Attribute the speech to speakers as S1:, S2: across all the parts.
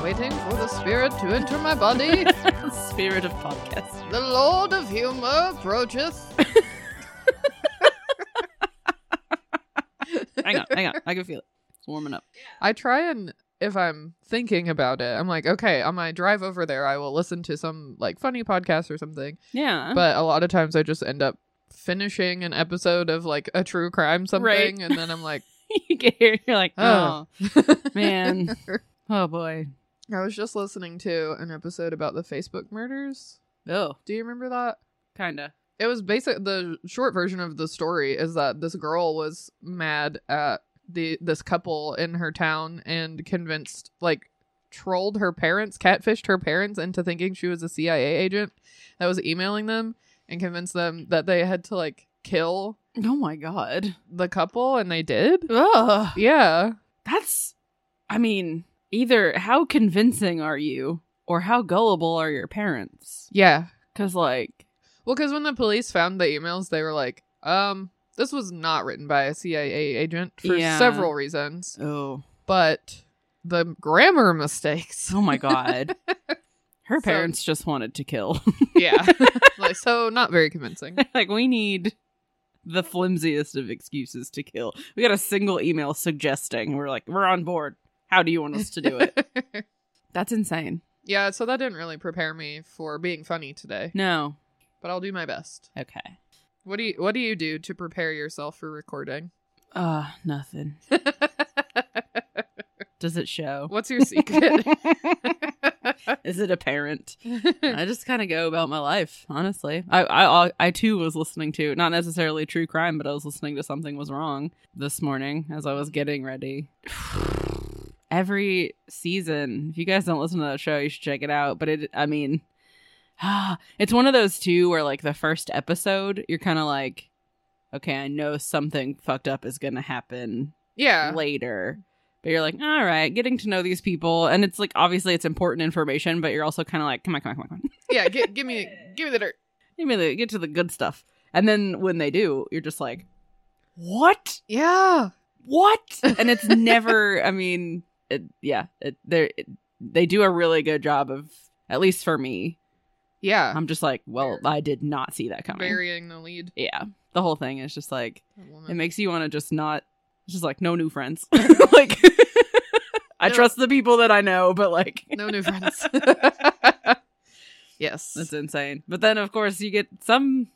S1: Waiting for the spirit to enter my body.
S2: Spirit of podcast.
S1: the Lord of Humor approacheth.
S2: Hang on, hang on. I can feel it. It's warming up.
S1: I try and if I'm thinking about it, I'm like, okay, on my drive over there, I will listen to some like funny podcast or something.
S2: Yeah.
S1: But a lot of times, I just end up finishing an episode of like a true crime something,
S2: Right.
S1: and then I'm like,
S2: you get here, you're like, oh,
S1: Oh.
S2: man. Oh, boy.
S1: I was just listening to an episode about the Facebook murders.
S2: Oh,
S1: Do you remember that?
S2: kind of.
S1: It was basic. The short version of the story is that this girl was mad at the this couple in her town and convinced, like, trolled her parents, catfished her parents into thinking she was a CIA agent that was emailing them and convinced them that they had to like kill
S2: Oh, my God.
S1: the couple, and they did.
S2: Ugh.
S1: Yeah,
S2: That's, I mean, either how convincing are you or how gullible are your parents?
S1: yeah.
S2: Because, like,
S1: Well, because when the police found the emails, they were like, um, this was not written by a CIA agent for
S2: Yeah.
S1: several reasons,
S2: oh,
S1: but the grammar mistakes.
S2: oh my God. Her
S1: So-
S2: parents just wanted to kill.
S1: yeah. like, so, not very convincing.
S2: like, we need the flimsiest of excuses to kill. We got a single email suggesting, we're like, we're on board. How do you want us to do it? That's insane.
S1: yeah, so that didn't really prepare me for being funny today,
S2: No.
S1: but I'll do my best.
S2: Okay.
S1: What do you What do you do to prepare yourself for recording?
S2: Uh, nothing. Does it show?
S1: What's your secret?
S2: Is it apparent? I just kind of go about my life, honestly. I, I, I too was listening to not necessarily true crime, but I was listening to something was wrong this morning as I was getting ready. Every season, if you guys don't listen to that show, you should check it out. But it, I mean, it's one of those two where like the first episode, you're kind of like, okay, I know something fucked up is gonna happen
S1: yeah.
S2: later. But you're like, all right, getting to know these people, and it's like obviously it's important information, but you're also kind of like, come on, come on, come on, come on,
S1: Yeah, gi- give me give me the dirt.
S2: give me the get to the good stuff. And then when they do, you're just like, what,
S1: Yeah.
S2: what? And it's never. I mean, it, yeah, it, they they do a really good job of at least for me.
S1: Yeah.
S2: I'm just like, well, I did not see that coming.
S1: Burying the lead.
S2: yeah, the whole thing is just like
S1: That
S2: it
S1: woman.
S2: makes you want to just not it's just like no new friends like i
S1: No.
S2: trust the people that i know but like
S1: no new friends. yes.
S2: that's insane but then of course you get some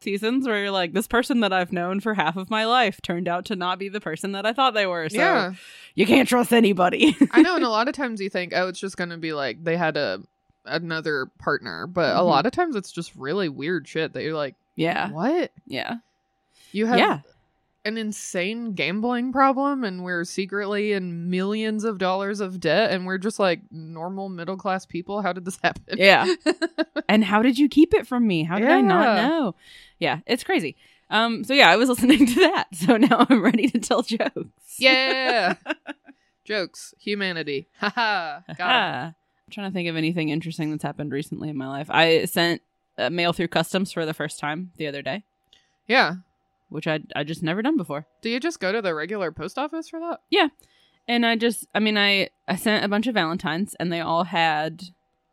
S2: seasons where you're like this person that i've known for half of my life turned out to not be the person that i thought they were so
S1: yeah.
S2: you can't trust anybody
S1: I know, and a lot of times you think, oh, it's just gonna be like they had a another partner, but a
S2: Mhm.
S1: lot of times it's just really weird shit that you're like,
S2: yeah
S1: what?
S2: yeah
S1: You have
S2: yeah
S1: an insane gambling problem, and we're secretly in millions of dollars of debt, and we're just like normal middle class people. How did this happen?
S2: yeah and how did you keep it from me how did i not
S1: Yeah.
S2: know yeah it's crazy um so yeah i was listening to that so now i'm ready to tell jokes
S1: yeah. Jokes, humanity, haha, got 'em.
S2: Ah. I'm trying to think of anything interesting that's happened recently in my life. I sent uh, mail through customs for the first time the other day,
S1: yeah.
S2: which I I just never done before.
S1: Do you just go to the regular post office for that?
S2: And I just I mean I I sent a bunch of valentines and they all had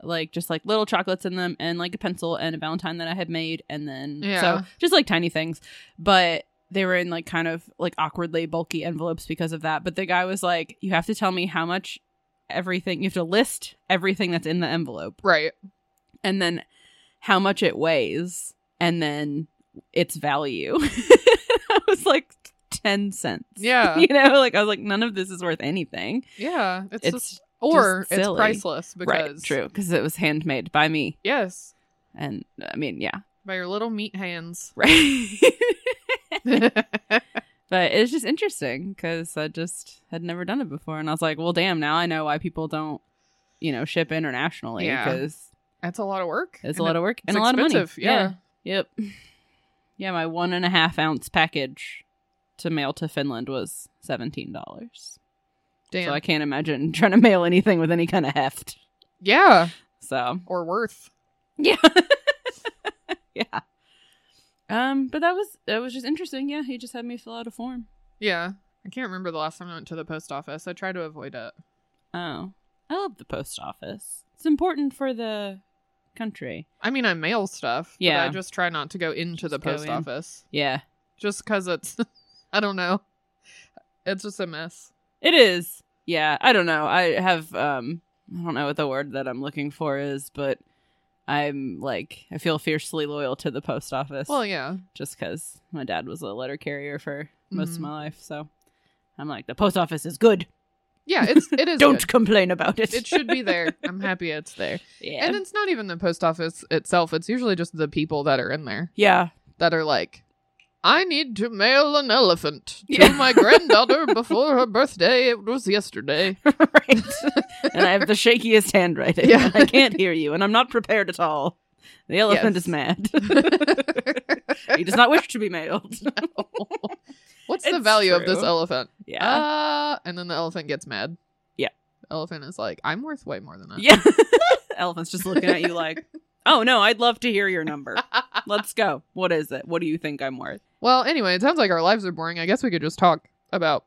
S2: like just like little chocolates in them and like a pencil and a valentine that I had made and then
S1: Yeah.
S2: so just like tiny things. But they were in like kind of like awkwardly bulky envelopes because of that. But the guy was like, "You have to tell me how much everything. You have to list everything that's in the envelope."
S1: Right.
S2: and then how much it weighs and then its value. I was like, "T- ten cents.
S1: Yeah.
S2: you know, like I was like, none of this is worth anything.
S1: Yeah, it's,
S2: It's,
S1: just or it's
S2: silly.
S1: priceless because
S2: right, true, because it was handmade by me,
S1: Yes,
S2: and I mean, yeah,
S1: by your little meat hands.
S2: right.
S1: yeah,
S2: but it's just interesting because I just had never done it before, and I was like, well, damn, now I know why people don't, you know, ship internationally
S1: Yeah.
S2: because
S1: that's a lot of work.
S2: it's a lot of work
S1: it's
S2: and a lot of money.
S1: expensive, yeah.
S2: Yep. Yeah, my one and a half ounce package to mail to Finland was seventeen dollars.
S1: Damn.
S2: So I can't imagine trying to mail anything with any kind of heft.
S1: yeah,
S2: So
S1: or worth.
S2: yeah, yeah. Um, but that was that was just interesting. Yeah, he just had me fill out a form.
S1: Yeah, I can't remember the last time I went to the post office. I try to avoid it.
S2: Oh, I love the post office. It's important for the country.
S1: I mean, I mail stuff.
S2: Yeah.
S1: but I just try not to go into the
S2: Just go
S1: post
S2: in.
S1: office
S2: Yeah,
S1: just because it's. I don't know. It's just a mess.
S2: It is. Yeah, I don't know. I have um I don't know what the word that I'm looking for is, but I'm like I feel fiercely loyal to the post office
S1: Well, yeah,
S2: just cuz my dad was a letter carrier for most
S1: Mhm.
S2: of my life, so I'm like the post office is good.
S1: yeah. It's it is.
S2: don't
S1: good.
S2: complain about it.
S1: It should be there. I'm happy it's there.
S2: yeah.
S1: And it's not even the post office itself. It's usually just the people that are in there.
S2: yeah.
S1: that are like, I need to mail an elephant to
S2: Yeah.
S1: my granddaughter before her birthday. It was yesterday.
S2: right. and I have the shakiest handwriting.
S1: Yeah.
S2: I can't hear you and I'm not prepared at all. The elephant
S1: Yes.
S2: is mad. he does not wish to be mailed.
S1: What's the
S2: It's
S1: value of this
S2: true.
S1: elephant?
S2: Yeah.
S1: Uh, and then the elephant gets mad.
S2: Yeah.
S1: Elephant is like, I'm worth way more than that.
S2: Yeah. Elephant's just looking at you like, oh no, I'd love to hear your number. Let's go. What is it? What do you think I'm worth?
S1: Well, anyway, it sounds like our lives are boring. I guess we could just talk about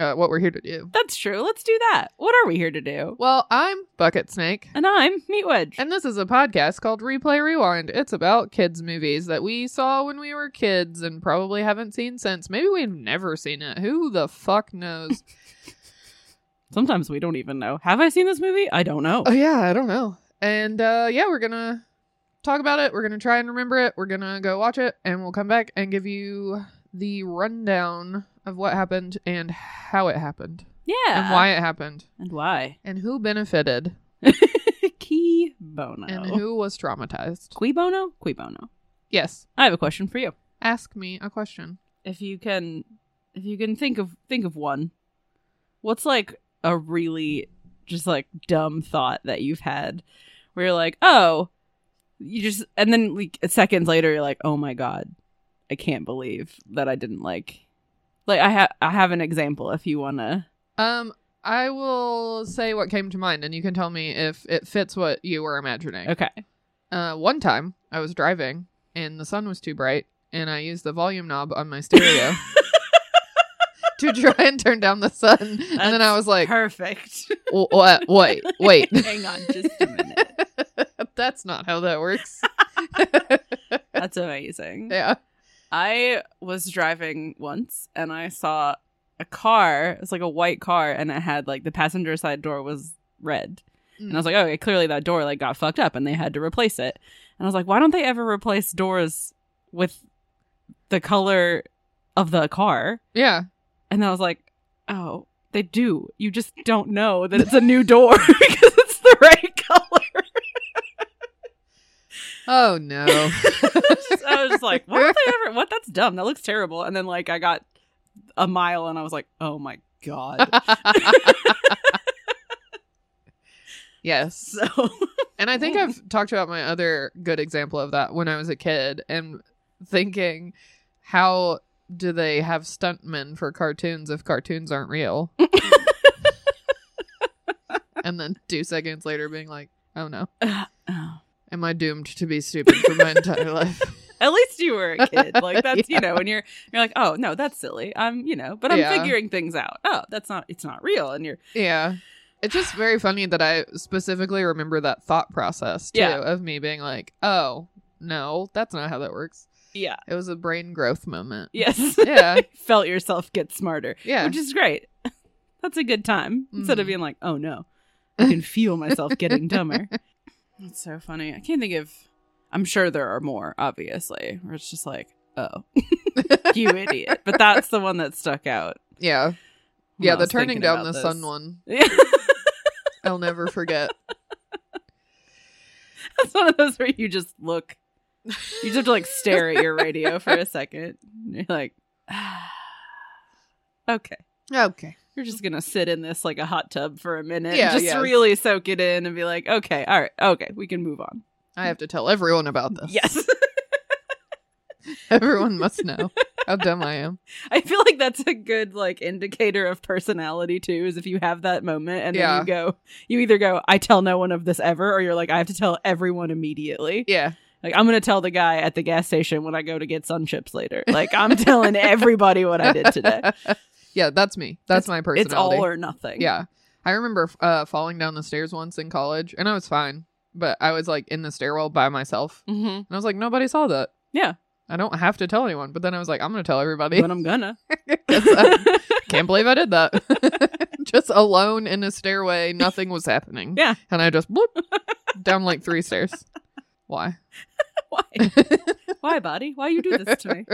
S1: uh, what we're here to do.
S2: That's true. Let's do that. What are we here to do?
S1: Well, I'm Bucket Snake.
S2: And I'm Meat Wedge.
S1: And this is a podcast called Replay Rewind. It's about kids' movies that we saw when we were kids and probably haven't seen since. Maybe we've never seen it. Who the fuck knows?
S2: Sometimes we don't even know. Have I seen this movie? I don't know.
S1: oh, yeah, I don't know. And uh, yeah, we're going to talk about it. We're going to try and remember it. We're going to go watch it and we'll come back and give you the rundown of what happened and how it happened
S2: Yeah.
S1: and why it happened
S2: And why?
S1: and who benefited
S2: Key bono.
S1: and who was traumatized.
S2: Qui bono? Qui bono.
S1: Yes.
S2: I have a question for you.
S1: Ask me a question.
S2: If you can if you can think of think of one. What's like a really just like dumb thought that you've had where you're like, oh, you just, and then like seconds later, you're like, oh my god, I can't believe that I didn't like. Like I have, I have an example if you wanna.
S1: Um, I will say what came to mind, and you can tell me if it fits what you were imagining.
S2: Okay.
S1: Uh, one time I was driving, and the sun was too bright, and I used the volume knob on my stereo to try and turn down the sun, and then I was like,
S2: perfect.
S1: "Wha- what? Wait, wait,
S2: Hang on, just a minute.
S1: That's not how that works.
S2: That's amazing.
S1: yeah.
S2: I was driving once and I saw a car. It was like a white car and it had like the passenger side door was red. And
S1: Mm,
S2: I was like, oh, okay, clearly that door like got fucked up and they had to replace it. And I was like, why don't they ever replace doors with the color of the car?
S1: Yeah.
S2: And I was like, oh, they do. You just don't know that it's a new door because it's the right color.
S1: Oh no.
S2: I was just like, why don't they ever? What? That's dumb. That looks terrible. And then like I got a mile and I was like, oh my god.
S1: yes.
S2: So
S1: And I think I've talked about my other good example of that when I was a kid and thinking, how do they have stuntmen for cartoons if cartoons aren't real? and then two seconds later being like, oh no, am I doomed to be stupid for my entire life?
S2: at least you were a kid. Like that's you know, and you're you're like, oh no, that's silly. I'm you know, but I'm
S1: Yeah.
S2: figuring things out. Oh, that's not it's not real. And you're
S1: Yeah. It's just very funny that I specifically remember that thought process too
S2: Yeah.
S1: of me being like, oh no, that's not how that works.
S2: yeah
S1: It was a brain growth moment.
S2: yes
S1: Yeah.
S2: felt yourself get smarter,
S1: Yeah.
S2: which is great. That's a good time instead of
S1: Mhm.
S2: being like, oh no, I can feel myself getting dumber. That's so funny. I can't think of. I'm sure there are more, obviously. Where it's just like, oh, you idiot. But that's the one that stuck out.
S1: Yeah.
S2: when
S1: Yeah,
S2: I
S1: the
S2: was
S1: turning
S2: thinking
S1: down
S2: about
S1: the
S2: this.
S1: sun one.
S2: Yeah.
S1: I'll never forget.
S2: That's one of those where you just look. You just have to like stare at your radio for a second. And You're like, "Ah, okay.
S1: okay.
S2: You're just gonna sit in this like a hot tub for a minute.
S1: Yeah,
S2: and just
S1: yes.
S2: really soak it in and be like, okay, all right, okay, we can move on.
S1: I have to tell everyone about this.
S2: Yes.
S1: Everyone must know how dumb I am.
S2: I feel like that's a good like indicator of personality too, is if you have that moment and then
S1: Yeah.
S2: you go you either go, I tell no one of this ever, or you're like, I have to tell everyone immediately.
S1: Yeah.
S2: Like I'm gonna tell the guy at the gas station when I go to get sun chips later. Like I'm telling everybody what I did today.
S1: yeah, that's me. That's my personality.
S2: It's all or nothing.
S1: Yeah. I remember uh, falling down the stairs once in college and I was fine, but I was like in the stairwell by myself.
S2: hmm
S1: And I was like, nobody saw that.
S2: Yeah.
S1: I don't have to tell anyone. But then I was like, I'm going to tell everybody.
S2: But I'm gonna.
S1: 'Cause I can't believe I did that. just alone in a stairway. Nothing was happening.
S2: Yeah.
S1: And I just bloop, down like three stairs. Why?
S2: Why? Why, body? Why you do this to me?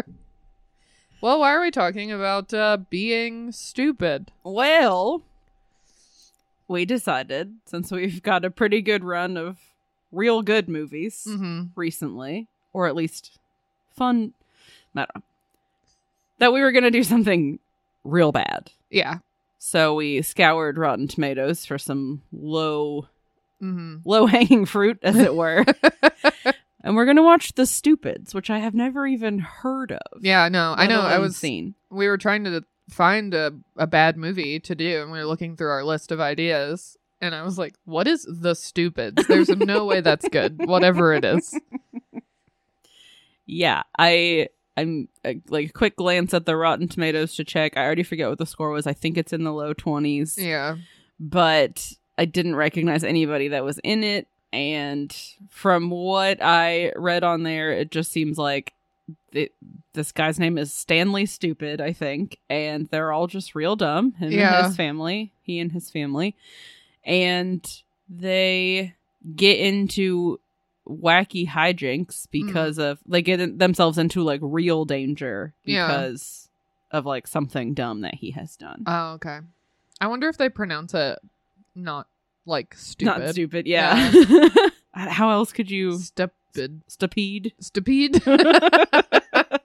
S1: Well, why are we talking about uh, being stupid?
S2: Well, we decided since we've got a pretty good run of real good movies
S1: Mm-hmm.
S2: recently, or at least fun, I don't know, that we were going to do something real bad.
S1: Yeah.
S2: So we scoured Rotten Tomatoes for some low,
S1: Mm-hmm.
S2: low hanging fruit, as it were, and we're going to watch The Stupids, which I have never even heard of.
S1: Yeah, no, I
S2: let
S1: know. I
S2: alone
S1: was
S2: seen.
S1: we were trying to find a, a bad movie to do and we were looking through our list of ideas and i was like what is the stupids there's no way that's good whatever it is
S2: yeah i i'm uh, like a quick glance at the rotten tomatoes to check i already forget what the score was i think it's in the low 20s
S1: yeah
S2: but i didn't recognize anybody that was in it and from what i read on there it just seems like it, this guy's name is stanley stupid i think and they're all just real dumb him and
S1: Yeah.
S2: his family he and his family and they get into wacky
S1: Hmm.
S2: hijinks because of they get in- themselves into like real danger
S1: Yeah.
S2: because of like something dumb that he has done.
S1: oh okay i wonder if they pronounce it not like stupid
S2: Not stupid, yeah. How else could you
S1: stupid
S2: stupid?
S1: stupid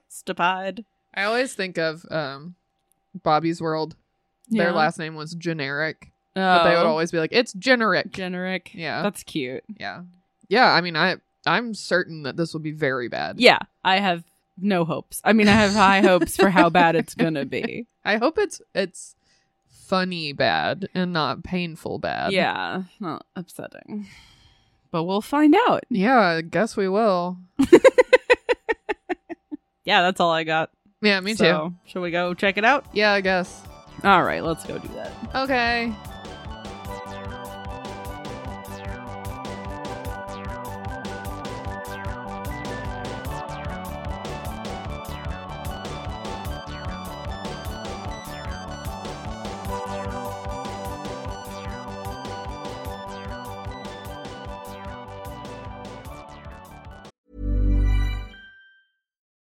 S2: Stupid.
S1: i always think of um bobby's world their last name was generic but they would always be like it's generic
S2: generic.
S1: Yeah.
S2: Oh. that's cute.
S1: yeah yeah i mean i i'm certain that this will be very bad
S2: Yeah, I have no hopes. I mean, I have high hopes for how bad it's gonna be.
S1: I hope it's it's funny bad and not painful bad.
S2: Yeah, not upsetting, but we'll find out.
S1: Yeah, I guess we will.
S2: Yeah, that's all I got.
S1: Yeah, me too.
S2: So, Shall we go check it out?
S1: Yeah, I guess.
S2: All right, let's go do that.
S1: Okay.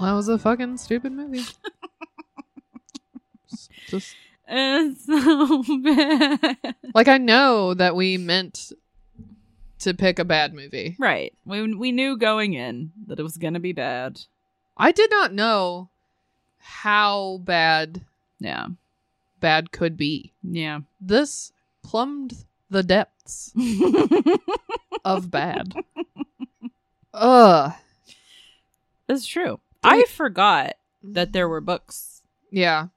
S1: That was a fucking stupid movie. S- Just
S2: It's so bad.
S1: like I know that we meant to pick a bad movie.
S2: Right. We we knew going in that it was gonna be bad.
S1: I did not know how bad
S2: Yeah.
S1: bad could be.
S2: Yeah.
S1: This plumbed the depths of bad. Ugh.
S2: It's true. I forgot that there were books
S1: Yeah.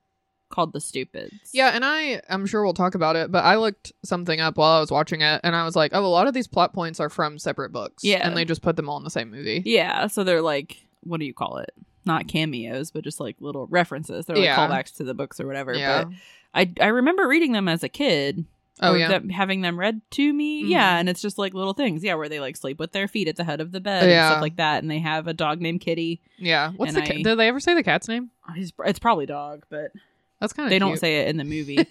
S2: called The Stupids.
S1: Yeah, and I I'm sure we'll talk about it, but I looked something up while I was watching it and I was like, oh, a lot of these plot points are from separate books.
S2: Yeah.
S1: And they just put them all in the same movie.
S2: Yeah. So they're like, what do you call it? Not cameos, but just like little references. They're like
S1: Yeah.
S2: callbacks to the books or whatever. But I I remember reading them as a kid.
S1: Oh
S2: or
S1: yeah.
S2: them- having them read to me.
S1: Mhm.
S2: Yeah, and it's just like little things. Yeah, where they like sleep with their feet at the head of the bed and
S1: Yeah.
S2: stuff like that. And they have a dog named Kitty.
S1: yeah. What's
S2: and
S1: the ca-
S2: I-
S1: did they ever say the cat's name?
S2: He's- It's probably dog, but
S1: That's kind of
S2: they don't say it in the movie.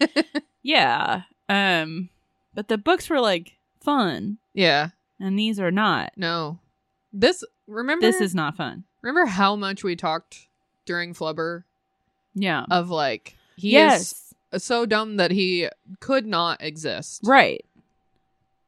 S2: yeah. Um but the books were like fun
S1: yeah.
S2: and these are not.
S1: No. This remember
S2: This is not fun.
S1: remember how much we talked during Flubber
S2: Yeah.
S1: of like he
S2: yes.
S1: is so dumb that he could not exist
S2: Right.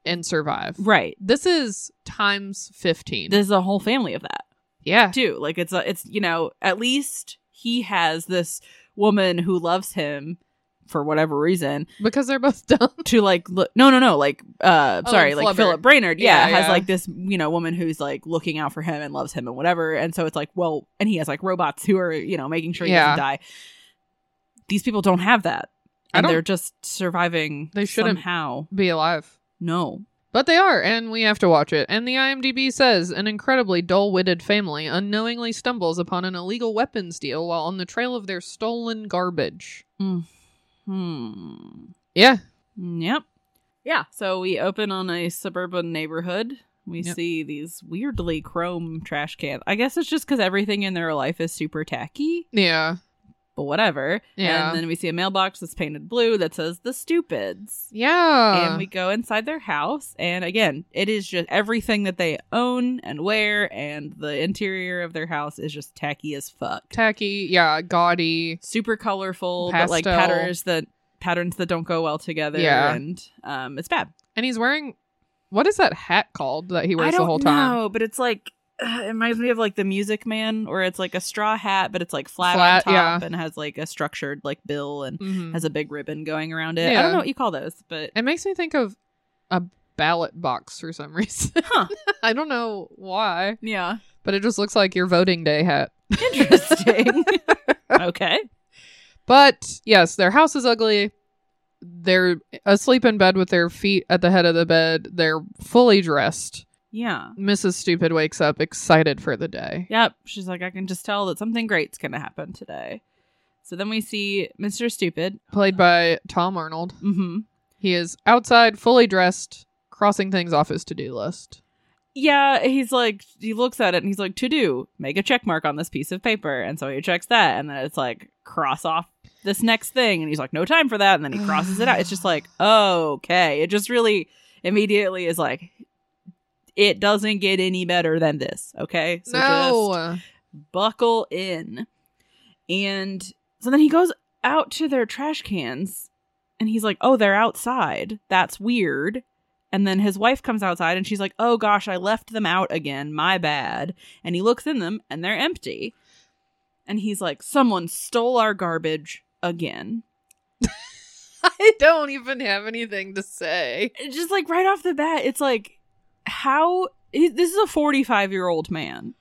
S1: and survive.
S2: Right.
S1: This is times fifteen.
S2: There's a whole family of that
S1: yeah.
S2: too. Like it's a, it's you know, at least he has this woman who loves him for whatever reason
S1: Because they're both dumb.
S2: to like look no no no like uh
S1: Oh,
S2: sorry
S1: and
S2: like
S1: Flubber.
S2: Philip Brainerd yeah,
S1: Yeah,
S2: has
S1: yeah.
S2: like this you know woman who's like looking out for him and loves him and whatever and so it's like well and he has like robots who are you know making sure he
S1: Yeah.
S2: doesn't die these people don't have that
S1: I
S2: and
S1: don't-
S2: they're just surviving
S1: They shouldn't-
S2: somehow
S1: Be alive.
S2: no
S1: But they are, and we have to watch it. And the IMDb says an incredibly dull witted family unknowingly stumbles upon an illegal weapons deal while on the trail of their stolen garbage. Mm-hmm.
S2: hmm
S1: Yeah.
S2: yep yeah so we open on a suburban neighborhood we
S1: Yep.
S2: see these weirdly chrome trash cans i guess it's just because everything in their life is super tacky
S1: Yeah.
S2: but whatever.
S1: Yeah.
S2: And then we see a mailbox that's painted blue that says the stupids.
S1: Yeah.
S2: and we go inside their house and again, it is just everything that they own and wear and the interior of their house is just tacky as fuck.
S1: Tacky. Yeah. Gaudy.
S2: Super colorful, but like
S1: Pastel.
S2: patterns that patterns that don't go well together
S1: Yeah.
S2: and um it's bad.
S1: And he's wearing. What is that hat called that he
S2: I
S1: wears
S2: don't
S1: the whole time?
S2: know, but it's like uh, it reminds me of like the Music Man, where it's like a straw hat, but it's like flat,
S1: Flat,
S2: on top
S1: yeah.
S2: and has like a structured like bill and
S1: Mhm.
S2: has a big ribbon going around it. I
S1: Yeah.
S2: don't know what you call those, but
S1: It makes me think of a ballot box for some reason.
S2: Huh.
S1: I don't know why,
S2: yeah,
S1: but it just looks like your voting day hat.
S2: interesting. okay,
S1: But yes, their house is ugly. They're asleep in bed with their feet at the head of the bed. They're fully dressed.
S2: yeah,
S1: Mrs. Stupid wakes up excited for the day.
S2: yep. She's like, I can just tell that something great's gonna happen today. So then we see Mr. Stupid.
S1: Played by Tom Arnold.
S2: Mm-hmm.
S1: He is outside, fully dressed, crossing things off his to do list.
S2: Yeah, he's like, he looks at it and he's like, to do, make a check mark on this piece of paper. And so he checks that, and then it's like, cross off this next thing. And he's like, no time for that. And then he crosses it out. It's just like, okay. It just really immediately is like, it doesn't get any better than this. Okay. So just
S1: no.
S2: buckle in. And so then he goes out to their trash cans and he's like, oh, they're outside. That's weird. And then his wife comes outside and she's like, oh gosh, I left them out again. My bad. And he looks in them and they're empty. And he's like, someone stole our garbage again.
S1: I don't even have anything to say.
S2: It's Just like right off the bat, it's like, how. he- This is a 45 year old man.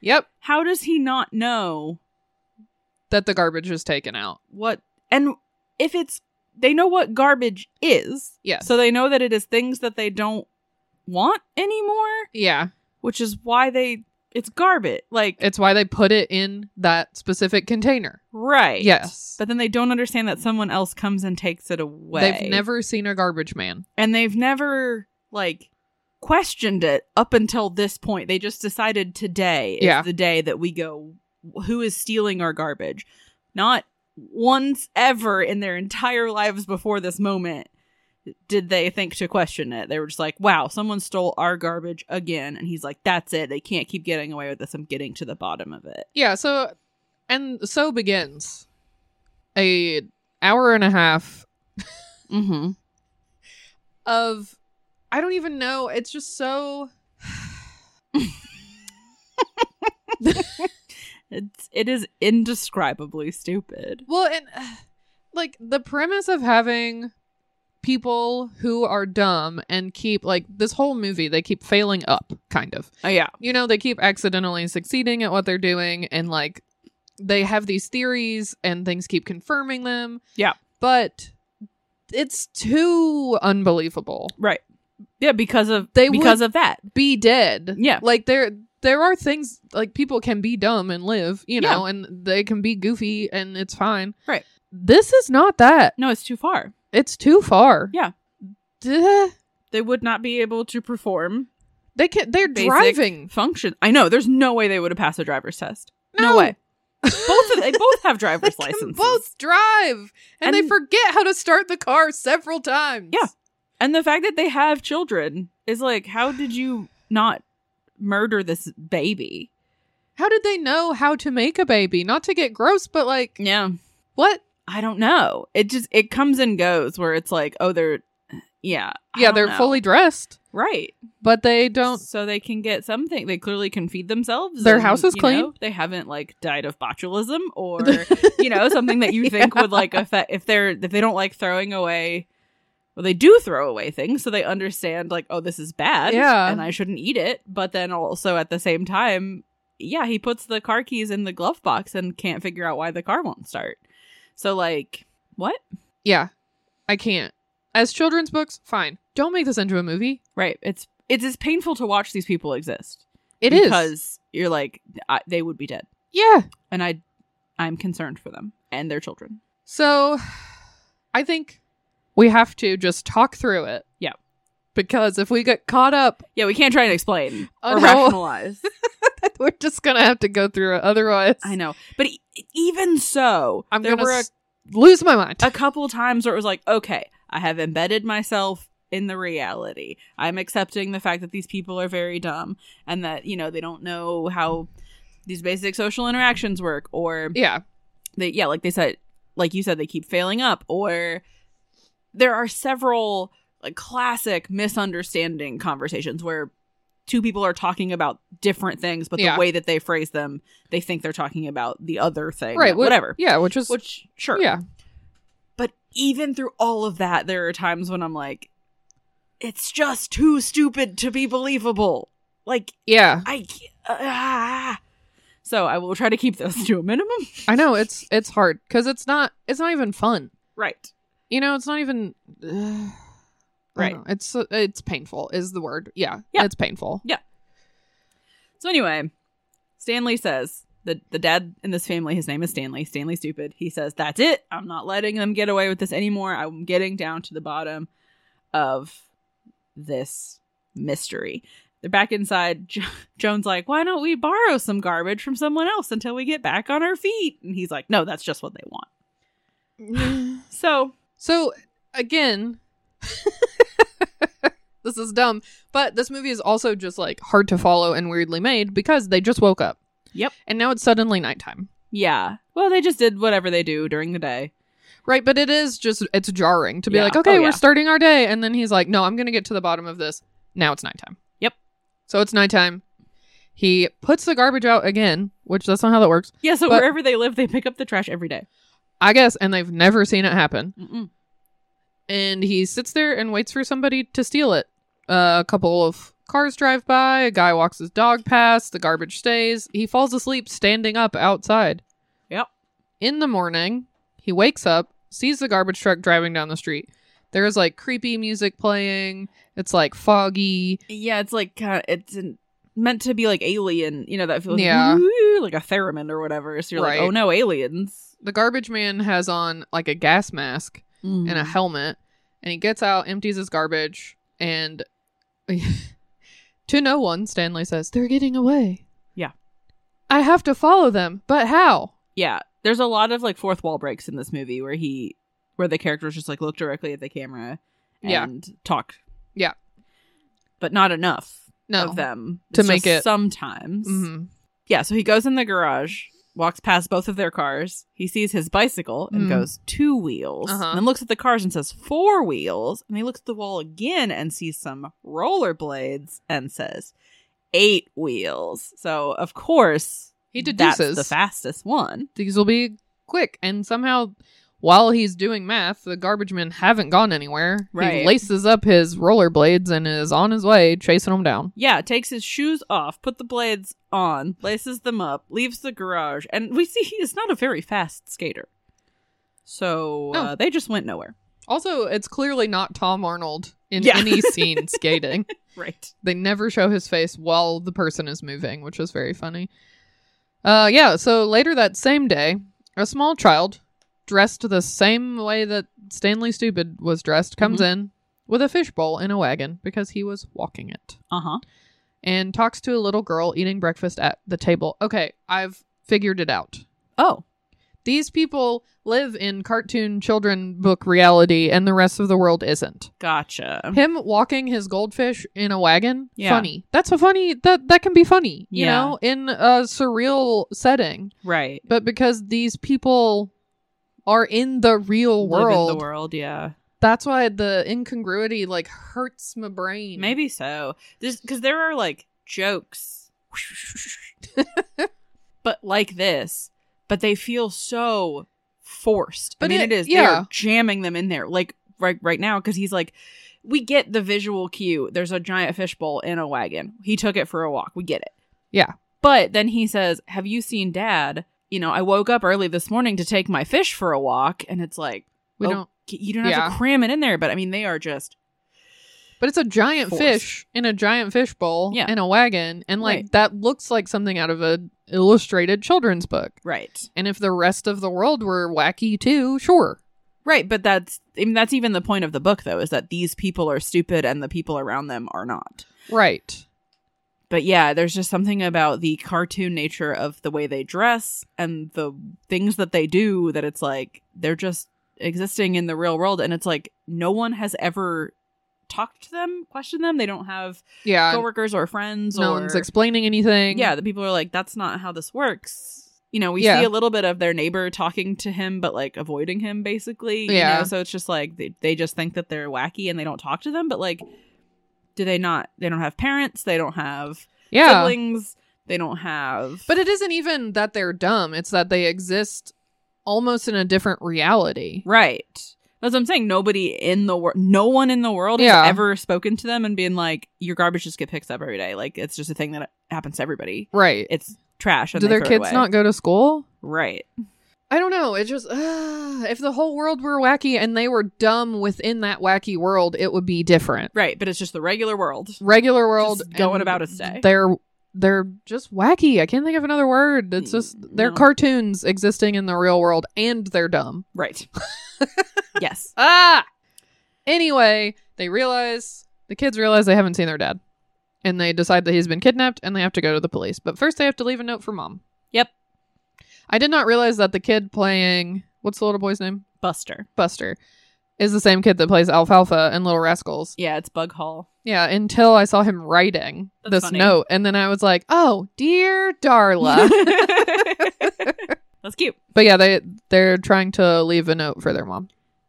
S1: Yep,
S2: How does he not know
S1: that the garbage is taken out.
S2: what and if it's they know what garbage is
S1: Yes.
S2: so they know that it is things that they don't want anymore
S1: Yeah,
S2: which is why they it's garbage like
S1: it's why they put it in that specific container.
S2: right
S1: Yes.
S2: but then they don't understand that someone else comes and takes it away
S1: They've never seen a garbage man.
S2: and they've never like questioned it up until this point they just decided today is
S1: Yeah.
S2: the day that we go who is stealing our garbage not once ever in their entire lives before this moment did they think to question it. They were just like, wow, someone stole our garbage again. And he's like, that's it. They can't keep getting away with this. I'm getting to the bottom of it.
S1: Yeah, so and so begins a hour and a half
S2: Mm-hmm.
S1: of I don't even know, it's just so
S2: It's, it is indescribably stupid.
S1: well and like the premise of having people who are dumb and keep like this whole movie they keep failing up kind of.
S2: Oh, yeah.
S1: you know, they keep accidentally succeeding at what they're doing and like they have these theories and things keep confirming them.
S2: Yeah.
S1: But it's too unbelievable.
S2: Right. Yeah, because of
S1: They
S2: because of that.
S1: Be dead.
S2: Yeah.
S1: Like there there are things like people can be dumb and live, you
S2: Yeah.
S1: know, and they can be goofy and it's fine.
S2: Right.
S1: This is not that.
S2: No, it's too far.
S1: It's too far.
S2: Yeah.
S1: Duh.
S2: They would not be able to perform
S1: They can they're
S2: basic
S1: driving.
S2: function. I know. There's no way they would have passed a driver's test. No,
S1: No.
S2: way. Both of, they both have
S1: They
S2: driver's
S1: can
S2: licenses.
S1: both drive. And, they
S2: And-
S1: forget how to start the car several times.
S2: Yeah. And the fact that they have children is like, how did you not murder this baby?
S1: How did they know how to make a baby? Not to get gross, but like
S2: Yeah.
S1: what?
S2: I don't know. It just it comes and goes where it's like, oh, they're yeah. I
S1: Yeah,
S2: don't
S1: they're
S2: know.
S1: fully dressed,
S2: right.
S1: but they don't.
S2: so they can get something. They clearly can feed themselves.
S1: Their house is
S2: you
S1: clean.
S2: know, they haven't like died of botulism or you know something that you think would like affect if they're if they don't like throwing away. Well, they do throw away things, so they understand like, oh, this is bad,
S1: Yeah.
S2: and I shouldn't eat it. But then also at the same time, yeah, he puts the car keys in the glove box and can't figure out why the car won't start. So like, what?
S1: Yeah, I can't. As children's books, fine. Don't make this into a movie.
S2: Right? It's it's as painful to watch these people exist.
S1: It is.
S2: because you're like I, they would be dead.
S1: Yeah.
S2: and I I'm concerned for them and their children.
S1: So, I think we have to just talk through it.
S2: Yeah.
S1: Because if we get caught up,
S2: Yeah, we can't try and explain
S1: Oh,
S2: or
S1: no.
S2: rationalize.
S1: we're just gonna have to go through it. Otherwise,
S2: I know, but e- even so,
S1: I'm
S2: there
S1: gonna
S2: were
S1: s- lose my mind.
S2: a, a couple times where it was like, okay, I have embedded myself in the reality. I'm accepting the fact that these people are very dumb and that you know they don't know how these basic social interactions work, or
S1: yeah.
S2: they yeah like they said like you said they keep failing up or there are several like classic misunderstanding conversations where two people are talking about different things but
S1: Yeah.
S2: the way that they phrase them they think they're talking about the other thing
S1: Right. wh-
S2: whatever
S1: Yeah. Which is.
S2: which sure
S1: Yeah.
S2: but even through all of that there are times when i'm like it's just too stupid to be believable like
S1: Yeah.
S2: i can't- ah. so i will try to keep those to a minimum
S1: I know it's it's hard because it's not it's not even fun.
S2: right
S1: you know it's not even
S2: Right.
S1: right it's uh, it's painful is the word yeah
S2: Yeah.
S1: it's painful
S2: So anyway, Stanley says the the dad in this family, his name is Stanley. Stanley stupid. He says, "That's it. I'm not letting them get away with this anymore. I'm getting down to the bottom of this mystery." They're back inside. Jo- Joan's like, "Why don't we borrow some garbage from someone else until we get back on our feet?" And he's like, "No, that's just what they want." So
S1: so again this is dumb but this movie is also just like hard to follow and weirdly made because they just woke up
S2: Yep.
S1: and now it's suddenly nighttime
S2: yeah, well, they just did whatever they do during the day.
S1: right but it is just it's jarring to be
S2: Yeah.
S1: like okay
S2: Oh, yeah.
S1: we're starting our day and then he's like no i'm gonna get to the bottom of this now it's nighttime
S2: Yep.
S1: so it's nighttime he puts the garbage out again which that's not how that works
S2: Yeah, so
S1: But-
S2: wherever they live, they pick up the trash every day.
S1: i guess and they've never seen it happen
S2: Mm-mm.
S1: and he sits there and waits for somebody to steal it. Uh, a couple of cars drive by, a guy walks his dog past, the garbage stays. He falls asleep standing up outside.
S2: Yep.
S1: In the morning, he wakes up, sees the garbage truck driving down the street. There is like creepy music playing. It's like foggy.
S2: Yeah, it's like uh, it's an, meant to be like alien, you know that feels
S1: Yeah.
S2: like a theremin or whatever. So you're
S1: Right.
S2: like, oh no, aliens.
S1: The garbage man has on like a gas mask and
S2: Mm-hmm.
S1: a helmet, and he gets out, empties his garbage, and to no one, Stanley says, They're getting away.
S2: Yeah.
S1: I have to follow them, but how?
S2: yeah, there's a lot of like fourth wall breaks in this movie where he, where the characters just like look directly at the camera
S1: Yeah.
S2: and talk.
S1: Yeah.
S2: But not enough
S1: No.
S2: of them
S1: To
S2: It's
S1: make
S2: just
S1: it-
S2: sometimes.
S1: Mhm.
S2: Yeah, so he goes in the garage, walks past both of their cars. He sees his bicycle and
S1: Mm.
S2: goes two wheels,
S1: Uh-huh.
S2: and then looks at the cars and says four wheels. And he looks at the wall again and sees some rollerblades and says eight wheels. So of course
S1: He
S2: that's
S1: deduces.
S2: the fastest one.
S1: These will be quick. And somehow, while he's doing math, the garbage men haven't gone anywhere.
S2: Right.
S1: He laces up his rollerblades and is on his way chasing them down.
S2: Yeah, takes his shoes off, put the blades on, laces them up, leaves the garage, and we see he is not a very fast skater. So uh,
S1: No.
S2: they just went nowhere.
S1: Also, it's clearly not Tom Arnold in
S2: Yeah.
S1: any scene skating.
S2: Right.
S1: They never show his face while the person is moving, which is very funny. Uh, yeah, so later that same day, a small child dressed the same way that Stanley Stupid was dressed comes in with a fishbowl in a wagon because he was walking it
S2: Uh huh.
S1: and talks to a little girl eating breakfast at the table. Okay, I've figured it out.
S2: Oh,
S1: These people live in cartoon children book reality and the rest of the world isn't.
S2: gotcha.
S1: him walking his goldfish in a wagon
S2: Um, Yeah.
S1: funny that's a funny that that can be funny you
S2: Yeah.
S1: know in a surreal setting
S2: Right.
S1: but because these people are in the real world,
S2: Live in the world, yeah.
S1: that's why the incongruity like hurts my brain
S2: Maybe so. This because there are like jokes, but like this, but they feel so forced. I
S1: But
S2: mean,
S1: it-
S2: it is
S1: yeah.
S2: they're jamming them in there, like right right now, because he's like, we get the visual cue. There's a giant fishbowl in a wagon. He took it for a walk. We get it.
S1: Yeah.
S2: But then he says, "Have you seen Dad?" You know, I woke up early this morning to take my fish for a walk, and it's like
S1: we
S2: oh,
S1: don't
S2: you don't have to
S1: yeah.
S2: cram it in there. But I mean, they are just
S1: but it's a giant
S2: Force.
S1: fish in a giant fish bowl
S2: Yeah.
S1: in a wagon and like
S2: Right.
S1: that looks like something out of a illustrated children's book
S2: right.
S1: and if the rest of the world were wacky too sure
S2: Right, but that's I mean that's even the point of the book though is that these people are stupid and the people around them are not.
S1: right
S2: But yeah, there's just something about the cartoon nature of the way they dress and the things that they do that it's like they're just existing in the real world and it's like no one has ever talked to them, questioned them. They don't have
S1: yeah
S2: coworkers or friends
S1: Uh, no
S2: or
S1: one's explaining anything.
S2: Yeah, the people are like that's not how this works. You know, we
S1: Yeah.
S2: see a little bit of their neighbor talking to him, but like avoiding him basically. you
S1: Yeah.
S2: know? So it's just like they, they just think that they're wacky and they don't talk to them, but like, do they not? They don't have parents. They don't have
S1: yeah.
S2: siblings. They don't have.
S1: But it isn't even that they're dumb; it's that they exist almost in a different reality.
S2: right. That's what I'm saying. Nobody in the world, no one in the world
S1: Yeah.
S2: has ever spoken to them and being like, your garbage just get picked up every day. Like, it's just a thing that happens to everybody.
S1: Right?
S2: It's trash. And
S1: Do
S2: they
S1: their
S2: throw it
S1: kids
S2: away.
S1: not go to school?
S2: Right.
S1: I don't know. It just uh, if the whole world were wacky and they were dumb within that wacky world, it would be different.
S2: Right. But it's just the regular world.
S1: Regular world
S2: Just going
S1: and
S2: about its day.
S1: They're they're just wacky. I can't think of another word. It's
S2: Mm,
S1: just they're
S2: no.
S1: cartoons existing in the real world, and they're dumb.
S2: Right. yes.
S1: Ah! Anyway, they realize, the kids realize they haven't seen their dad. And they decide that he's been kidnapped and they have to go to the police. But first, they have to leave a note for mom.
S2: Yep.
S1: I did not realize that the kid playing, what's the little boy's name?
S2: Buster.
S1: Buster, is the same kid that plays Alfalfa in Little Rascals.
S2: Yeah, it's Bug Hall.
S1: Yeah, until I saw him writing
S2: That's
S1: this
S2: funny.
S1: note. And then I was like, oh, dear Darla.
S2: That's cute.
S1: but yeah, they, they're trying to leave a note for their mom.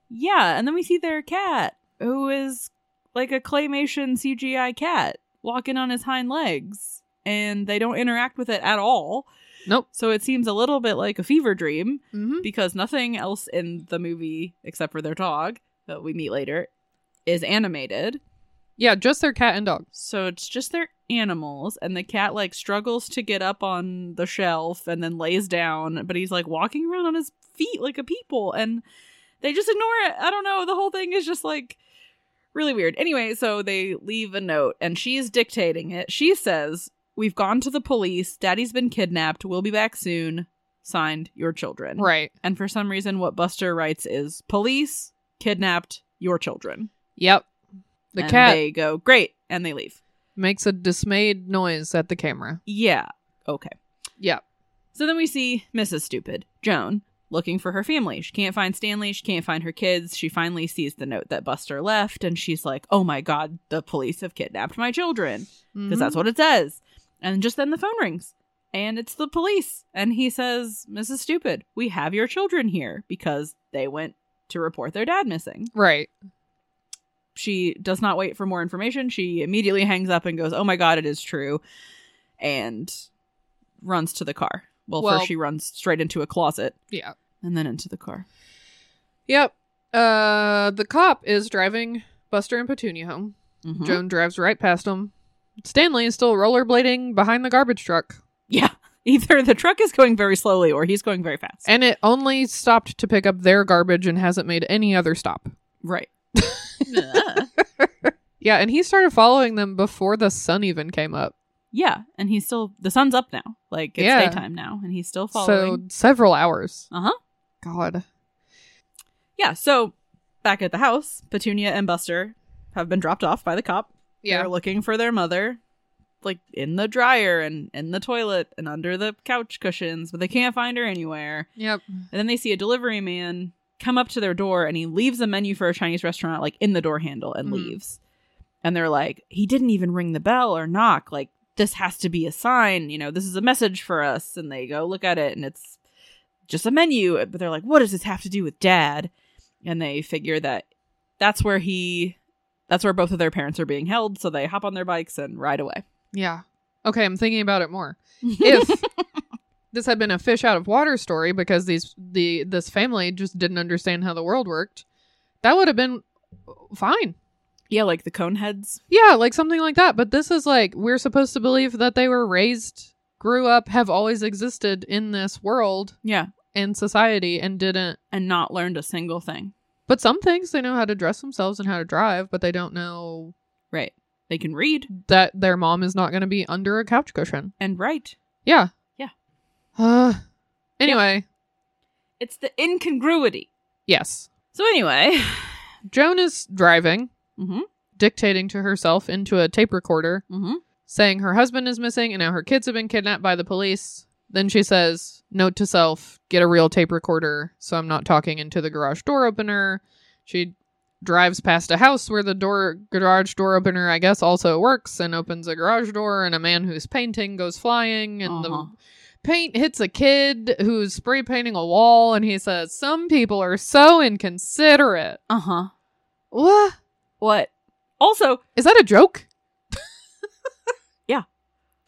S2: Yeah, and then we see their cat, who is like a claymation CGI cat walking on his hind legs, and they don't interact with it at all.
S1: Nope.
S2: So it seems a little bit like a fever dream
S1: Mm-hmm.
S2: because nothing else in the movie, except for their dog that we meet later, is animated.
S1: Yeah, just their cat and dog.
S2: So it's just their animals, and the cat like struggles to get up on the shelf and then lays down, but he's like walking around on his feet like a people, and they just ignore it. I don't know. The whole thing is just like really weird. Anyway, so they leave a note, and she's dictating it. She says, We've gone to the police. Daddy's been kidnapped. We'll be back soon. Signed, your children.
S1: Right.
S2: And for some reason, what Buster writes is police, kidnapped, your children.
S1: Yep. The
S2: and
S1: cat
S2: They go, Great. And they leave.
S1: makes a dismayed noise at the camera.
S2: Yeah. Okay.
S1: Yeah.
S2: So then we see Mrs. Stupid, Joan, looking for her family. She can't find Stanley. She can't find her kids. She finally sees the note that Buster left, and she's like, oh my God, the police have kidnapped my children because that's what it says. And just then the phone rings and it's the police. And he says, Mrs. Stupid, we have your children here because they went to report their dad missing.
S1: Mm-hmm. right.
S2: She does not wait for more information. She immediately hangs up and goes, Oh my God, it is true. And runs to the car. Well,
S1: Well-
S2: first she runs straight into a closet
S1: Yeah.
S2: and then into the car.
S1: Yep. Uh, the cop is driving Buster and Petunia home.
S2: Mhm.
S1: Joan drives right past him. Stanley is still rollerblading behind the garbage truck,
S2: yeah. Either the truck is going very slowly or he's going very fast.
S1: and it only stopped to pick up their garbage and hasn't made any other stop.
S2: right.
S1: Yeah, and he started following them before the sun even came up.
S2: yeah. And he's still, the sun's up now. Like it's
S1: Yeah.
S2: daytime now and he's still
S1: So
S2: following.
S1: several hours.
S2: Uh huh.
S1: God.
S2: Yeah. So back at the house, Petunia and Buster have been dropped off by the cop.
S1: Yeah.
S2: They're looking for their mother, like in the dryer and in the toilet and under the couch cushions, but they can't find her anywhere.
S1: Yep.
S2: And then they see a delivery man come up to their door and he leaves a menu for a Chinese restaurant, like in the door handle, and
S1: Mhm.
S2: leaves. And they're like, he didn't even ring the bell or knock. Like, this has to be a sign. You know, this is a message for us. And they go look at it and it's just a menu. But they're like, what does this have to do with dad? And they figure that that's where he, that's where both of their parents are being held. So they hop on their bikes and ride away.
S1: Yeah. Okay, I'm thinking about it more. If this had been a fish out of water story because these the this family just didn't understand how the world worked, that would have been fine.
S2: yeah, like the Coneheads.
S1: Yeah, like something like that. But this is like we're supposed to believe that they were raised, grew up, have always existed in this world
S2: Yeah.
S1: and society and didn't
S2: And not learned a single thing.
S1: but some things they know how to dress themselves and how to drive, but they don't know
S2: Right. They can read
S1: that their mom is not going to be under a couch cushion.
S2: and write.
S1: Yeah.
S2: Yeah.
S1: Uh, anyway,
S2: It's the incongruity.
S1: yes.
S2: So anyway,
S1: Joan is driving,
S2: mm-hmm,
S1: dictating to herself into a tape recorder,
S2: mm-hmm.
S1: saying her husband is missing and now her kids have been kidnapped by the police. Then she says, Note to self, get a real tape recorder so I'm not talking into the garage door opener. She drives past a house where the door garage door opener I guess also works and opens a garage door and a man who's painting goes flying and
S2: Uh-huh.
S1: the paint hits a kid who's spray painting a wall and he says some people are so inconsiderate.
S2: Uh huh.
S1: What?
S2: What? Also,
S1: Is that a joke?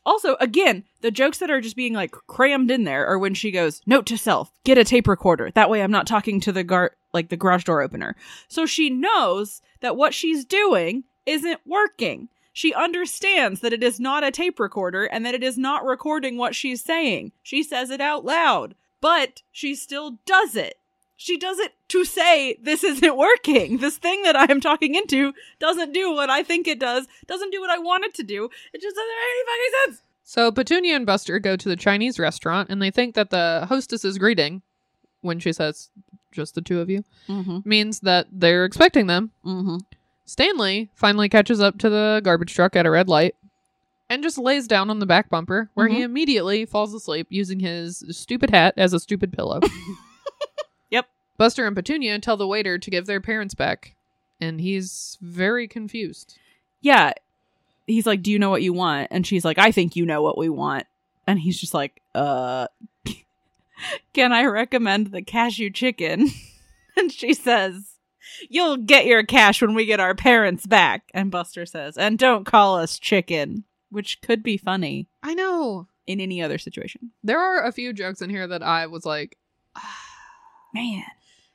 S2: also again, the jokes that are just being like crammed in there are when she goes, "Note to self: get a tape recorder. That way, I'm not talking to the gar like the garage door opener." So she knows that what she's doing isn't working. She understands that it is not a tape recorder and that it is not recording what she's saying. She says it out loud, but she still does it. She does it to say, this isn't working. This thing that I am talking into doesn't do what I think it does, doesn't do what I want it to do. It just doesn't make any fucking sense.
S1: So Petunia and Buster go to the Chinese restaurant and they think that the hostess is greeting when she says just the two of you
S2: Mm-hmm.
S1: means that they're expecting them.
S2: Mm-hmm.
S1: Stanley finally catches up to the garbage truck at a red light and just lays down on the back bumper where he immediately falls asleep using his stupid hat as a stupid pillow.
S2: Yep.
S1: Buster and Petunia tell the waiter to give their parents back and he's very confused.
S2: Yeah. He's like, Do you know what you want? And she's like, I think you know what we want. And he's just like, Uh, can I recommend the cashew chicken? and she says, You'll get your cash when we get our parents back. And Buster says, And don't call us chicken, which could be funny
S1: I know.
S2: in any other situation.
S1: There are a few jokes in here that I was like
S2: Man,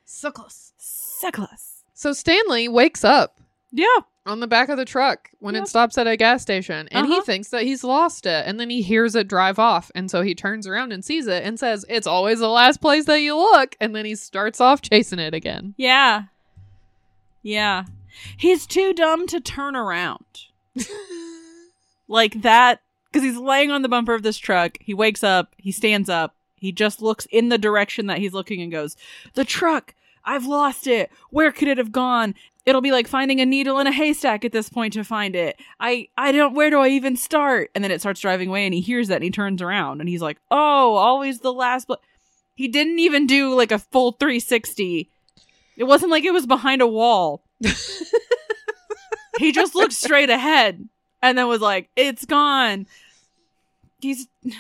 S1: so close.
S2: so close.
S1: So Stanley wakes up
S2: Yeah.
S1: on the back of the truck when
S2: Yep.
S1: it stops at a gas station and he
S2: Uh-huh.
S1: thinks that he's lost it and then he hears it drive off and so he turns around and sees it and says it's always the last place that you look and then he starts off chasing it again.
S2: Yeah. Yeah. He's too dumb to turn around. like that because he's laying on the bumper of this truck. He wakes up, he stands up, he just looks in the direction that he's looking and goes, "The truck. I've lost it. Where could it have gone? It'll be like finding a needle in a haystack at this point to find it. I I don't where do I even start?" And then it starts driving away and he hears that and he turns around and he's like, "Oh, always the last bl-. He didn't even do like a full 360. It wasn't like it was behind a wall. he just looked straight ahead and then was like, "It's gone." He's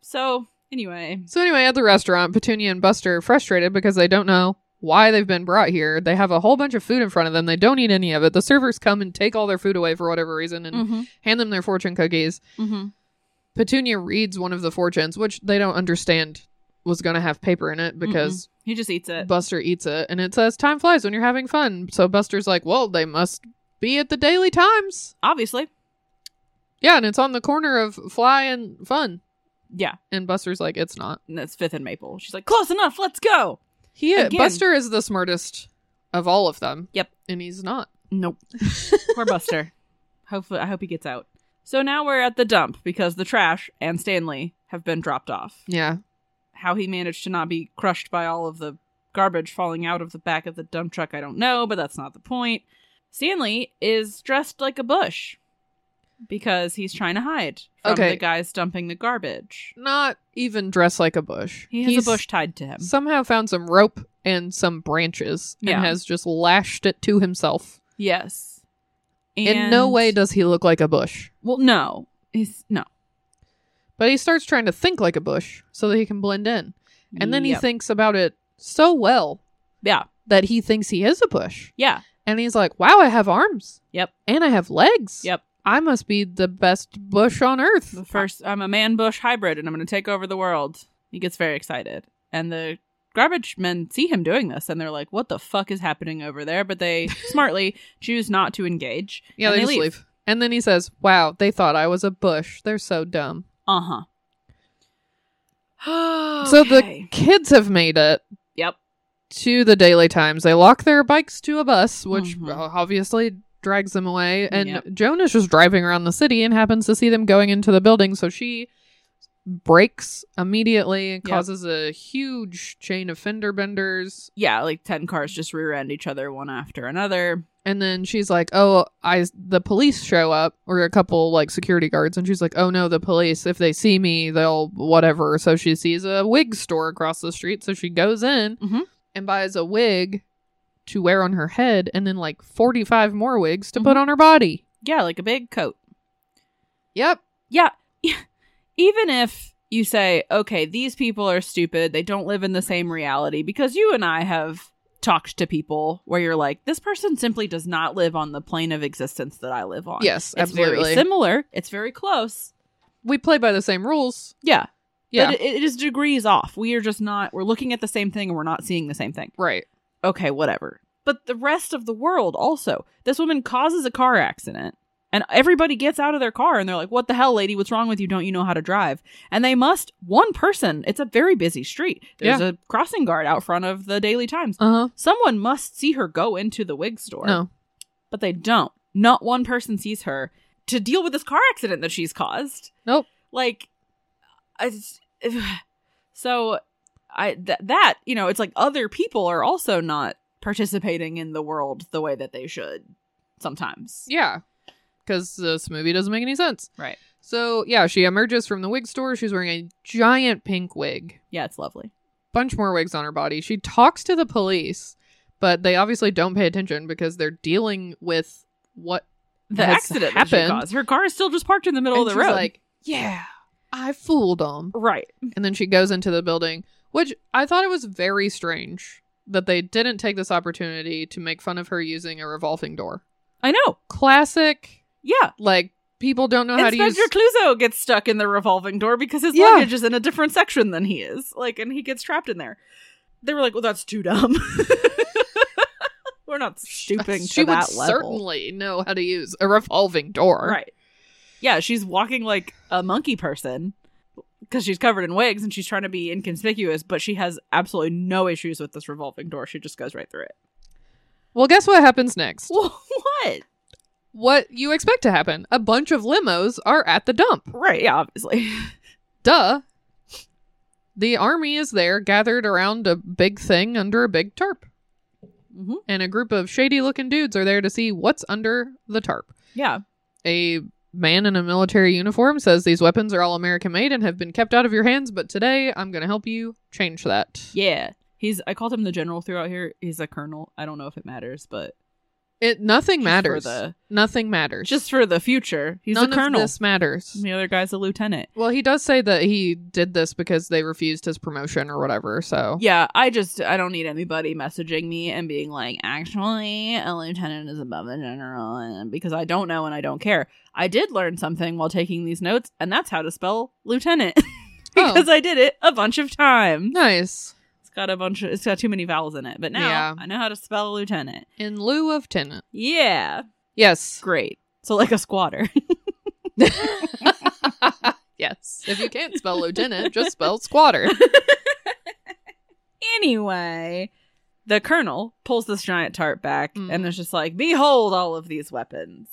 S2: so anyway.
S1: So anyway, at the restaurant, Petunia and Buster are frustrated because they don't know why they've been brought here. They have a whole bunch of food in front of them. They don't eat any of it. The servers come and take all their food away for whatever reason
S2: Mm.
S1: and hand them their fortune cookies.
S2: mm-hmm.
S1: Petunia reads one of the fortunes, which they don't understand was going to have paper in it because
S2: He just eats it.
S1: Buster eats it and it says time flies when you're having fun. So Buster's like, "Well, they must be at the Daily Times."
S2: Obviously,
S1: Yeah, and it's on the corner of fly and fun.
S2: yeah.
S1: And Buster's like, "It's not."
S2: And that's Fifth and Maple. She's like, "Close enough. Let's go."
S1: He
S2: Again.
S1: Buster is the smartest of all of them.
S2: Yep.
S1: And he's not.
S2: Nope. Poor Buster. Hopefully, I hope he gets out. So now we're at the dump because the trash and Stanley have been dropped off.
S1: Yeah.
S2: How he managed to not be crushed by all of the garbage falling out of the back of the dump truck, I don't know, but that's not the point. Stanley is dressed like a bush because he's trying to hide from
S1: Okay.
S2: the guys dumping the garbage.
S1: Not even dressed like a bush.
S2: He has
S1: He's
S2: a bush tied to him.
S1: Somehow found some rope and some branches
S2: Yeah.
S1: and has just lashed it to himself.
S2: yes.
S1: In no
S2: And-
S1: way does he look like a bush.
S2: Well, no. He's no.
S1: But he starts trying to think like a bush so that he can blend in. And then he
S2: Yep.
S1: thinks about it so well
S2: Yeah.
S1: that he thinks he is a bush.
S2: Yeah.
S1: And he's like, wow, I have arms.
S2: Yep.
S1: And I have legs.
S2: Yep.
S1: I must be the best bush on earth.
S2: The first, I'm a man bush hybrid and I'm going to take over the world. He gets very excited. And the garbage men see him doing this and they're like, what the fuck is happening over there? But they smartly choose not to engage.
S1: Yeah,
S2: and
S1: they, just leave. And then he says, "Wow, they thought I was a bush. They're so dumb."
S2: Uh huh.
S1: So the kids have made it
S2: Yep.
S1: to the Daily Times. They lock their bikes to a bus, which
S2: Mhm.
S1: uh, obviously drags them away. And
S2: Yep.
S1: Joan is just driving around the city and happens to see them going into the building, so she breaks immediately and
S2: Yep.
S1: causes a huge chain of fender benders.
S2: Yeah, like 10 cars just rear end each other one after another.
S1: And then she's like, "Oh, I the police show up or a couple like security guards." And she's like, "Oh no, the police! If they see me, they'll whatever." So she sees a wig store across the street, so she goes in
S2: Mhm.
S1: and buys a wig to wear on her head, and then like forty five more wigs to
S2: Mm-hmm.
S1: put on her body.
S2: Yeah, like a big coat.
S1: Yep.
S2: Yeah. Even if you say, okay, these people are stupid, they don't live in the same reality, because you and I have talked to people where you're like, this person simply does not live on the plane of existence that I live on.
S1: Yes,
S2: It's
S1: absolutely.
S2: very similar. It's very close.
S1: we play by the same rules.
S2: Yeah.
S1: Yeah.
S2: But it, it is degrees off. We are just not, we're looking at the same thing and we're not seeing the same thing.
S1: right.
S2: Okay, whatever. But the rest of the world also. This woman causes a car accident and everybody gets out of their car and they're like, what the hell, lady? What's wrong with you? Don't you know how to drive? And they must, one person, it's a very busy street. There's a crossing guard out front of the Daily Times.
S1: Uh huh.
S2: Someone must see her go into the wig store.
S1: No.
S2: But they don't. Not one person sees her to deal with this car accident that she's caused.
S1: Nope.
S2: Like, I just, so I th- that you know, it's like other people are also not participating in the world the way that they should sometimes.
S1: Yeah. Because this movie doesn't make any sense.
S2: Right.
S1: So yeah, she emerges from the wig store. She's wearing a giant pink wig.
S2: Yeah, it's lovely.
S1: bunch more wigs on her body. She talks to the police, but they obviously don't pay attention because they're dealing with what
S2: The
S1: has
S2: accident that she
S1: happened.
S2: caused. Her car is still just parked in the middle
S1: and
S2: of the
S1: she's
S2: road.
S1: Like, yeah, I fooled them.
S2: right.
S1: And then she goes into the building, which I thought it was very strange that they didn't take this opportunity to make fun of her using a revolving door.
S2: I know.
S1: Classic,
S2: Yeah.
S1: like people don't know how to use.
S2: Inspector Clouseau gets stuck in the revolving door because his
S1: Yeah.
S2: luggage is in a different section than he is. Like, and he gets trapped in there. They were like, "Well, that's too dumb. we're not stooping
S1: she
S2: to
S1: would
S2: that level."
S1: certainly know how to use a revolving door.
S2: Right. Yeah, she's walking like a monkey person because she's covered in wigs and she's trying to be inconspicuous, but she has absolutely no issues with this revolving door. She just goes right through it.
S1: Well, guess what happens next?
S2: What?
S1: what you expect to happen. A bunch of limos are at the dump.
S2: Right, yeah, obviously.
S1: Duh. The army is there, gathered around a big thing under a big tarp. Mm-hmm.
S2: hmm
S1: And a group of shady looking dudes are there to see what's under the tarp.
S2: Yeah.
S1: A man in a military uniform says these weapons are all American made and have been kept out of your hands, but today I'm going to help you change that.
S2: Yeah. He's I called him the general throughout here. He's a colonel. I don't know if it matters, but
S1: It nothing
S2: just
S1: matters.
S2: For the,
S1: nothing matters.
S2: just for the future. He's
S1: None
S2: a colonel.
S1: of this matters.
S2: And the other guy's a lieutenant.
S1: Well, he does say that he did this because they refused his promotion or whatever. So
S2: Yeah, I just I don't need anybody messaging me and being like, actually, a lieutenant is above a general, and because I don't know and I don't care. I did learn something while taking these notes, and that's how to spell lieutenant because I did it a bunch of times.
S1: nice.
S2: It's got a bunch of it's got too many vowels in it, but now
S1: Yeah.
S2: I know how to spell lieutenant.
S1: In lieu of tenant.
S2: Yeah,
S1: Yes.
S2: great. So like a squatter.
S1: yes. If you can't spell lieutenant, just spell squatter.
S2: anyway, the colonel pulls this giant tarp back
S1: Mhm.
S2: and is just like, "Behold all of these weapons."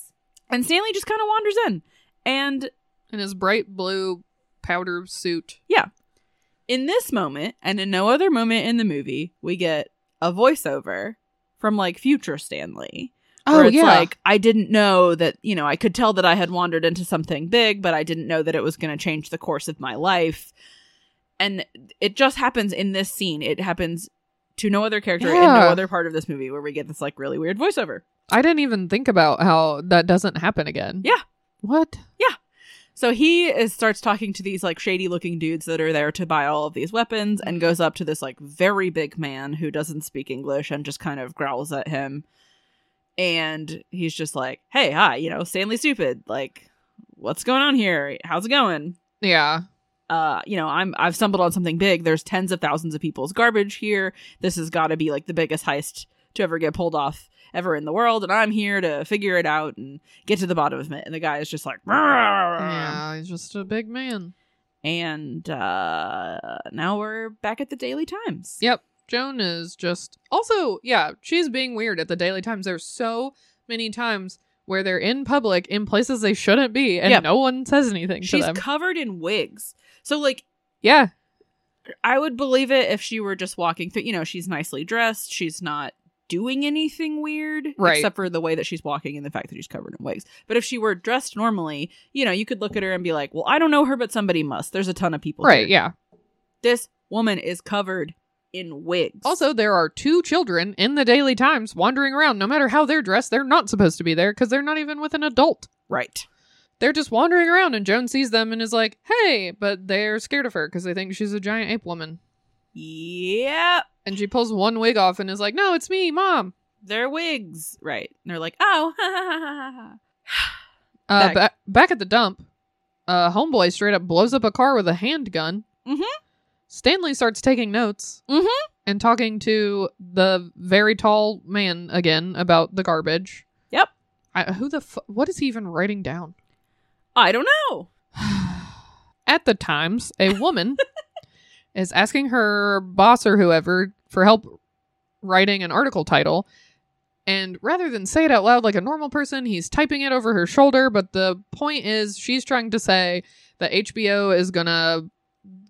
S2: And Stanley just kind of wanders in. And
S1: In his bright blue powder suit.
S2: in this moment, and in no other moment in the movie, we get a voiceover from like future Stanley.
S1: Oh,
S2: where it's like I didn't know that you know I could tell that I had wandered into something big, but I didn't know that it was going to change the course of my life. And it just happens in this scene. It happens to no other character in
S1: Yeah.
S2: no other part of this movie where we get this like really weird voiceover.
S1: I didn't even think about how that doesn't happen again.
S2: Yeah.
S1: What?
S2: So he is starts talking to these like shady looking dudes that are there to buy all of these weapons and goes up to this like very big man who doesn't speak English and just kind of growls at him. And he's just like, "Hey, hi, you know, Stanley stupid. Like, what's going on here? How's it going?"
S1: Yeah.
S2: uh, you know, I'm I've stumbled on something big. There's tens of thousands of people's garbage here. This has got to be like the biggest heist to ever get pulled off ever in the world, and I'm here to figure it out and get to the bottom of it. And the guy is just like, "Rah."
S1: Yeah. He's just a big man.
S2: and uh, now we're back at the Daily Times.
S1: Yep. Joan is just also, yeah, she's being weird at the Daily Times. There's so many times where they're in public in places they shouldn't be and
S2: Yeah.
S1: no one says anything
S2: She's
S1: to them.
S2: covered in wigs, so like
S1: yeah.
S2: I would believe it if she were just walking through. You know, she's nicely dressed. She's not doing anything weird,
S1: Right.
S2: Except for the way that she's walking and the fact that she's covered in wigs. But if she were dressed normally, you know, you could look at her and be like, "Well, I don't know her, but somebody must." There's a ton of people.
S1: Right,
S2: here.
S1: yeah.
S2: This woman is covered in wigs.
S1: Also, there are two children in the Daily Times wandering around. No matter how they're dressed, they're not supposed to be there because they're not even with an adult.
S2: right.
S1: They're just wandering around, and Joan sees them and is like, hey, but they're scared of her because they think she's a giant ape woman.
S2: Yep.
S1: And she pulls one wig off and is like, no, it's me, mom.
S2: They're wigs, right? And they're like, "Oh, ha, ha, ha, ha,
S1: Uh,
S2: Back-
S1: ba- back at the dump, uh, Homeboy straight up blows up a car with a handgun.
S2: Mhm.
S1: Stanley starts taking notes
S2: Mhm.
S1: and talking to the very tall man again about the garbage.
S2: Yep.
S1: I, who the fu- what is he even writing down?
S2: ha." I don't know."
S1: At the Times, a woman is asking her boss or whoever for help writing an article title. And rather than say it out loud like a normal person, he's typing it over her shoulder. But the point is, she's trying to say that HBO is going to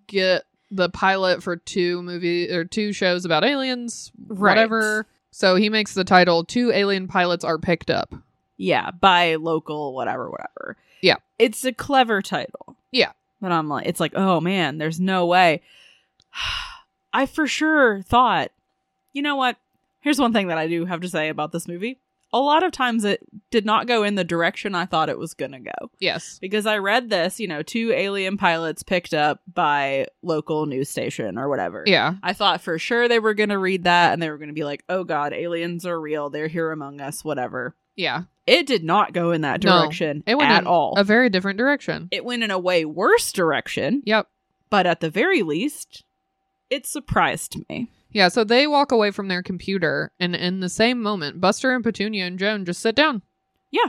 S1: get the pilot for two movie or two shows about aliens,
S2: Right.
S1: whatever. So he makes the title Two Alien Pilots Are Picked Up.
S2: Yeah, by local, whatever, whatever.
S1: Yeah.
S2: It's a clever title.
S1: Yeah.
S2: But I'm like, it's like, oh man, there's no way. I for sure thought, you know what? Here's one thing that I do have to say about this movie. A lot of times it did not go in the direction I thought it was going to go.
S1: Yes.
S2: Because I read this, you know, two alien pilots picked up by local news station or whatever.
S1: Yeah.
S2: I thought for sure they were going to read that and they were going to be like, oh God, aliens are real. They're here among us, whatever
S1: Yeah.
S2: it did not go in that
S1: No,
S2: direction
S1: It went
S2: at
S1: in
S2: all.
S1: a very different direction.
S2: it went in a way worse direction,
S1: Yep.
S2: but at the very least, it surprised me.
S1: Yeah, so they walk away from their computer, and in the same moment, Buster and Petunia and Joan just sit down.
S2: Yeah.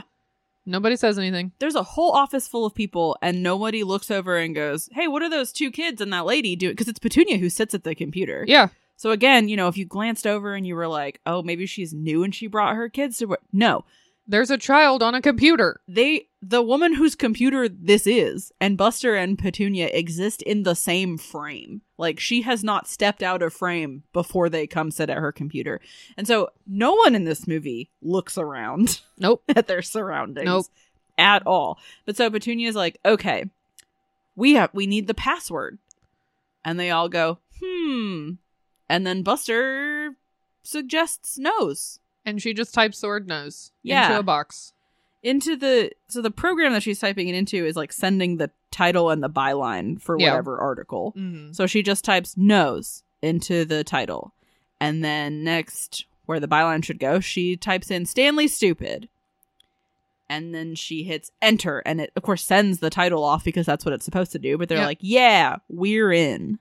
S1: Nobody says anything.
S2: There's a whole office full of people, and nobody looks over and goes, "Hey, what are those two kids and that lady doing?" Because it's Petunia who sits at the computer.
S1: Yeah.
S2: So again, you know, if you glanced over and you were like, "Oh, maybe she's new and she brought her kids to," work. no,
S1: There's a child on a computer.
S2: they the woman whose computer this is and Buster and Petunia exist in the same frame. Like she has not stepped out of frame before they come sit at her computer. And so no one in this movie looks around
S1: Nope.
S2: at their surroundings.
S1: Nope.
S2: at all. But so Petunia's like, okay, we have we need the password, and they all go, hmm, and then Buster suggests nose
S1: And she just types sword nose
S2: Yeah.
S1: into a box.
S2: into the so the program that she's typing it into is like sending the title and the byline for
S1: Yeah.
S2: whatever article.
S1: Mm-hmm.
S2: So she just types nose into the title. And then next, where the byline should go, she types in Stanley Stupid. And then she hits enter. And it, of course, sends the title off because that's what it's supposed to do. But they're
S1: Yeah.
S2: like, yeah, we're in.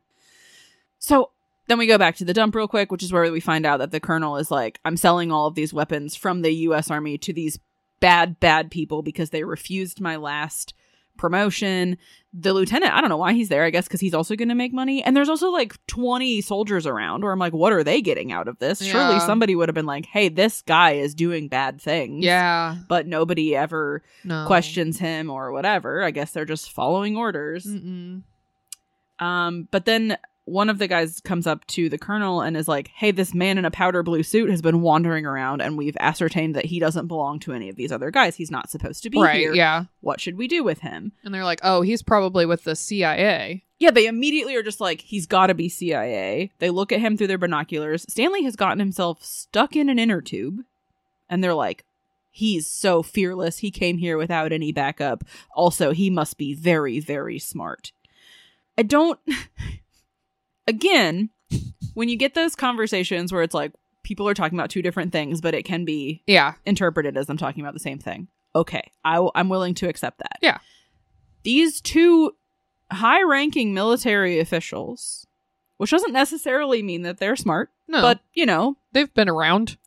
S2: So then we go back to the dump real quick, which is where we find out that the colonel is like, I'm selling all of these weapons from the U.S. Army to these bad, bad people because they refused my last promotion. The lieutenant, I don't know why he's there, I guess because he's also going to make money. And there's also like 20 soldiers around where I'm like, what are they getting out of this? Surely
S1: Yeah.
S2: somebody would have been like, hey, this guy is doing bad things.
S1: Yeah. Oh.
S2: But nobody ever
S1: No.
S2: questions him or whatever. I guess they're just following orders.
S1: Mm-mm.
S2: Um, but then one of the guys comes up to the colonel and is like, "Hey, this man in a powder blue suit has been wandering around, and we've ascertained that he doesn't belong to any of these other guys. He's not supposed to be
S1: Right.
S2: here.
S1: Yeah.
S2: What should we do with him?"
S1: And they're like, oh, he's probably with the CIA.
S2: Yeah, they immediately are just like, "He's got to be CIA." They look at him through their binoculars. Stanley has gotten himself stuck in an inner tube, and they're like. He's so fearless. He came here without any backup. Also, he must be very, very smart. I don't. Again, when you get those conversations where it's like people are talking about two different things, but it can be
S1: Yeah.
S2: interpreted as I'm talking about the same thing. Okay, I w- I'm willing to accept that.
S1: Yeah.
S2: These two high ranking military officials, which doesn't necessarily mean that they're smart,
S1: No.
S2: but, you know,
S1: they've been around.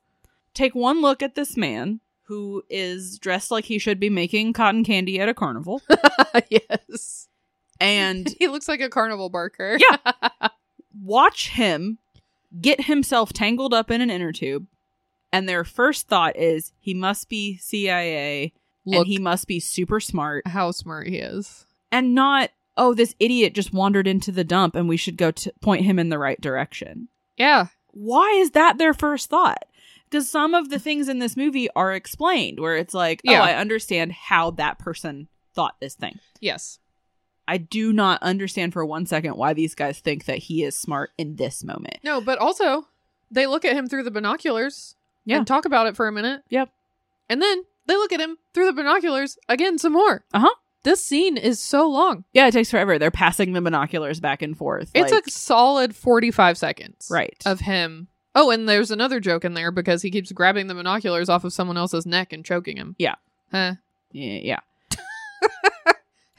S2: take one look at this man who is dressed like he should be making cotton candy at a carnival.
S1: yes.
S2: and
S1: he looks like a carnival barker.
S2: Yeah. watch him get himself tangled up in an inner tube. And their first thought is he must be CIA
S1: Look
S2: and he must be super smart.
S1: how smart he is.
S2: and not oh this idiot just wandered into the dump and we should go to point him in the right direction
S1: Yeah.
S2: why is that their first thought because some of the things in this movie are explained where it's like
S1: Yeah.
S2: oh i understand how that person thought this thing
S1: Yes.
S2: i do not understand for one second why these guys think that he is smart in this moment
S1: No, but also they look at him through the binoculars
S2: Yeah.
S1: and talk about it for a minute.
S2: Yep.
S1: And then they look at him through the binoculars again some more.
S2: Uh-huh.
S1: This scene is so long.
S2: yeah it takes forever they're passing the binoculars back and forth
S1: It's
S2: like,
S1: a solid 45 seconds.
S2: right
S1: Of him. Oh, and there's another joke in there because he keeps grabbing the binoculars off of someone else's neck and choking him.
S2: Yeah.
S1: Huh.
S2: yeah yeah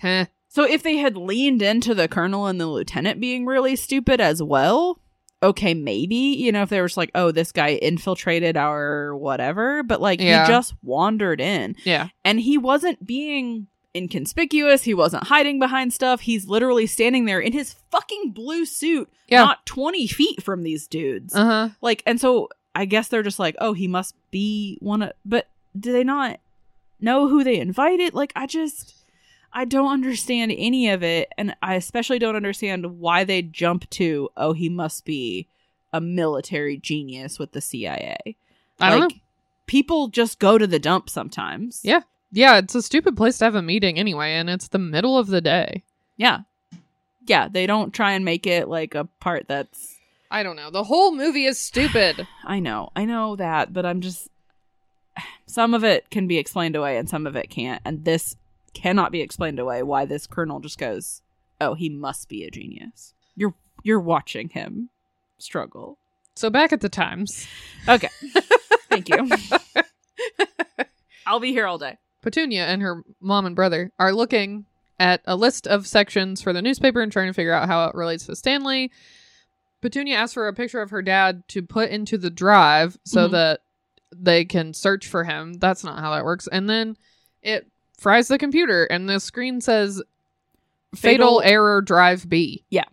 S1: Huh.
S2: So if they had leaned into the colonel and the lieutenant being really stupid as well, okay, maybe, you know, if they were just like, oh, this guy infiltrated our whatever, but like
S1: Yeah.
S2: he just wandered in
S1: Yeah.
S2: and he wasn't being inconspicuous, he wasn't hiding behind stuff. He's literally standing there in his fucking blue suit,
S1: Yeah.
S2: not 20 feet from these dudes.
S1: Uh huh.
S2: Like, and so I guess they're just like, oh, he must be one of, but do they not know who they invited? Like, I just, I don't understand any of it. And I especially don't understand why they jump to, oh, he must be a military genius with the CIA.
S1: I don't know.
S2: People just go to the dump sometimes.
S1: Yeah. Yeah, it's a stupid place to have a meeting anyway, and it's the middle of the day.
S2: Yeah. Yeah. They don't try and make it like a part that's
S1: I don't know. The whole movie is stupid.
S2: I know, I know that, but I'm just some of it can be explained away and some of it can't. And this cannot be explained away why this colonel just goes, "Oh, he must be a genius." You're you're watching him struggle.
S1: so back at the times,
S2: Okay. Thank you. I'll be here all day.
S1: Petunia and her mom and brother are looking at a list of sections for the newspaper and trying to figure out how it relates to Stanley. Petunia asks for a picture of her dad to put into the drive so
S2: Mhm.
S1: that they can search for him. That's not how that works. And then it fries the computer, and the screen says fatal,
S2: Fatal-
S1: error drive B.
S2: Yeah.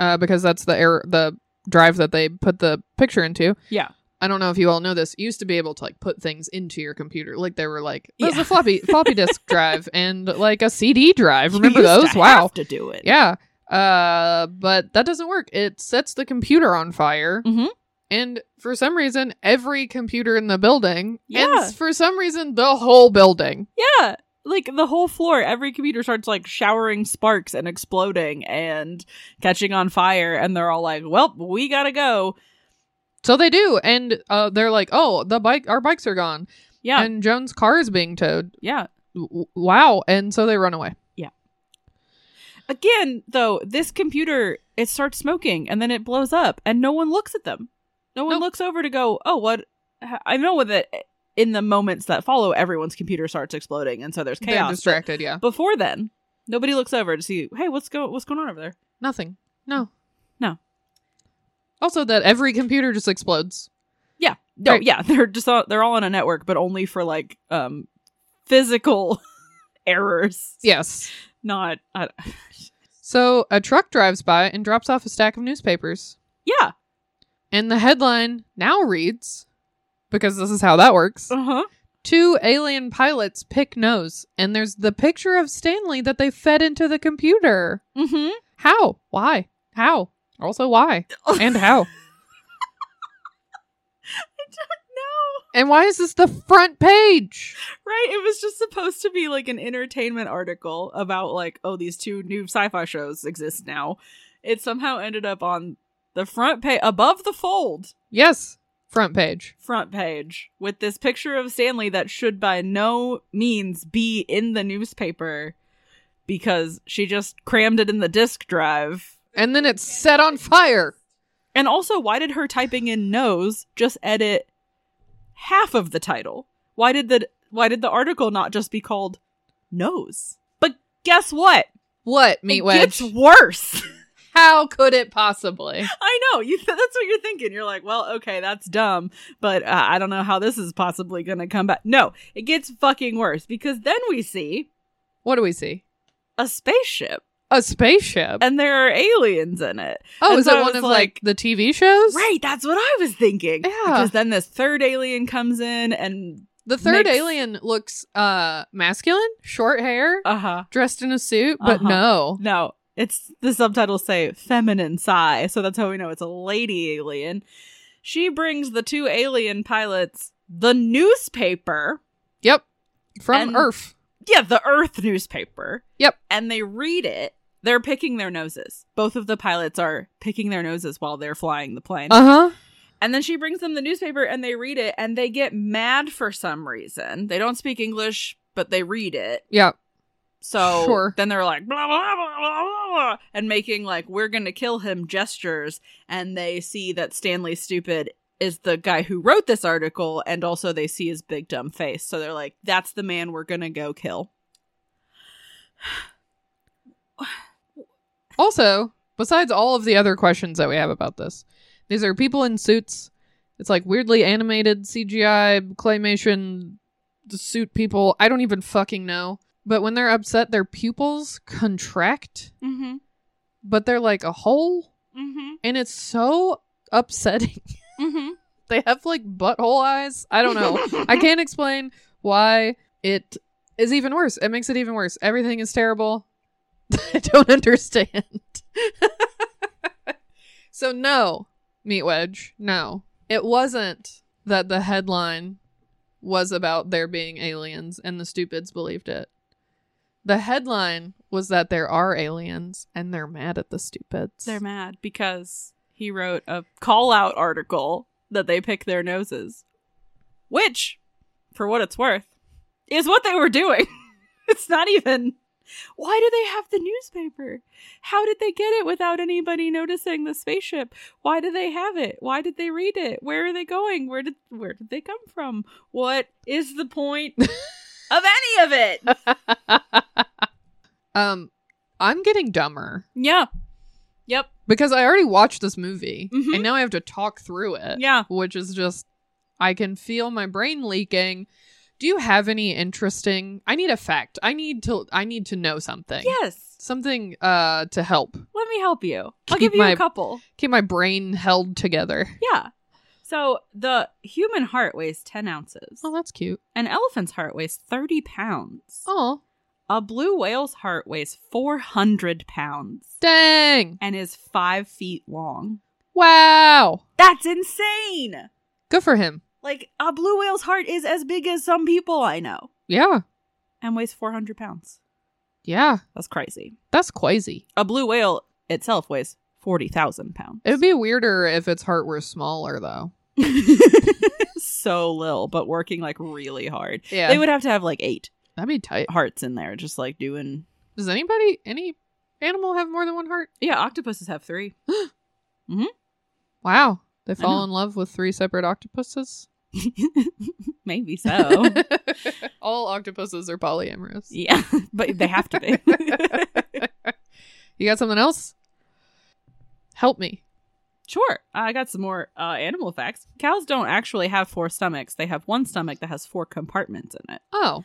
S1: Uh, because that's the error, the drive that they put the picture into.
S2: Yeah.
S1: I don't know if you all know this. You used to be able to like put things into your computer. Like they were like there's
S2: Yeah.
S1: a floppy floppy disk drive and like a CD drive. Remember
S2: You used
S1: those?
S2: to
S1: Wow.
S2: have to do it.
S1: Yeah. Uh, but that doesn't work. It sets the computer on fire.
S2: Mhm.
S1: And for some reason, every computer in the building,
S2: Yeah.
S1: and for some reason, the whole building
S2: Yeah. like the whole floor, every computer starts like showering sparks and exploding and catching on fire, and they're all like, "Well, we gotta go."
S1: So they do, and uh, they're like, "Oh, the bike, our bikes are gone,
S2: Yeah,
S1: and Joan's car is being towed."
S2: yeah.
S1: W- wow! And so they run away.
S2: Again, though, this computer it starts smoking and then it blows up, and no one looks at them. No one
S1: Nope.
S2: looks over to go, "Oh, what?" I know that in the moments that follow, everyone's computer starts exploding, and so there's
S1: They're
S2: chaos. but
S1: distracted. Yeah,
S2: Before then, nobody looks over to see, "Hey, what's go what's going on over there?"
S1: nothing. No,
S2: No.
S1: Also, that every computer just explodes.
S2: Yeah. No,
S1: Right.
S2: yeah, they're just all, they're all on a network, but only for like um physical errors.
S1: Yes.
S2: Not I,
S1: So a truck drives by and drops off a stack of newspapers,
S2: Yeah.
S1: and the headline now reads, because this is how that works.
S2: Uh-huh.
S1: Two alien pilots pick nose, and there's the picture of Stanley that they fed into the computer.
S2: Mhm.
S1: How? Why? How? Also, why? And how?
S2: no.
S1: And why is this the front page?
S2: Right? It was just supposed to be like an entertainment article about like, oh, these two new sci-fi shows exist now. It somehow ended up on the front page above the fold
S1: Yes, front page.
S2: front page with this picture of Stanley that should by no means be in the newspaper because she just crammed it in the disk drive
S1: And then it's set on fire.
S2: And also, why did her typing in nose just edit half of the title? Why did the why did the article not just be called nose? But guess what?
S1: What, meat
S2: it
S1: wedge?
S2: gets worse.
S1: How could it possibly?
S2: I know you. Th- that's what you're thinking. You're like, well, okay, that's dumb, but uh, I don't know how this is possibly going to come back. No, it gets fucking worse because then we see
S1: What do we see?
S2: a spaceship
S1: A spaceship.
S2: and there are aliens in it.
S1: oh,
S2: and
S1: is
S2: so
S1: that
S2: I
S1: one
S2: was
S1: of like,
S2: like-
S1: the TV shows?
S2: Right, that's what I was thinking.
S1: Yeah.
S2: Because then this third alien comes in and
S1: The third
S2: Makes-
S1: alien looks uh masculine, short hair,
S2: uh huh.
S1: dressed in a suit, but
S2: Uh-huh.
S1: no.
S2: No, it's the subtitles say feminine sigh, so that's how we know it's a lady alien. She brings the two alien pilots the newspaper.
S1: Yep. From
S2: And-
S1: Earth.
S2: Yeah, the Earth newspaper.
S1: Yep.
S2: And they read it. They're picking their noses. Both of the pilots are picking their noses while they're flying the plane.
S1: Uh huh.
S2: And then she brings them the newspaper and they read it and they get mad for some reason. They don't speak English, but they read it.
S1: Yeah.
S2: So
S1: Sure.
S2: then they're like blah blah blah blah blah blah and making like we're gonna kill him gestures, and they see that Stanley Stupid is the guy who wrote this article, and also they see his big dumb face. So they're like, that's the man we're gonna go kill.
S1: Also, besides all of the other questions that we have about this, these are people in suits. It's like weirdly animated CGI claymation the suit people. I don't even fucking know. But when they're upset, their pupils contract,
S2: Mm-hmm.
S1: but they're like a hole,
S2: Mm-hmm.
S1: and it's so upsetting.
S2: Mm-hmm.
S1: they have like butthole eyes. I don't know. I can't explain why it is even worse. It makes it even worse. Everything is terrible. I don't understand. so no, meat wedge. No, it wasn't that the headline was about there being aliens and the stupids believed it. The headline was that there are aliens and they're mad at the stupids.
S2: They're mad because he wrote a call out article that they pick their noses, which, for what it's worth, is what they were doing. it's not even. Why do they have the newspaper? How did they get it without anybody noticing the spaceship? Why do they have it? Why did they read it? Where are they going? Where did where did they come from? What is the point of any of it?
S1: um, I'm getting dumber.
S2: Yeah. Yep.
S1: because I already watched this movie
S2: Mhm.
S1: and now I have to talk through it.
S2: Yeah.
S1: Which is just, I can feel my brain leaking. Do you have any interesting? I need a fact. I need to. I need to know something.
S2: Yes.
S1: Something uh to help
S2: Let me help you. I'll
S1: Keep
S2: give you
S1: my-
S2: a couple.
S1: keep my brain held together.
S2: Yeah. So the human heart weighs 10 ounces.
S1: Oh, that's cute.
S2: An elephant's heart weighs 30 pounds.
S1: Oh,
S2: A blue whale's heart weighs 400 pounds
S1: dang!
S2: and is five feet long.
S1: Wow,
S2: That's insane.
S1: good for him.
S2: Like, a blue whale's heart is as big as some people I know.
S1: Yeah,
S2: and weighs 400 pounds.
S1: Yeah,
S2: That's crazy.
S1: that's crazy.
S2: A blue whale itself weighs 40,000 pounds.
S1: It would be weirder if its heart were smaller, though.
S2: so little, but working like really hard.
S1: Yeah,
S2: They would have to have like eight
S1: that'd be tight.
S2: hearts in there, just like doing.
S1: Does anybody, any animal have more than one heart?
S2: Yeah, octopuses have three.
S1: Wow, they
S2: I
S1: fall
S2: know.
S1: in love with three separate octopuses.
S2: Maybe so.
S1: all octopuses are polyamorous.
S2: yeah, but they have to be.
S1: you got something else? Help me.
S2: sure. I got some more uh, animal facts. Cows don't actually have four stomachs, they have one stomach that has four compartments in it.
S1: Oh,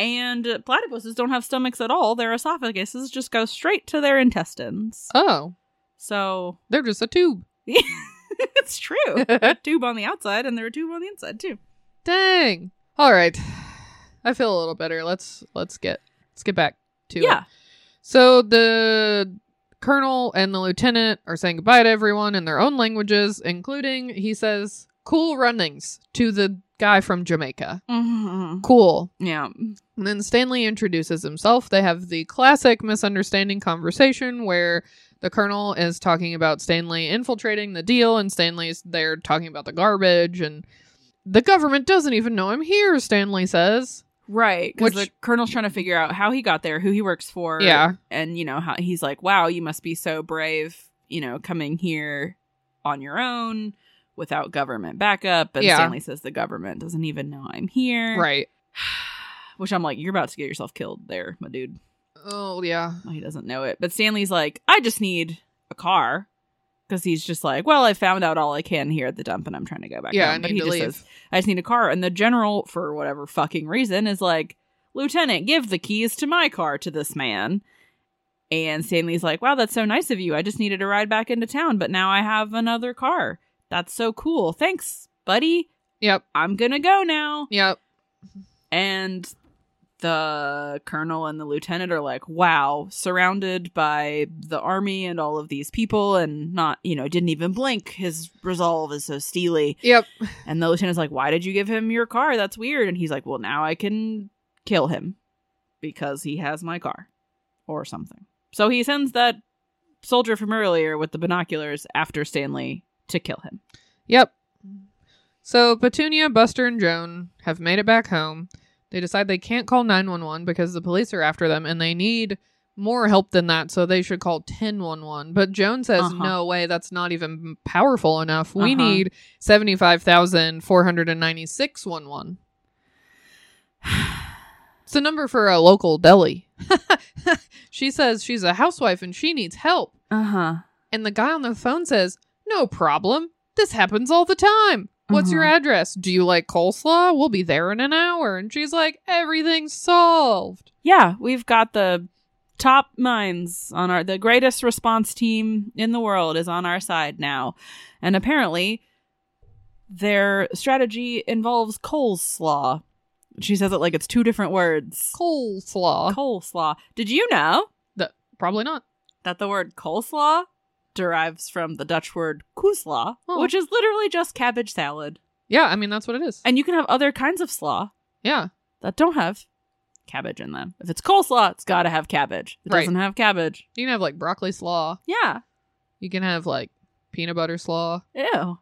S2: And platypuses don't have stomachs at all. Their esophaguses just go straight to their intestines.
S1: oh,
S2: So
S1: they're just a tube.
S2: it's true. a tube on the outside, and there are tube on the inside too.
S1: Dang. All right, I feel a little better. Let's let's get let's get back to
S2: yeah.
S1: It. So the colonel and the lieutenant are saying goodbye to everyone in their own languages, including he says "cool runnings" to the guy from Jamaica.
S2: Mhm.
S1: Cool.
S2: Yeah.
S1: And then Stanley introduces himself. They have the classic misunderstanding conversation where the colonel is talking about Stanley infiltrating the deal, and Stanley's there talking about the garbage, and the government doesn't even know I'm here, Stanley says.
S2: Right. Because
S1: Which-
S2: the colonel's trying to figure out how he got there, who he works for.
S1: Yeah.
S2: And, you know, how he's like, wow, you must be so brave, you know, coming here on your own without government backup. And
S1: Yeah.
S2: Stanley says the government doesn't even know I'm here.
S1: Right.
S2: Which I'm like, you're about to get yourself killed there, my dude.
S1: Oh, yeah.
S2: Well, he doesn't know it. But Stanley's like, I just need a car. Because he's just like, well, I found out all I can here at the dump and I'm trying to go back.
S1: yeah,
S2: home.
S1: I
S2: But
S1: need
S2: he
S1: to
S2: just
S1: leave.
S2: says, I just need a car. And the general, for whatever fucking reason, is like, Lieutenant, give the keys to my car to this man. And Stanley's like, wow, that's so nice of you. I just needed a ride back into town, but now I have another car. That's so cool. Thanks, buddy.
S1: Yep.
S2: I'm going to go now.
S1: Yep.
S2: And the colonel and the lieutenant are like, wow, surrounded by the army and all of these people, and not, you know, didn't even blink. His resolve is so steely.
S1: Yep.
S2: And the lieutenant's like, Why did you give him your car? That's weird. And he's like, Well, now I can kill him because he has my car or something. So he sends that soldier from earlier with the binoculars after Stanley to kill him.
S1: Yep. So Petunia, Buster, and Joan have made it back home. They decide they can't call 911 because the police are after them and they need more help than that, so they should call 1011. But Joan says,
S2: Uh-huh.
S1: no way, that's not even powerful enough. We
S2: Uh-huh.
S1: need 75,49611. It's a number for a local deli. she says she's a housewife and she needs help.
S2: Uh huh.
S1: And the guy on the phone says, No problem. This happens all the time. What's your address? Do you like coleslaw? We'll be there in an hour. And she's like, Everything's solved.
S2: Yeah, we've got the top minds on our the greatest response team in the world is on our side now. And apparently their strategy involves coleslaw. She says it like it's two different words.
S1: Coleslaw.
S2: coleslaw. Did you know
S1: Probably not.
S2: that the word coleslaw derives from the Dutch word koeslaw,
S1: Oh.
S2: which is literally just cabbage salad?
S1: Yeah, I mean, that's what it is.
S2: And you can have other kinds of slaw
S1: yeah.
S2: that don't have cabbage in them. If it's coleslaw, it's got to have cabbage. It
S1: Right.
S2: doesn't have cabbage.
S1: You can have like broccoli slaw.
S2: Yeah.
S1: You can have like peanut butter slaw.
S2: Ew.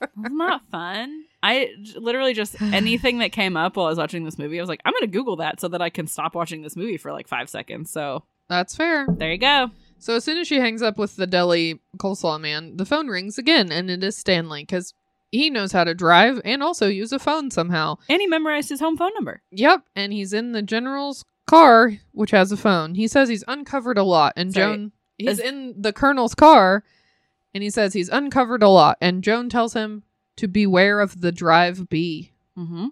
S2: That's not fun. I j- literally just anything that came up while I was watching this movie, I was like, I'm going to Google that so that I can stop watching this movie for like five seconds. So
S1: That's fair.
S2: there you go.
S1: So as soon as she hangs up with the deli coleslaw man, the phone rings again and it is Stanley because he knows how to drive and also use a phone somehow.
S2: And he memorized his home phone number.
S1: Yep, and he's in the general's car, which has a phone. He says he's uncovered a lot, and
S2: Sorry,
S1: Joan he's
S2: is-
S1: in the colonel's car, and he says he's uncovered a lot, and Joan tells him to beware of the drive B.
S2: Mm-hmm.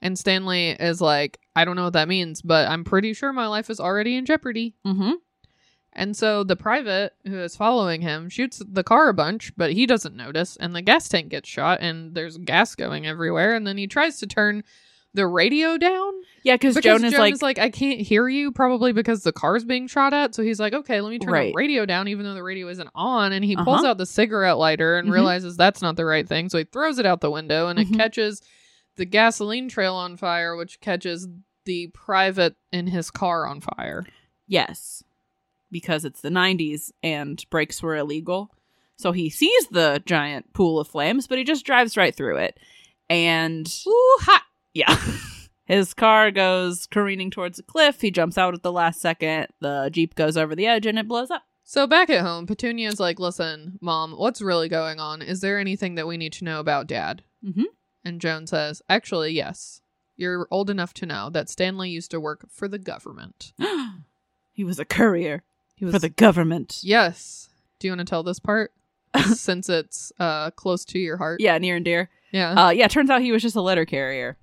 S1: And Stanley is like, I don't know what that means, but I'm pretty sure my life is already in jeopardy.
S2: Mm-hmm.
S1: And so the private who is following him shoots the car a bunch, but he doesn't notice, and the gas tank gets shot, and there's gas going everywhere, and then he tries to turn the radio down.
S2: Yeah, because
S1: Because
S2: Joan is like,
S1: I can't hear you, probably because the car's being shot at. So he's like, okay, let me turn
S2: Right.
S1: the radio down, even though the radio isn't on. And he
S2: Uh-huh.
S1: pulls out the cigarette lighter and
S2: Mhm.
S1: realizes that's not the right thing. So he throws it out the window and
S2: Mhm.
S1: it catches the gasoline trail on fire, which catches the private in his car on fire.
S2: Yes, because it's the 90s and brakes were illegal. So he sees the giant pool of flames, but he just drives right through it. And
S1: Ooh, hot.
S2: yeah, his car goes careening towards a cliff. He jumps out at the last second. The Jeep goes over the edge and it blows up.
S1: So back at home, Petunia's like, "Listen, mom, what's really going on? Is there anything that we need to know about dad?"
S2: Mhm.
S1: And Joan says, "Actually, yes. You're old enough to know that Stanley used to work for the government.
S2: he was a courier
S1: He was
S2: for the government.
S1: yes. Do you want to tell this part since it's uh close to your heart?
S2: Yeah, near and dear.
S1: yeah.
S2: Uh, yeah, turns out he was just a letter carrier.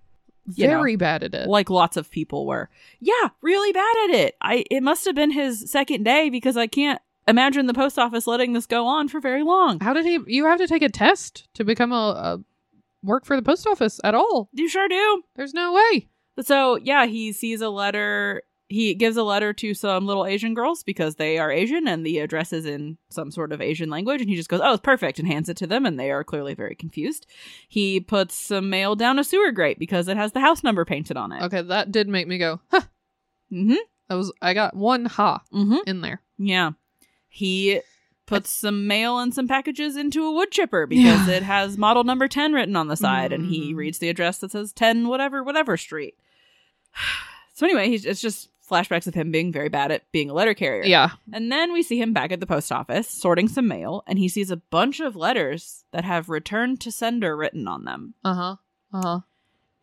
S2: you know.
S1: Very bad at it.
S2: like lots of people were. Yeah, really bad at it. I it must have been his second day because I can't imagine the post office letting this go on for very long.
S1: How did he? You have to take a test to become a, a work for the post office at all.
S2: You sure do.
S1: There's no way.
S2: So yeah, he sees a letter. He gives a letter to some little Asian girls because they are Asian and the address is in some sort of Asian language. And he just goes, "Oh, it's perfect," and hands it to them, and they are clearly very confused. He puts some mail down a sewer grate because it has the house number painted on it.
S1: Okay, that did make me go. Huh.
S2: Mm-hmm.
S1: That was I got one ha
S2: Mm-hmm.
S1: in there.
S2: Yeah. He puts some mail and some packages into a wood chipper because it has model number 10 written on the side and he
S1: Mm.
S2: reads the address that says 10 whatever whatever street. So anyway, he's it's just flashbacks of him being very bad at being a letter carrier.
S1: Yeah,
S2: And then we see him back at the post office sorting some mail and he sees a bunch of letters that have return to sender written on them.
S1: Uh huh. Uh huh.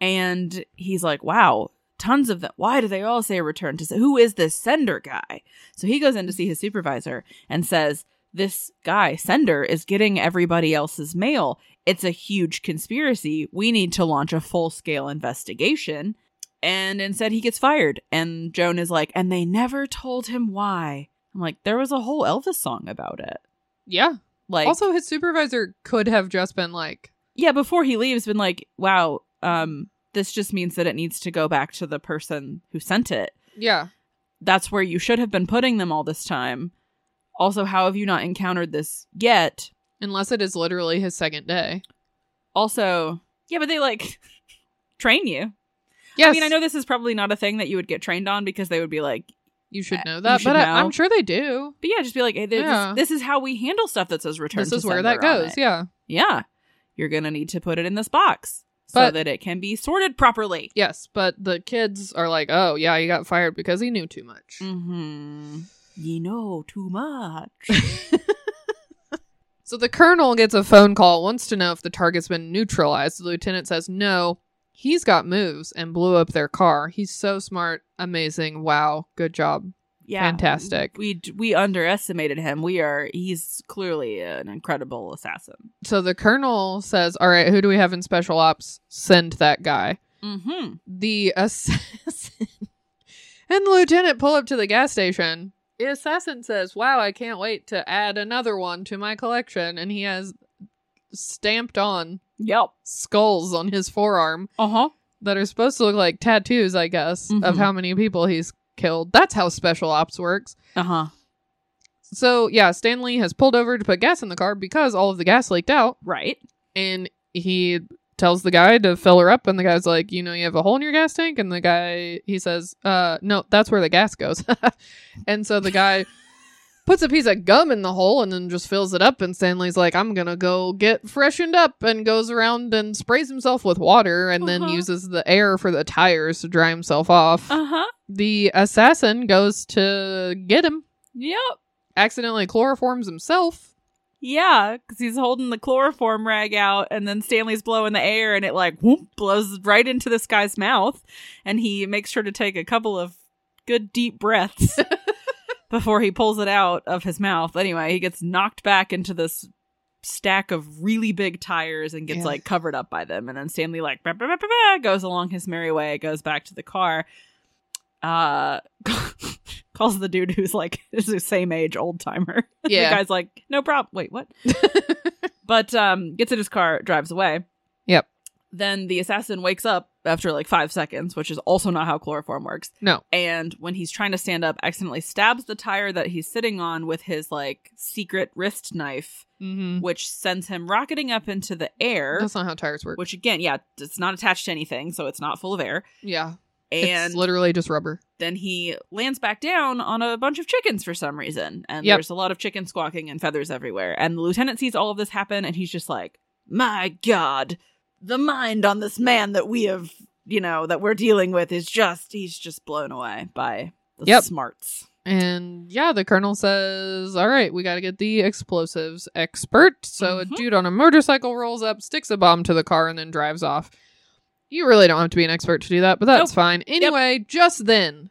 S2: And he's like, wow, tons of them. Why do they all say return to? se- Who is this sender guy? So he goes in to see his supervisor and says, this guy, sender, is getting everybody else's mail. It's a huge conspiracy. We need to launch a full scale investigation. And instead, he gets fired. And Joan is like, and they never told him why. I'm like, there was a whole Elvis song about it.
S1: Yeah.
S2: Like,
S1: also, his supervisor could have just been like,
S2: yeah before he leaves been like wow um this just means that it needs to go back to the person who sent it
S1: yeah,
S2: that's where you should have been putting them all this time also how have you not encountered this yet
S1: unless it is literally his second day.
S2: also yeah but they like train you
S1: Yes.
S2: i mean i know this is probably not a thing that you would get trained on because they would be like
S1: you should know
S2: You
S1: that,
S2: should
S1: but
S2: know.
S1: I, I'm sure they do.
S2: but yeah just be like hey, this,
S1: Yeah.
S2: this is how we handle stuff that says return
S1: This
S2: to
S1: is where
S2: sender
S1: that
S2: on
S1: goes.
S2: it.
S1: Yeah.
S2: yeah you're gonna need to put it in this box so
S1: But-
S2: that it can be sorted properly
S1: Yes, but the kids are like, "Oh, yeah, he got fired because he knew too much."
S2: Mm-hmm. You know too much.
S1: So the colonel gets a phone call, wants to know if the target's been neutralized. The lieutenant says, no, he's got moves and blew up their car. He's so smart, amazing, wow, good job.
S2: yeah,
S1: Fantastic.
S2: We d- we underestimated him. We are. He's clearly an incredible assassin.
S1: So the colonel says, all right, who do we have in special ops? Send that guy.
S2: Mm-hmm.
S1: The assassin and the lieutenant pull up to the gas station. The assassin says, wow, I can't wait to add another one to my collection. And he has stamped on
S2: Yep.
S1: skulls on his forearm.
S2: Uh huh.
S1: that are supposed to look like tattoos, I guess,
S2: Mhm.
S1: of how many people he's killed. That's how special ops works.
S2: Uh huh.
S1: So, yeah, Stanley has pulled over to put gas in the car because all of the gas leaked out,
S2: Right.
S1: and he tells the guy to fill her up, and the guy's like, You know, you have a hole in your gas tank? And the guy, he says, Uh, no, that's where the gas goes. and so the guy. Puts a piece of gum in the hole and then just fills it up. And Stanley's like, I'm going to go get freshened up and goes around and sprays himself with water and then
S2: Uh-huh.
S1: uses the air for the tires to dry himself off
S2: Uh huh.
S1: the assassin goes to get him,
S2: Yep.
S1: accidentally chloroforms himself.
S2: Yeah, because he's holding the chloroform rag out, and then Stanley's blowing the air, and it like whoop, blows right into this guy's mouth, and he makes sure to take a couple of good deep breaths before he pulls it out of his mouth. Anyway, he gets knocked back into this stack of really big tires and gets
S1: Yeah.
S2: like covered up by them, and then Stanley like bah, bah, bah, bah, bah, goes along his merry way, goes back to the car, uh, calls the dude who's like is the same age old timer.
S1: Yeah.
S2: the guy's like, no problem. Wait, what? but um, gets in his car, drives away.
S1: Yep.
S2: Then the assassin wakes up after like five seconds, which is also not how chloroform works.
S1: No.
S2: And when he's trying to stand up, accidentally stabs the tire that he's sitting on with his like secret wrist knife,
S1: Mm-hmm.
S2: which sends him rocketing up into the air.
S1: That's not how tires work.
S2: Which again, yeah, it's not attached to anything, so it's not full of air
S1: yeah. it's
S2: and
S1: literally just rubber.
S2: then he lands back down on a bunch of chickens for some reason. And
S1: Yep.
S2: there's a lot of chicken squawking and feathers everywhere. And the lieutenant sees all of this happen and he's just like, My God, the mind on this man that we have, you know, that we're dealing with is just, he's just blown away by the
S1: Yep.
S2: smarts.
S1: And yeah, the colonel says, "All right, we got to get the explosives expert." So
S2: Mhm.
S1: a dude on a motorcycle rolls up, sticks a bomb to the car, and then drives off. You really don't have to be an expert to do that, but that's
S2: Nope.
S1: fine. Anyway, just then,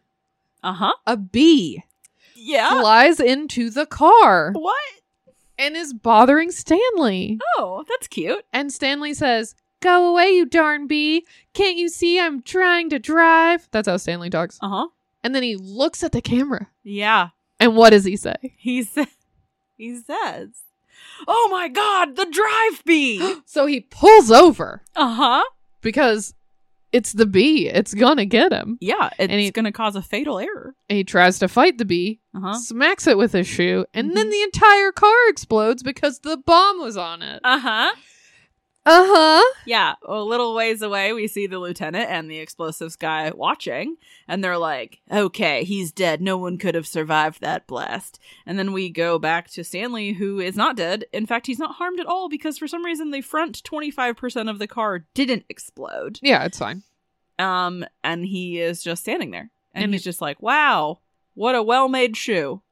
S2: Uh huh.
S1: a bee
S2: Yeah.
S1: flies into the car
S2: What?
S1: and is bothering Stanley.
S2: Oh, that's cute.
S1: And Stanley says, "Go away, you darn bee! Can't you see I'm trying to drive?" That's how Stanley talks.
S2: Uh huh.
S1: And then he looks at the camera.
S2: Yeah.
S1: And what does he say?
S2: He says, he says, Oh my God, the drive bee.
S1: so he pulls over.
S2: uh huh.
S1: because it's the bee. It's gonna get him.
S2: Yeah. It's
S1: he-
S2: going to cause a fatal error.
S1: He tries to fight the bee,
S2: Uh huh. Mm-hmm.
S1: smacks it with his shoe, and then the entire car explodes because the bomb was on it.
S2: Uh huh.
S1: Uh
S2: Uh-huh.
S1: huh.
S2: Yeah. A little ways away, we see the lieutenant and the explosives guy watching, and they're like, okay, he's dead. No one could have survived that blast. And then we go back to Stanley, who is not dead. In fact, he's not harmed at all because for some reason the front 25% of the car didn't explode.
S1: Yeah, it's fine.
S2: Um, and he is just standing there. And,
S1: And
S2: he's just like, wow, what a well made shoe.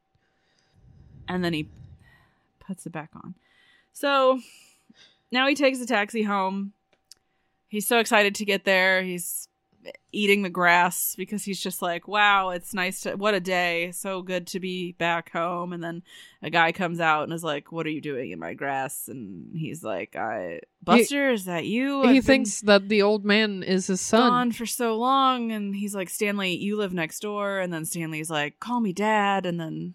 S2: And then he puts it back on. So now he takes a taxi home. He's so excited to get there. He's eating the grass because he's just like, wow, it's nice to, what a day. So good to be back home. And then a guy comes out and is like, what are you doing in my grass? And he's like, I, Buster, is that you? I've
S1: he
S2: been-
S1: thinks that the old man is his son.
S2: gone for so long and he's like stanley you live next door and then stanley's like call me dad and then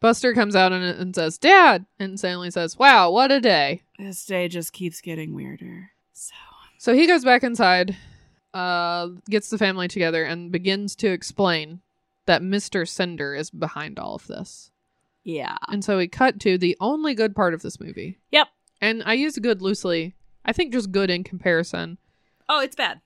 S1: Buster comes out and, and says, "Dad," and Stanley says, "Wow, what a day."
S2: this day just keeps getting weirder so
S1: So he goes back inside, uh, gets the family together, and begins to explain that Mister Cinder is behind all of this.
S2: yeah
S1: And so we cut to the only good part of this movie.
S2: Yep.
S1: And I use good loosely. I think just good in comparison
S2: oh it's bad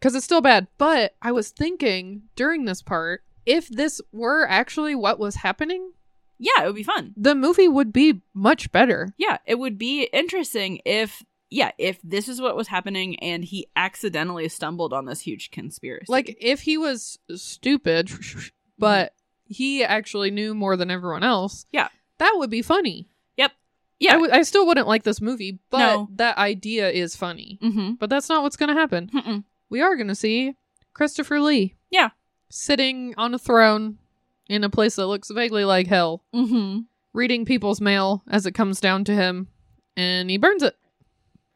S1: because it's still bad. But I was thinking during this part, if this were actually what was happening,
S2: yeah it would be fun
S1: the movie would be much better.
S2: yeah it would be interesting if yeah if this is what was happening and he accidentally stumbled on this huge conspiracy
S1: Like if he was stupid, but he actually knew more than everyone else.
S2: Yeah.
S1: That would be funny.
S2: Yep. Yeah.
S1: I would- I still wouldn't like this movie, but
S2: No.
S1: that idea is funny.
S2: mm-hmm
S1: But that's not what's going to happen.
S2: Mm-mm.
S1: we are going to see Christopher Lee.
S2: Yeah.
S1: Sitting on a throne in a place that looks vaguely like hell,
S2: mm-hmm
S1: reading people's mail as it comes down to him, and he burns it.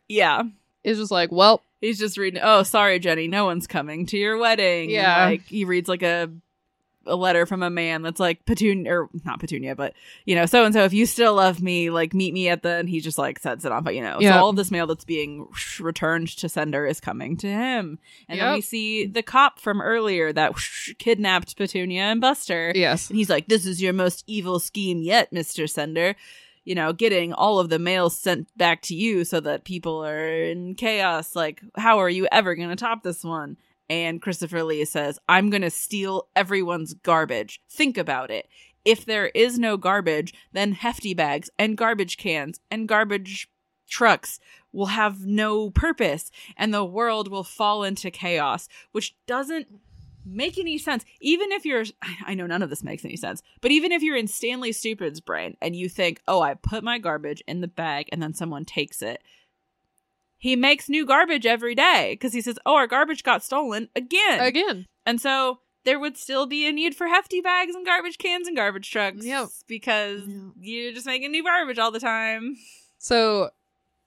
S2: yeah
S1: It's just like, well,
S2: He's just reading. Oh, sorry, Jenny. No one's coming to your wedding. And,
S1: Yeah.
S2: like he reads like a a letter from a man that's like Petunia or not Petunia, but you know, so and so. If you still love me, like meet me at the. And he just like sets it off. But you know,
S1: Yeah.
S2: so all this mail that's being returned to sender is coming to him. And then
S1: Yep.
S2: we see the cop from earlier that kidnapped Petunia and Buster.
S1: yes.
S2: And he's like, This is your most evil scheme yet, Mr. Sender. You know, getting all of the mail sent back to you so that people are in chaos. Like, how are you ever going to top this one? And Christopher Lee says, I'm going to steal everyone's garbage. Think about it. If there is no garbage, then hefty bags and garbage cans and garbage trucks will have no purpose and the world will fall into chaos, which doesn't make any sense. Even if you're, I know none of this makes any sense, but even if you're in Stanley Stupid's brain and you think, oh, I put my garbage in the bag and then someone takes it, he makes new garbage every day because he says, oh, our garbage got stolen again.
S1: Again.
S2: And so there would still be a need for hefty bags and garbage cans and garbage trucks
S1: Yep.
S2: because
S1: Yep.
S2: you're just making new garbage all the time.
S1: So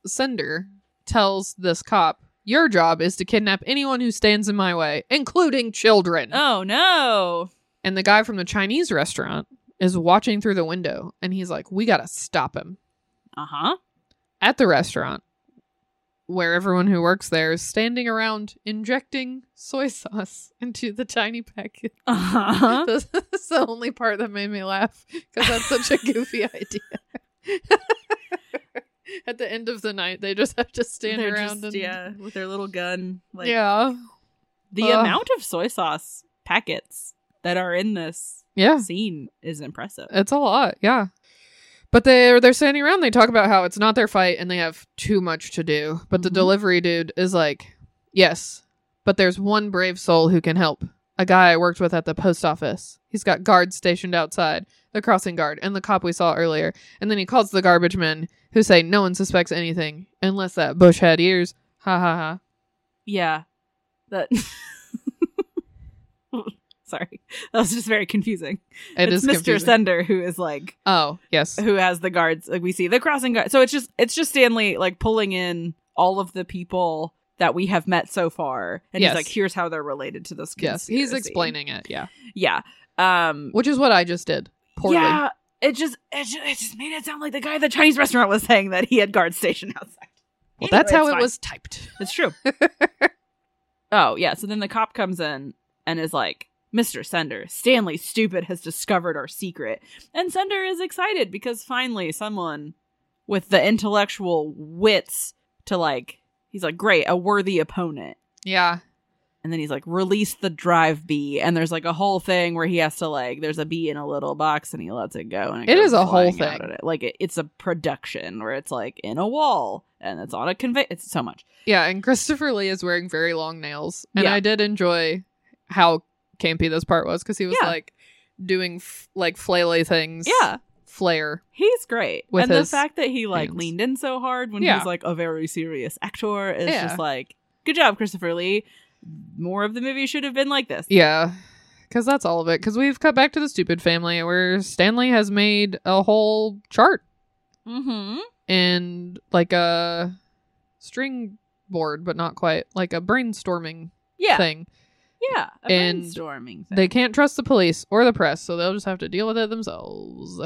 S1: Cinder tells this cop, Your job is to kidnap anyone who stands in my way, including children.
S2: Oh no.
S1: And the guy from the Chinese restaurant is watching through the window, and he's like, We got to stop him.
S2: Uh huh.
S1: at the restaurant where everyone who works there is standing around injecting soy sauce into the tiny packet.
S2: Uh huh.
S1: This is the only part that made me laugh because that's such a goofy idea. at the end of the night, they just have to stand around and.
S2: yeah, with their little gun. Like,
S1: yeah.
S2: The
S1: Ugh.
S2: amount of soy sauce packets that are in this
S1: Yeah.
S2: scene is impressive.
S1: It's a lot, yeah. But they're they're standing around. They talk about how it's not their fight and they have too much to do. But the
S2: Mhm.
S1: delivery dude is like, "Yes, but there's one brave soul who can help. A guy I worked with at the post office. He's got guards stationed outside, the crossing guard, and the cop we saw earlier. And then he calls the garbage men, who say no one suspects anything unless that bush had ears. Ha ha ha.
S2: yeah. That Sorry. That was just very confusing.
S1: It
S2: it's
S1: is
S2: Mr.
S1: confusing.
S2: Sender who is like
S1: oh yes,
S2: who has the guards like we see the crossing guard so it's just it's just stanley like pulling in all of the people that we have met so far and
S1: Yes.
S2: he's like here's how they're related to this
S1: yes. He's
S2: conspiracy.
S1: explaining it. Yeah,
S2: yeah um
S1: which is what I just did. Poorly.
S2: yeah it just, it just it just made it sound like the guy at the chinese restaurant was saying that he had guards stationed outside
S1: Well, that's how
S2: Anyway, it's
S1: it
S2: fine.
S1: was typed.
S2: it's true oh yeah so then the cop comes in and is like Mr. Sender, Stanley Stupid has discovered our secret. And Sender is excited because finally someone with the intellectual wits to like, he's like, great, a worthy opponent.
S1: yeah.
S2: And then he's like, release the drive bee. And there's like a whole thing where he has to like, there's a bee in a little box and he lets it go. And
S1: It
S2: goes
S1: is a whole
S2: flying out
S1: thing.
S2: at it. Like it, it's a production where it's like in a wall and it's on a convey. It's so much.
S1: Yeah, and Christopher Lee is wearing very long nails, and
S2: Yeah.
S1: I did enjoy how campy this part was because he was
S2: Yeah.
S1: like doing f- like flaily things.
S2: Yeah.
S1: flair.
S2: He's great.
S1: With
S2: and the
S1: his
S2: fact that he like
S1: hands.
S2: leaned in so hard when
S1: Yeah.
S2: he's like a very serious actor is
S1: Yeah.
S2: just like, good job, Christopher Lee. More of the movie should have been like this.
S1: Yeah, because that's all of it. Because we've cut back to the stupid family where Stanley has made a whole chart
S2: Mm-hmm.
S1: and like a string board, but not quite like a brainstorming
S2: Yeah.
S1: thing.
S2: Yeah. A
S1: And
S2: brainstorming thing.
S1: They can't trust the police or the press, so they'll just have to deal with it themselves.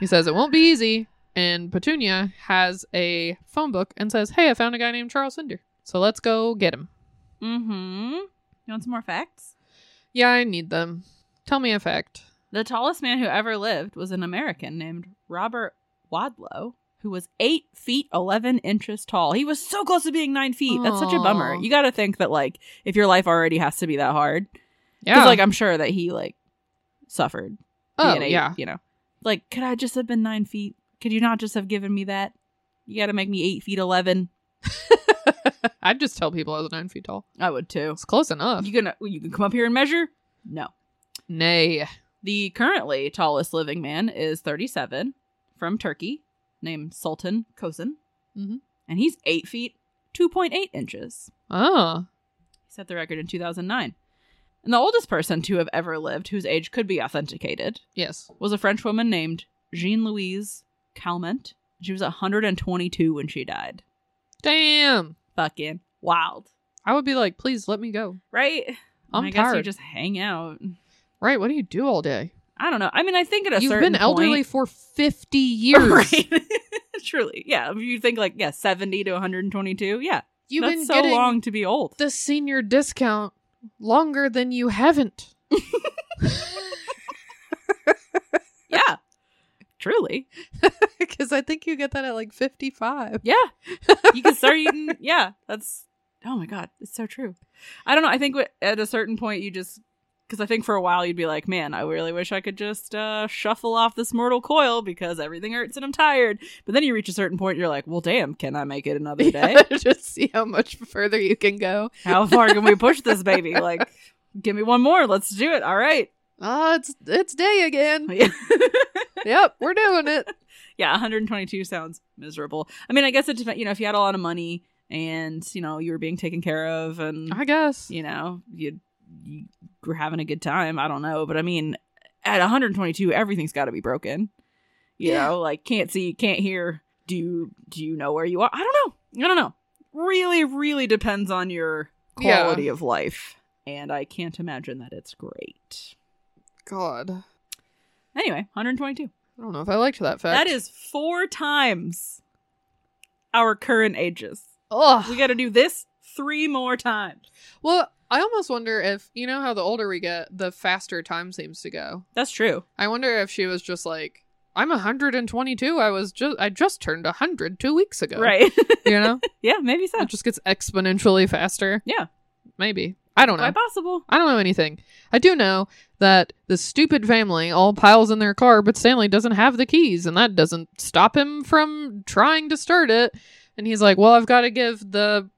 S1: He says it won't be easy. And Petunia has a phone book and says, Hey, I found a guy named Charles Cinder. So let's go get him.
S2: Mm-hmm. You want some more facts?
S1: Yeah, I need them. Tell me a fact.
S2: The tallest man who ever lived was an American named Robert Wadlow, who was eight feet eleven inches tall. He was so close to being nine feet. That's such a bummer.
S1: Aw.
S2: You got to think that like if your life already has to be that hard, because
S1: Yeah.
S2: like I'm sure that he like suffered.
S1: oh,
S2: being eight,
S1: yeah.
S2: you know, like could I just have been nine feet? Could you not just have given me that? You got to make me eight feet eleven.
S1: I'd just tell people I was nine feet tall.
S2: I would too.
S1: It's close enough.
S2: You gonna you can come up here and measure? No.
S1: Nay.
S2: The currently tallest living man is 37 from Turkey, named Sultan Kosin.
S1: Mhm.
S2: And he's 8 feet, 2.8 inches.
S1: Oh.
S2: He set the record in 2009. And the oldest person to have ever lived whose age could be authenticated
S1: Yes.
S2: was a French woman named Jean Louise Calment. She was 122 when she died.
S1: Damn.
S2: Fucking wild.
S1: I would be like, please let me go.
S2: Right?
S1: I'm
S2: I guess
S1: tired.
S2: you just hang out.
S1: Right. What do you do all day?
S2: I don't know. I mean, I think at a
S1: You've
S2: certain
S1: been elderly
S2: point-
S1: for 50 years.
S2: Right. Truly. Yeah. If you think like, yeah, 70 to 122. Yeah.
S1: You've
S2: That's
S1: been
S2: so
S1: getting
S2: long to be old.
S1: the senior discount longer than you haven't.
S2: yeah. Truly.
S1: Because I think you get that at like 55.
S2: Yeah. You can start eating. Yeah. That's, oh my God. It's so true. I don't know. I think what, at a certain point, you just, because I think for a while you'd be like, man, I really wish I could just uh, shuffle off this mortal coil because everything hurts and I'm tired. But then you reach a certain point, you're like, well, damn, can I make it another day?
S1: Just see how much further you can go.
S2: How far can we push this baby? Like, give me one more. Let's do it. All right.
S1: Ah, it's it's day again.
S2: Yeah.
S1: yep, we're doing it.
S2: yeah 122 sounds miserable i mean i guess it depends you know if you had a lot of money and you know you were being taken care of and
S1: I guess.
S2: you know you you were having a good time i don't know but i mean at 122 everything's got to be broken you
S1: Yeah.
S2: know like can't see can't hear do you do you know where you are i don't know i don't know really really depends on your
S1: Yeah.
S2: quality of life and i can't imagine that it's great
S1: God, I
S2: anyway 122
S1: don't know if I liked that fact.
S2: That is four times our current ages.
S1: Ugh.
S2: We got to do this three more times.
S1: Well, I almost wonder if you know how the older we get, the faster time seems to go.
S2: That's true.
S1: I wonder if she was just like, I'm 122. I was just I just turned 100 two weeks ago.
S2: Right.
S1: You know,
S2: yeah, maybe so.
S1: it just gets exponentially faster.
S2: Yeah.
S1: Maybe. I don't know.
S2: Quite possible.
S1: I don't know anything. I do know that the stupid family all piles in their car, but Stanley doesn't have the keys, and that doesn't stop him from trying to start it. And he's like, Well, I've got to give the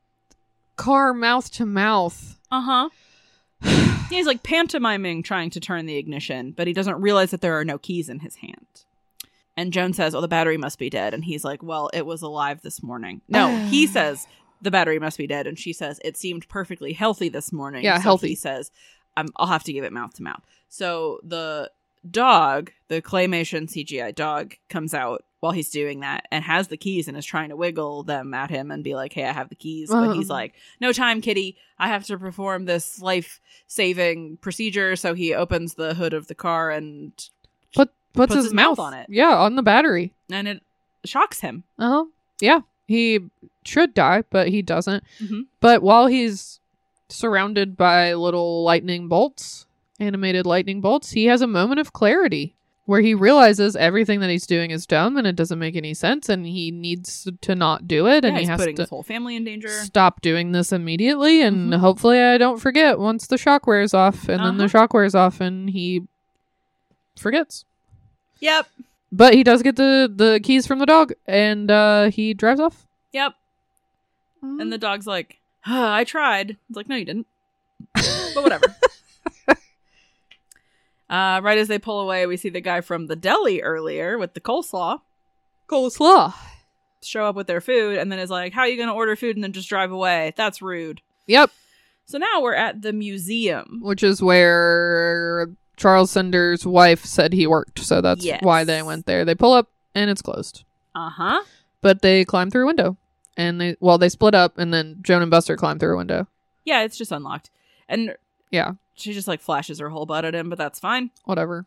S1: car mouth to mouth.
S2: Uh huh. He's like pantomiming trying to turn the ignition, but he doesn't realize that there are no keys in his hand. And Joan says, Oh, the battery must be dead. And he's like, Well, it was alive this morning. No, he says, The battery must be dead. And she says, It seemed perfectly healthy this morning.
S1: Yeah,
S2: So
S1: healthy.
S2: He says, i I'll have to give it mouth to mouth. So the dog, the claymation CGI dog, comes out while he's doing that and has the keys and is trying to wiggle them at him and be like, Hey, I have the keys. But he's
S1: Uh-huh.
S2: like, No time, kitty. I have to perform this life saving procedure. So he opens the hood of the car and
S1: Put, puts,
S2: Puts
S1: his,
S2: his
S1: mouth
S2: mouth on it.
S1: Yeah, on the battery.
S2: and it shocks him.
S1: Uh huh. Yeah. He should die, but he doesn't.
S2: Mhm.
S1: But while he's surrounded by little lightning bolts, animated lightning bolts, he has a moment of clarity where he realizes everything that he's doing is dumb and it doesn't make any sense and he needs to not do it and he
S2: yeah, he's
S1: has
S2: putting
S1: to
S2: his whole family in danger.
S1: stop doing this immediately and hopefully I don't forget once the shock wears off and then the
S2: Mm-hmm. Uh-huh.
S1: shock wears off and he forgets.
S2: Yep.
S1: But he does get the the keys from the dog and uh he drives off.
S2: Yep.
S1: Mm-hmm.
S2: And the dog's like, "Huh, I tried. It's like, no, you didn't. But whatever. uh, right as they pull away, we see the guy from the deli earlier with the coleslaw
S1: coleslaw.
S2: show up with their food and then is like, how are you going to order food and then just drive away? That's rude.
S1: Yep,
S2: So now we're at the museum.
S1: which is where Charles Sender's wife said he worked, so that's
S2: Yes.
S1: why they went there. They pull up and it's closed,
S2: Uh huh.
S1: but they climb through a window, and they well they split up, and then Joan and Buster climb through a window.
S2: Yeah, it's just unlocked. And
S1: Yeah,
S2: she just like flashes her whole butt at him, but that's fine.
S1: whatever.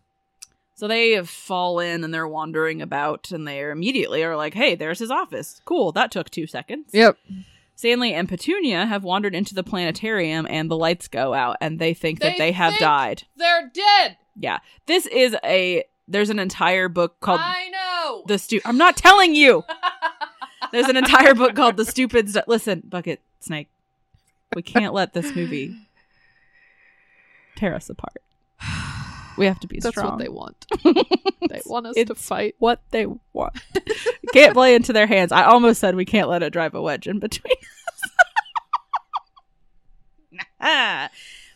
S2: So they fall in and they're wandering about and they immediately are like, hey, there's his office. Cool, that took two seconds.
S1: Yep,
S2: Stanley and Petunia have wandered into the planetarium and the lights go out and they think that
S1: They
S2: they have
S1: think-
S2: died.
S1: they're dead.
S2: Yeah. This is a there's an entire book called
S1: know.
S2: Um, The Stu I'm not telling you. There's an entire book called The Stupid Stu- Listen, Bucket Snake. We can't let this movie tear us apart. We have to be
S1: That's
S2: strong.
S1: what they want. They want us to
S2: It's-
S1: fight.
S2: what they want. can't play into their hands. I almost said we can't let it drive a wedge in between us.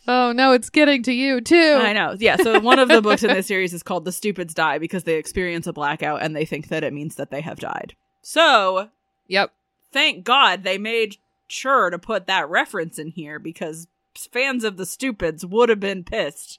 S1: Oh no, it's getting to you too.
S2: I know. Yeah. So one of the books in this series is called The Stupids Die because they experience a blackout and they think that it means that they have died. So
S1: Yep.
S2: thank God they made sure to put that reference in here because fans of the stupids would have been pissed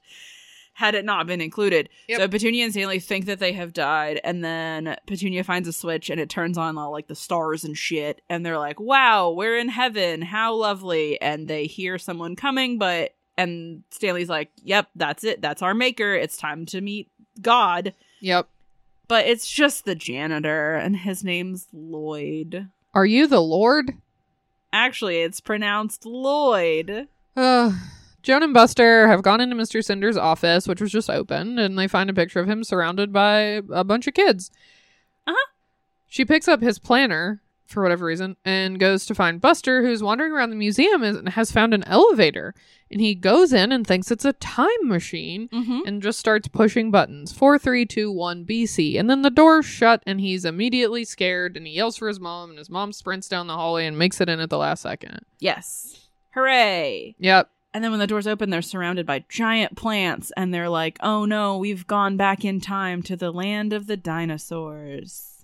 S2: had it not been included.
S1: Yep.
S2: So Petunia and Stanley think that they have died, and then Petunia finds a switch and it turns on all like the stars and shit, and they're like, Wow, we're in heaven, how lovely. And they hear someone coming, but and Stanley's like, Yep, that's it, that's our maker. It's time to meet God.
S1: Yep.
S2: But it's just the janitor, and his name's Lloyd.
S1: Are you the Lord?
S2: Actually, it's pronounced Lloyd.
S1: Uh, Joan and Buster have gone into Mr. Cinder's office, which was just open, and they find a picture of him surrounded by a bunch of kids.
S2: Uh-huh.
S1: She picks up his planner, for whatever reason, and goes to find Buster, who's wandering around the museum and has found an elevator. And he goes in and thinks it's a time machine
S2: Mm-hmm.
S1: and just starts pushing buttons 4321 BC. And then the door shut, and he's immediately scared and he yells for his mom, and his mom sprints down the hallway and makes it in at the last second.
S2: Yes. Hooray.
S1: Yep.
S2: And then when the doors open, they're surrounded by giant plants, and they're like, oh no, we've gone back in time to the land of the dinosaurs.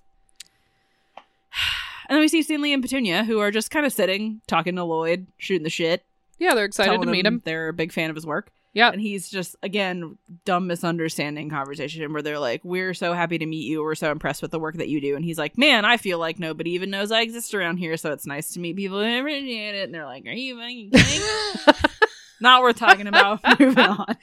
S2: And then we see Stanley and Petunia, who are just kind of sitting, talking to Lloyd, shooting the shit.
S1: Yeah, they're excited to
S2: telling
S1: meet him.
S2: They're a big fan of his work.
S1: Yeah.
S2: And he's just, again, dumb misunderstanding conversation where they're like, We're so happy to meet you. We're so impressed with the work that you do. And he's like, Man, I feel like nobody even knows I exist around here. So it's nice to meet people who appreciate it. And they're like, Are you fucking kidding? me?" Not worth talking about. Moving on.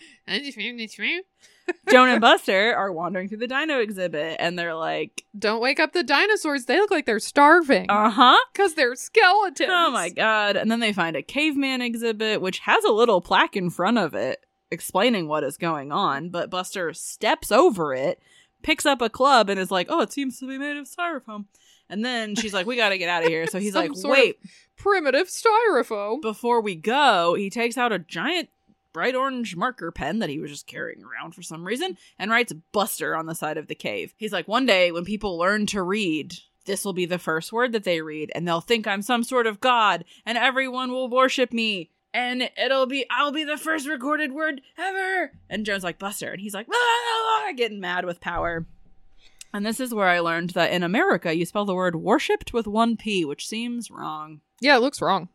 S2: Joan and Buster are wandering through the dino exhibit and they're like,
S1: Don't wake up the dinosaurs. They look like they're starving
S2: Uh huh.
S1: because they're skeletons.
S2: Oh my god. And then they find a caveman exhibit, which has a little plaque in front of it explaining what is going on, but Buster steps over it, picks up a club, and is like, oh, it seems to be made of styrofoam. And then she's like, we got to get out of here. So he's
S1: Some
S2: like,
S1: sort of-
S2: wait,
S1: Primitive styrofoam.
S2: before we go, he takes out a giant bright orange marker pen that he was just carrying around for some reason and writes Buster on the side of the cave. He's like, one day when people learn to read, this will be the first word that they read, and they'll think I'm some sort of god, and everyone will worship me. And it'll be, I'll be the first recorded word ever. And Joan's like, Buster. And he's like, "Ah," getting mad with power. And this is where I learned that in America, you spell the word worshipped with one P, which seems wrong.
S1: Yeah, it looks wrong.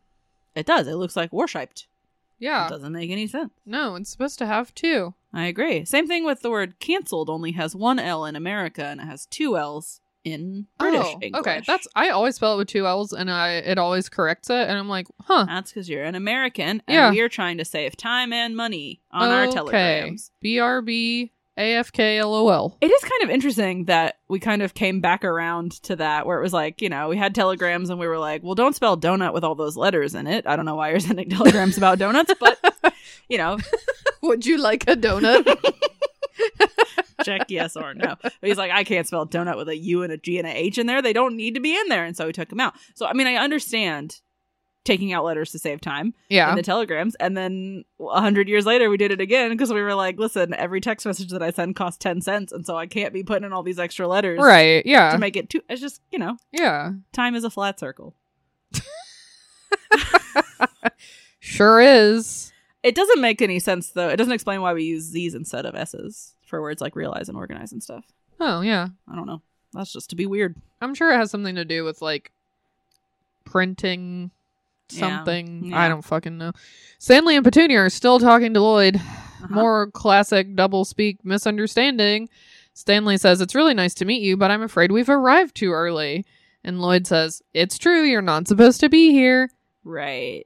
S2: It does. It looks like worshipped. It
S1: Yeah.
S2: doesn't make any sense.
S1: No, it's supposed to have two.
S2: I agree. Same thing with the word canceled only has one L in America and it has two L's in British
S1: Oh,
S2: English.
S1: Okay, that's I always spell it with two L's and I it always corrects it and I'm like, huh.
S2: that's because you're an American and
S1: Yeah.
S2: we're trying to save time and money on our
S1: okay.
S2: telegrams.
S1: BRB AFK LOL.
S2: It is kind of interesting that we kind of came back around to that where it was like, you know, we had telegrams and we were like, well, don't spell donut with all those letters in it. I don't know why you're sending telegrams about donuts, but, you know,
S1: Would you like a donut?
S2: check yes or no. But he's like, I can't spell donut with a U and a G and a H in there. They don't need to be in there. And so he took them out. So, I mean, I understand taking out letters to save time
S1: yeah.
S2: in the telegrams. And then a hundred years later, we did it again because we were like, listen, every text message that I send costs 10 cents. And so I can't be putting in all these extra letters
S1: Right.
S2: to
S1: Yeah.
S2: make it two. It's just, you know,
S1: Yeah.
S2: time is a flat circle.
S1: Sure is.
S2: It doesn't make any sense, though. It doesn't explain why we use Z's instead of S's for words like realize and organize and stuff.
S1: Oh, yeah.
S2: I don't know. That's just to be weird.
S1: I'm sure it has something to do with like printing
S2: Yeah.
S1: something.
S2: Yeah.
S1: I don't fucking know. Stanley and Petunia are still talking to Lloyd.
S2: Uh-huh.
S1: More classic double speak misunderstanding. Stanley says, It's really nice to meet you, but I'm afraid we've arrived too early. And Lloyd says, It's true, you're not supposed to be here.
S2: Right.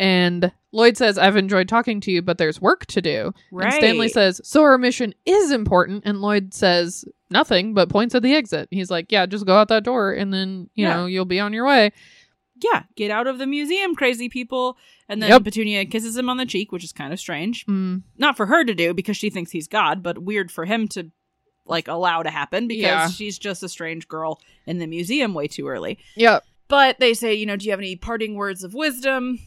S1: And Lloyd says, I've enjoyed talking to you, but there's work to do.
S2: Right.
S1: And Stanley says, So our mission is important. And Lloyd says, Nothing, but points at the exit. He's like, Yeah, just go out that door and then, you
S2: Yeah.
S1: know, you'll be on your way.
S2: yeah, get out of the museum, crazy people. And then
S1: Yep.
S2: Petunia kisses him on the cheek, which is kind of strange.
S1: Mm,
S2: Not for her to do because she thinks he's God, but weird for him to like allow to happen because
S1: Yeah.
S2: she's just a strange girl in the museum way too early.
S1: yep.
S2: But they say, you know, do you have any parting words of wisdom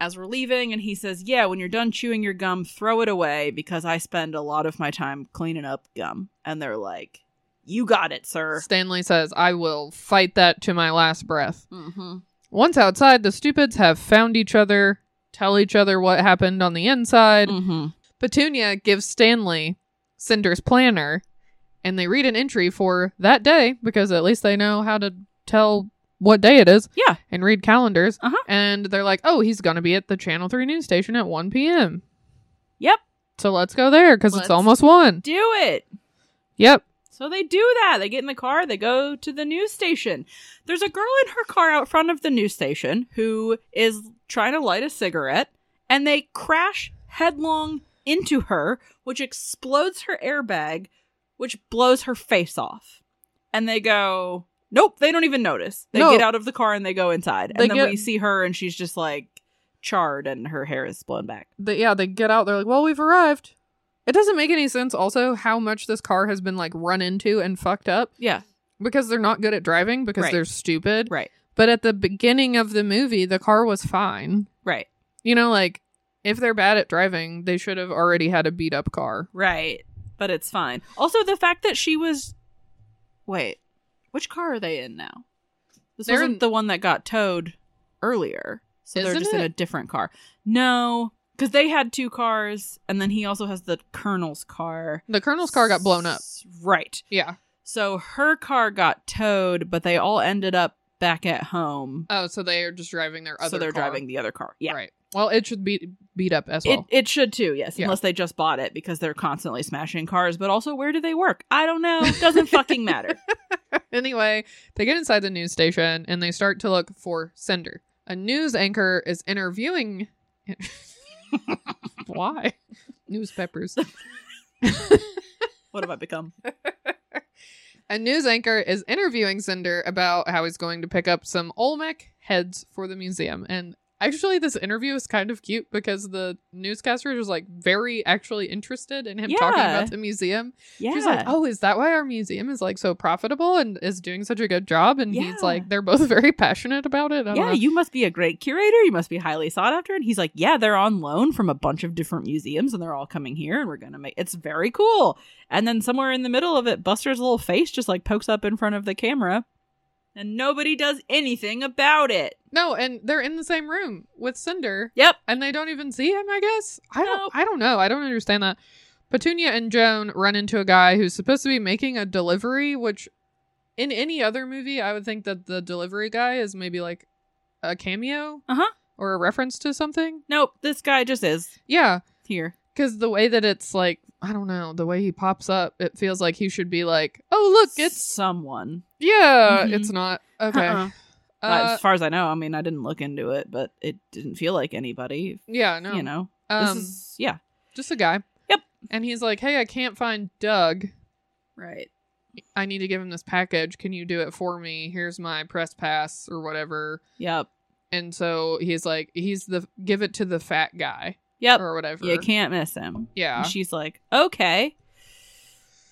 S2: as we're leaving? And he says, yeah, when you're done chewing your gum, throw it away because I spend a lot of my time cleaning up gum. And they're like, you got it, sir.
S1: Stanley says, I will fight that to my last breath.
S2: Mm-hmm.
S1: Once outside, the stupids have found each other, tell each other what happened on the inside.
S2: Mm-hmm.
S1: Petunia gives Stanley Cinder's planner, and they read an entry for that day because at least they know how to tell what day it is.
S2: Yeah.
S1: And read calendars.
S2: Uh-huh.
S1: And they're like, oh, he's going to be at the Channel 3 news station at 1 p.m.
S2: Yep.
S1: So let's go there because it's
S2: Let's-
S1: almost 1.
S2: Do it.
S1: Yep.
S2: So they do that. They get in the car, they go to the news station. There's a girl in her car out front of the news station who is trying to light a cigarette, and they crash headlong into her, which explodes her airbag, which blows her face off. And they go, Nope, they don't even notice. They
S1: No.
S2: get out of the car and they go inside. And
S1: They
S2: then
S1: get-
S2: we see her, and she's just like charred, and her hair is blown back.
S1: But yeah, they get out. They're like, well, we've arrived. It doesn't make any sense also how much this car has been like run into and fucked up
S2: Yeah,
S1: because they're not good at driving because
S2: Right.
S1: they're stupid.
S2: right,
S1: But at the beginning of the movie, the car was fine.
S2: right,
S1: You know, like if they're bad at driving, they should have already had a beat up car.
S2: Right. But it's fine. Also, the fact that she was. Wait, which car are they in now? This
S1: They're
S2: wasn't
S1: in-
S2: the one that got towed earlier. So they're
S1: Isn't
S2: just in
S1: it?
S2: a different car. No, because they had two cars, and then he also has the colonel's car.
S1: The colonel's car got blown up.
S2: S- Right.
S1: Yeah.
S2: So her car got towed, but they all ended up back at home.
S1: Oh, so they are just driving their other.
S2: so they're
S1: car.
S2: driving the other car. Yeah.
S1: Right. Well, it should be beat up as well.
S2: It, it should too, yes.
S1: Yeah.
S2: Unless they just bought it because they're constantly smashing cars. But also, where do they work? I don't know. Doesn't fucking matter.
S1: anyway, they get inside the news station and they start to look for Cinder. A news anchor is interviewing. Why? Newspapers.
S2: What have I become?
S1: A news anchor is interviewing Cinder about how he's going to pick up some Olmec heads for the museum. And Actually, this interview is kind of cute because the newscaster was like very actually interested in him talking
S2: Yeah.
S1: about the museum.
S2: Yeah.
S1: She's like, "Oh, is that why our museum is like so profitable and is doing such a good job?" And
S2: Yeah.
S1: he's like, "They're both very passionate about it." I don't
S2: yeah,
S1: know.
S2: you must be a great curator. You must be highly sought after. And he's like, yeah, they're on loan from a bunch of different museums, and they're all coming here, and we're gonna make it's very cool. And then somewhere in the middle of it, Buster's little face just like pokes up in front of the camera, and nobody does anything about it.
S1: no, and they're in the same room with Cinder.
S2: Yep.
S1: and they don't even see him. I guess I don't.
S2: Nope.
S1: I don't know. I don't understand that. Petunia and Joan run into a guy who's supposed to be making a delivery, which in any other movie, I would think that the delivery guy is maybe like a cameo
S2: Uh-huh.
S1: or a reference to something.
S2: Nope. This guy just is
S1: Yeah,
S2: here.
S1: because the way that it's like, I don't know, the way he pops up, it feels like he should be like, oh look, it's
S2: someone.
S1: yeah,
S2: Mhm.
S1: it's not okay.
S2: Uh-uh.
S1: Uh,
S2: as far as I know, I mean, I didn't look into it, but it didn't feel like anybody.
S1: yeah, no,
S2: You know,
S1: um,
S2: this is yeah,
S1: just a guy.
S2: Yep.
S1: And he's like, hey, I can't find Doug.
S2: right.
S1: I need to give him this package. Can you do it for me? Here's my press pass or whatever.
S2: Yep,
S1: And so he's like, he's the give it to the fat guy
S2: yep.
S1: or whatever.
S2: You can't miss him.
S1: Yeah.
S2: And she's like, okay.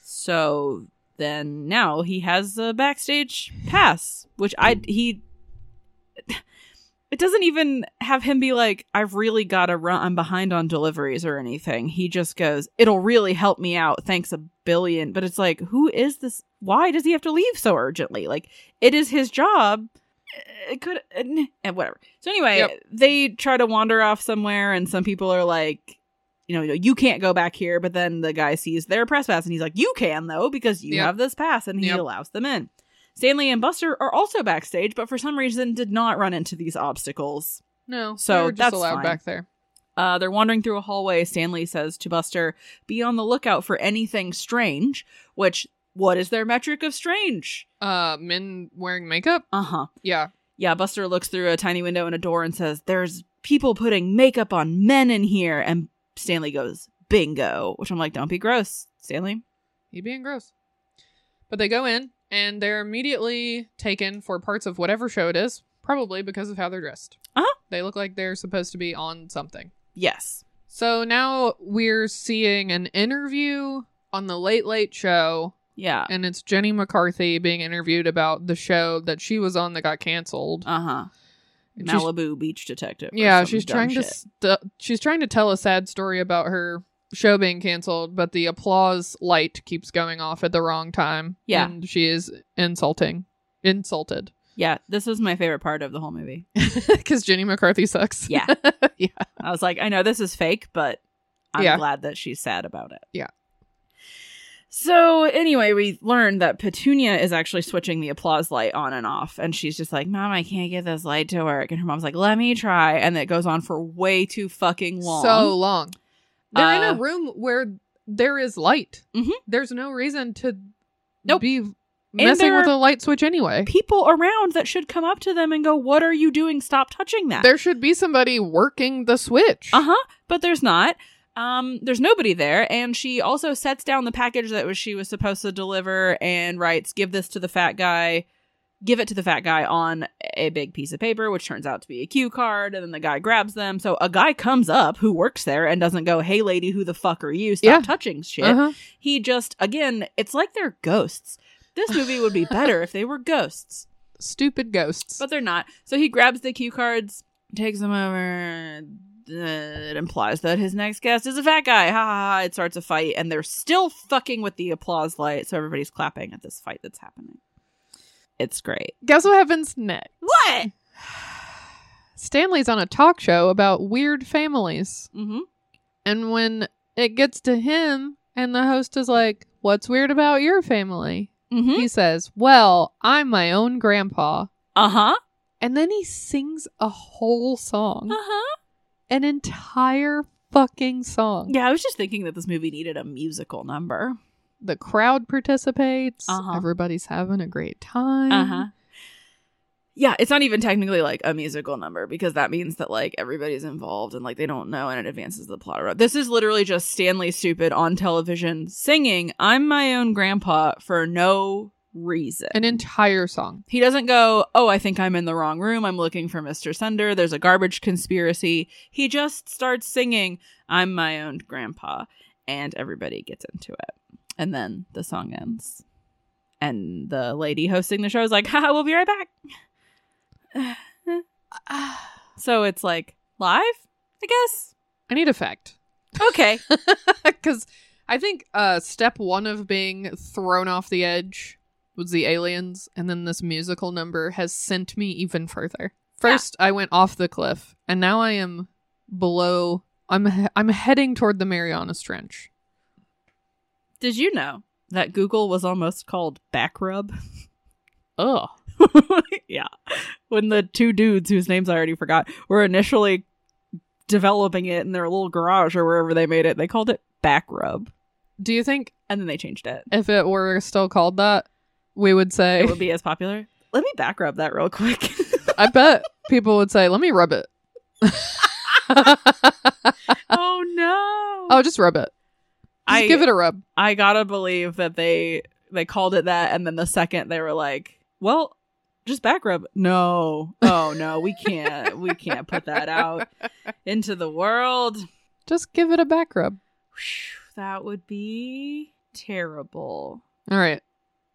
S2: So then now he has a backstage pass, which I he. It doesn't even have him be like, I've really got to run. I'm behind on deliveries or anything. He just goes, it'll really help me out. Thanks a billion. But it's like, who is this? Why does he have to leave so urgently? Like, it is his job. It could, and and whatever. So anyway,
S1: Yep.
S2: they try to wander off somewhere, and some people are like, you know, you can't go back here. But then the guy sees their press pass and he's like, you can though, because you
S1: Yep.
S2: have this pass. And he
S1: Yep.
S2: allows them in. Stanley and Buster are also backstage, but for some reason did not run into these obstacles.
S1: no.
S2: So
S1: they were just
S2: that's
S1: allowed
S2: fine.
S1: back there.
S2: Uh, they're wandering through a hallway. Stanley says to Buster, be on the lookout for anything strange, which, what is their metric of strange?
S1: Uh, men wearing makeup.
S2: Uh huh.
S1: Yeah.
S2: Yeah, Buster looks through a tiny window and a door and says, There's people putting makeup on men in here. And Stanley goes, Bingo. Which I'm like, Don't be gross, Stanley.
S1: He being gross. But they go in and they're immediately taken for parts of whatever show it is, probably because of how they're dressed.
S2: Uh-huh.
S1: They look like they're supposed to be on something.
S2: Yes.
S1: So now we're seeing an interview on the Late Late Show,
S2: Yeah.
S1: and it's Jenny McCarthy being interviewed about the show that she was on that got canceled.
S2: Uh huh.
S1: And she's-
S2: Malibu Beach Detective. or
S1: yeah,
S2: some
S1: she's
S2: dumb
S1: trying to
S2: shit.
S1: st- she's trying to tell a sad story about her show being canceled, but the applause light keeps going off at the wrong time.
S2: Yeah.
S1: and she is insulting, insulted
S2: Yeah, this was my favorite part of the whole movie.
S1: because Jenny McCarthy sucks.
S2: Yeah.
S1: Yeah.
S2: I was like, I know this is fake, but I'm
S1: Yeah.
S2: glad that she's sad about it.
S1: Yeah.
S2: So anyway, we learned that Petunia is actually switching the applause light on and off, and she's just like, "Mom, I can't get this light to work," and her mom's like, "Let me try," and it goes on for way too fucking long.
S1: So long. They're in
S2: Uh,
S1: a room where there is light.
S2: Mhm.
S1: There's no reason to
S2: Nope.
S1: be messing
S2: there
S1: with
S2: are
S1: a light switch anyway.
S2: people around that should come up to them and go, "What are you doing? Stop touching that."
S1: There should be somebody working the switch.
S2: Uh huh. But there's not. Um, there's nobody there, and she also sets down the package that was she was supposed to deliver and writes, "Give this to the fat guy." Give it to the fat guy on a big piece of paper, which turns out to be a cue card, and then the guy grabs them. So a guy comes up who works there and doesn't go, "Hey, lady, who the fuck are you? Stop
S1: Yeah.
S2: touching shit."
S1: Uh-huh.
S2: He just again, it's like they're ghosts. This movie would be better if they were ghosts.
S1: Stupid ghosts.
S2: But they're not. So he grabs the cue cards, takes them over. Uh, It implies that his next guest is a fat guy. Ha ha ha. It starts a fight, and they're still fucking with the applause light. So everybody's clapping at this fight that's happening. It's great.
S1: Guess what happens next?
S2: What?
S1: Stanley's on a talk show about weird families.
S2: Mm-hmm.
S1: And when it gets to him, and the host is like, What's weird about your family?
S2: Mm-hmm.
S1: He says, Well, I'm my own grandpa.
S2: Uh huh. Uh
S1: And then he sings a whole song.
S2: huh.
S1: an entire fucking song.
S2: Yeah, I was just thinking that this movie needed a musical number.
S1: The crowd participates.
S2: Uh-huh.
S1: Everybody's having a great time.
S2: Uh huh. Yeah, it's not even technically like a musical number because that means that like everybody's involved and like they don't know and it advances the plot. This is literally just Stanley Stupid on television singing "I'm My Own Grandpa" for no reason.
S1: An entire song.
S2: He doesn't go, Oh, I think I'm in the wrong room. I'm looking for Mr. Sender. There's a garbage conspiracy. He just starts singing, I'm my own grandpa. And everybody gets into it. And then the song ends. And the lady hosting the show is like, Haha, we'll be right back. so it's like live, I guess.
S1: I need a fact.
S2: Okay.
S1: Because I think uh, step one of being thrown off the edge was the aliens, and then this musical number has sent me even further. First, I went off the cliff, and now I am below. I'm he- I'm heading toward the Marianas Trench.
S2: Did you know that Google was almost called Backrub?
S1: Ugh.
S2: yeah. When the two dudes whose names I already forgot were initially developing it in their little garage or wherever they made it, they called it Backrub.
S1: Do you think
S2: And then they changed it.
S1: if it were still called that, we would say?
S2: It would be as popular. Let me backrub that real quick.
S1: I bet people would say, "Let me rub it."
S2: oh no.
S1: oh, just rub it. Just
S2: I
S1: give it a rub.
S2: I gotta believe that they they called it that and then the second they were like, Well, just back rub. No. Oh no, we can't we can't put that out into the world.
S1: Just give it a back rub.
S2: Whew, That would be terrible.
S1: All right.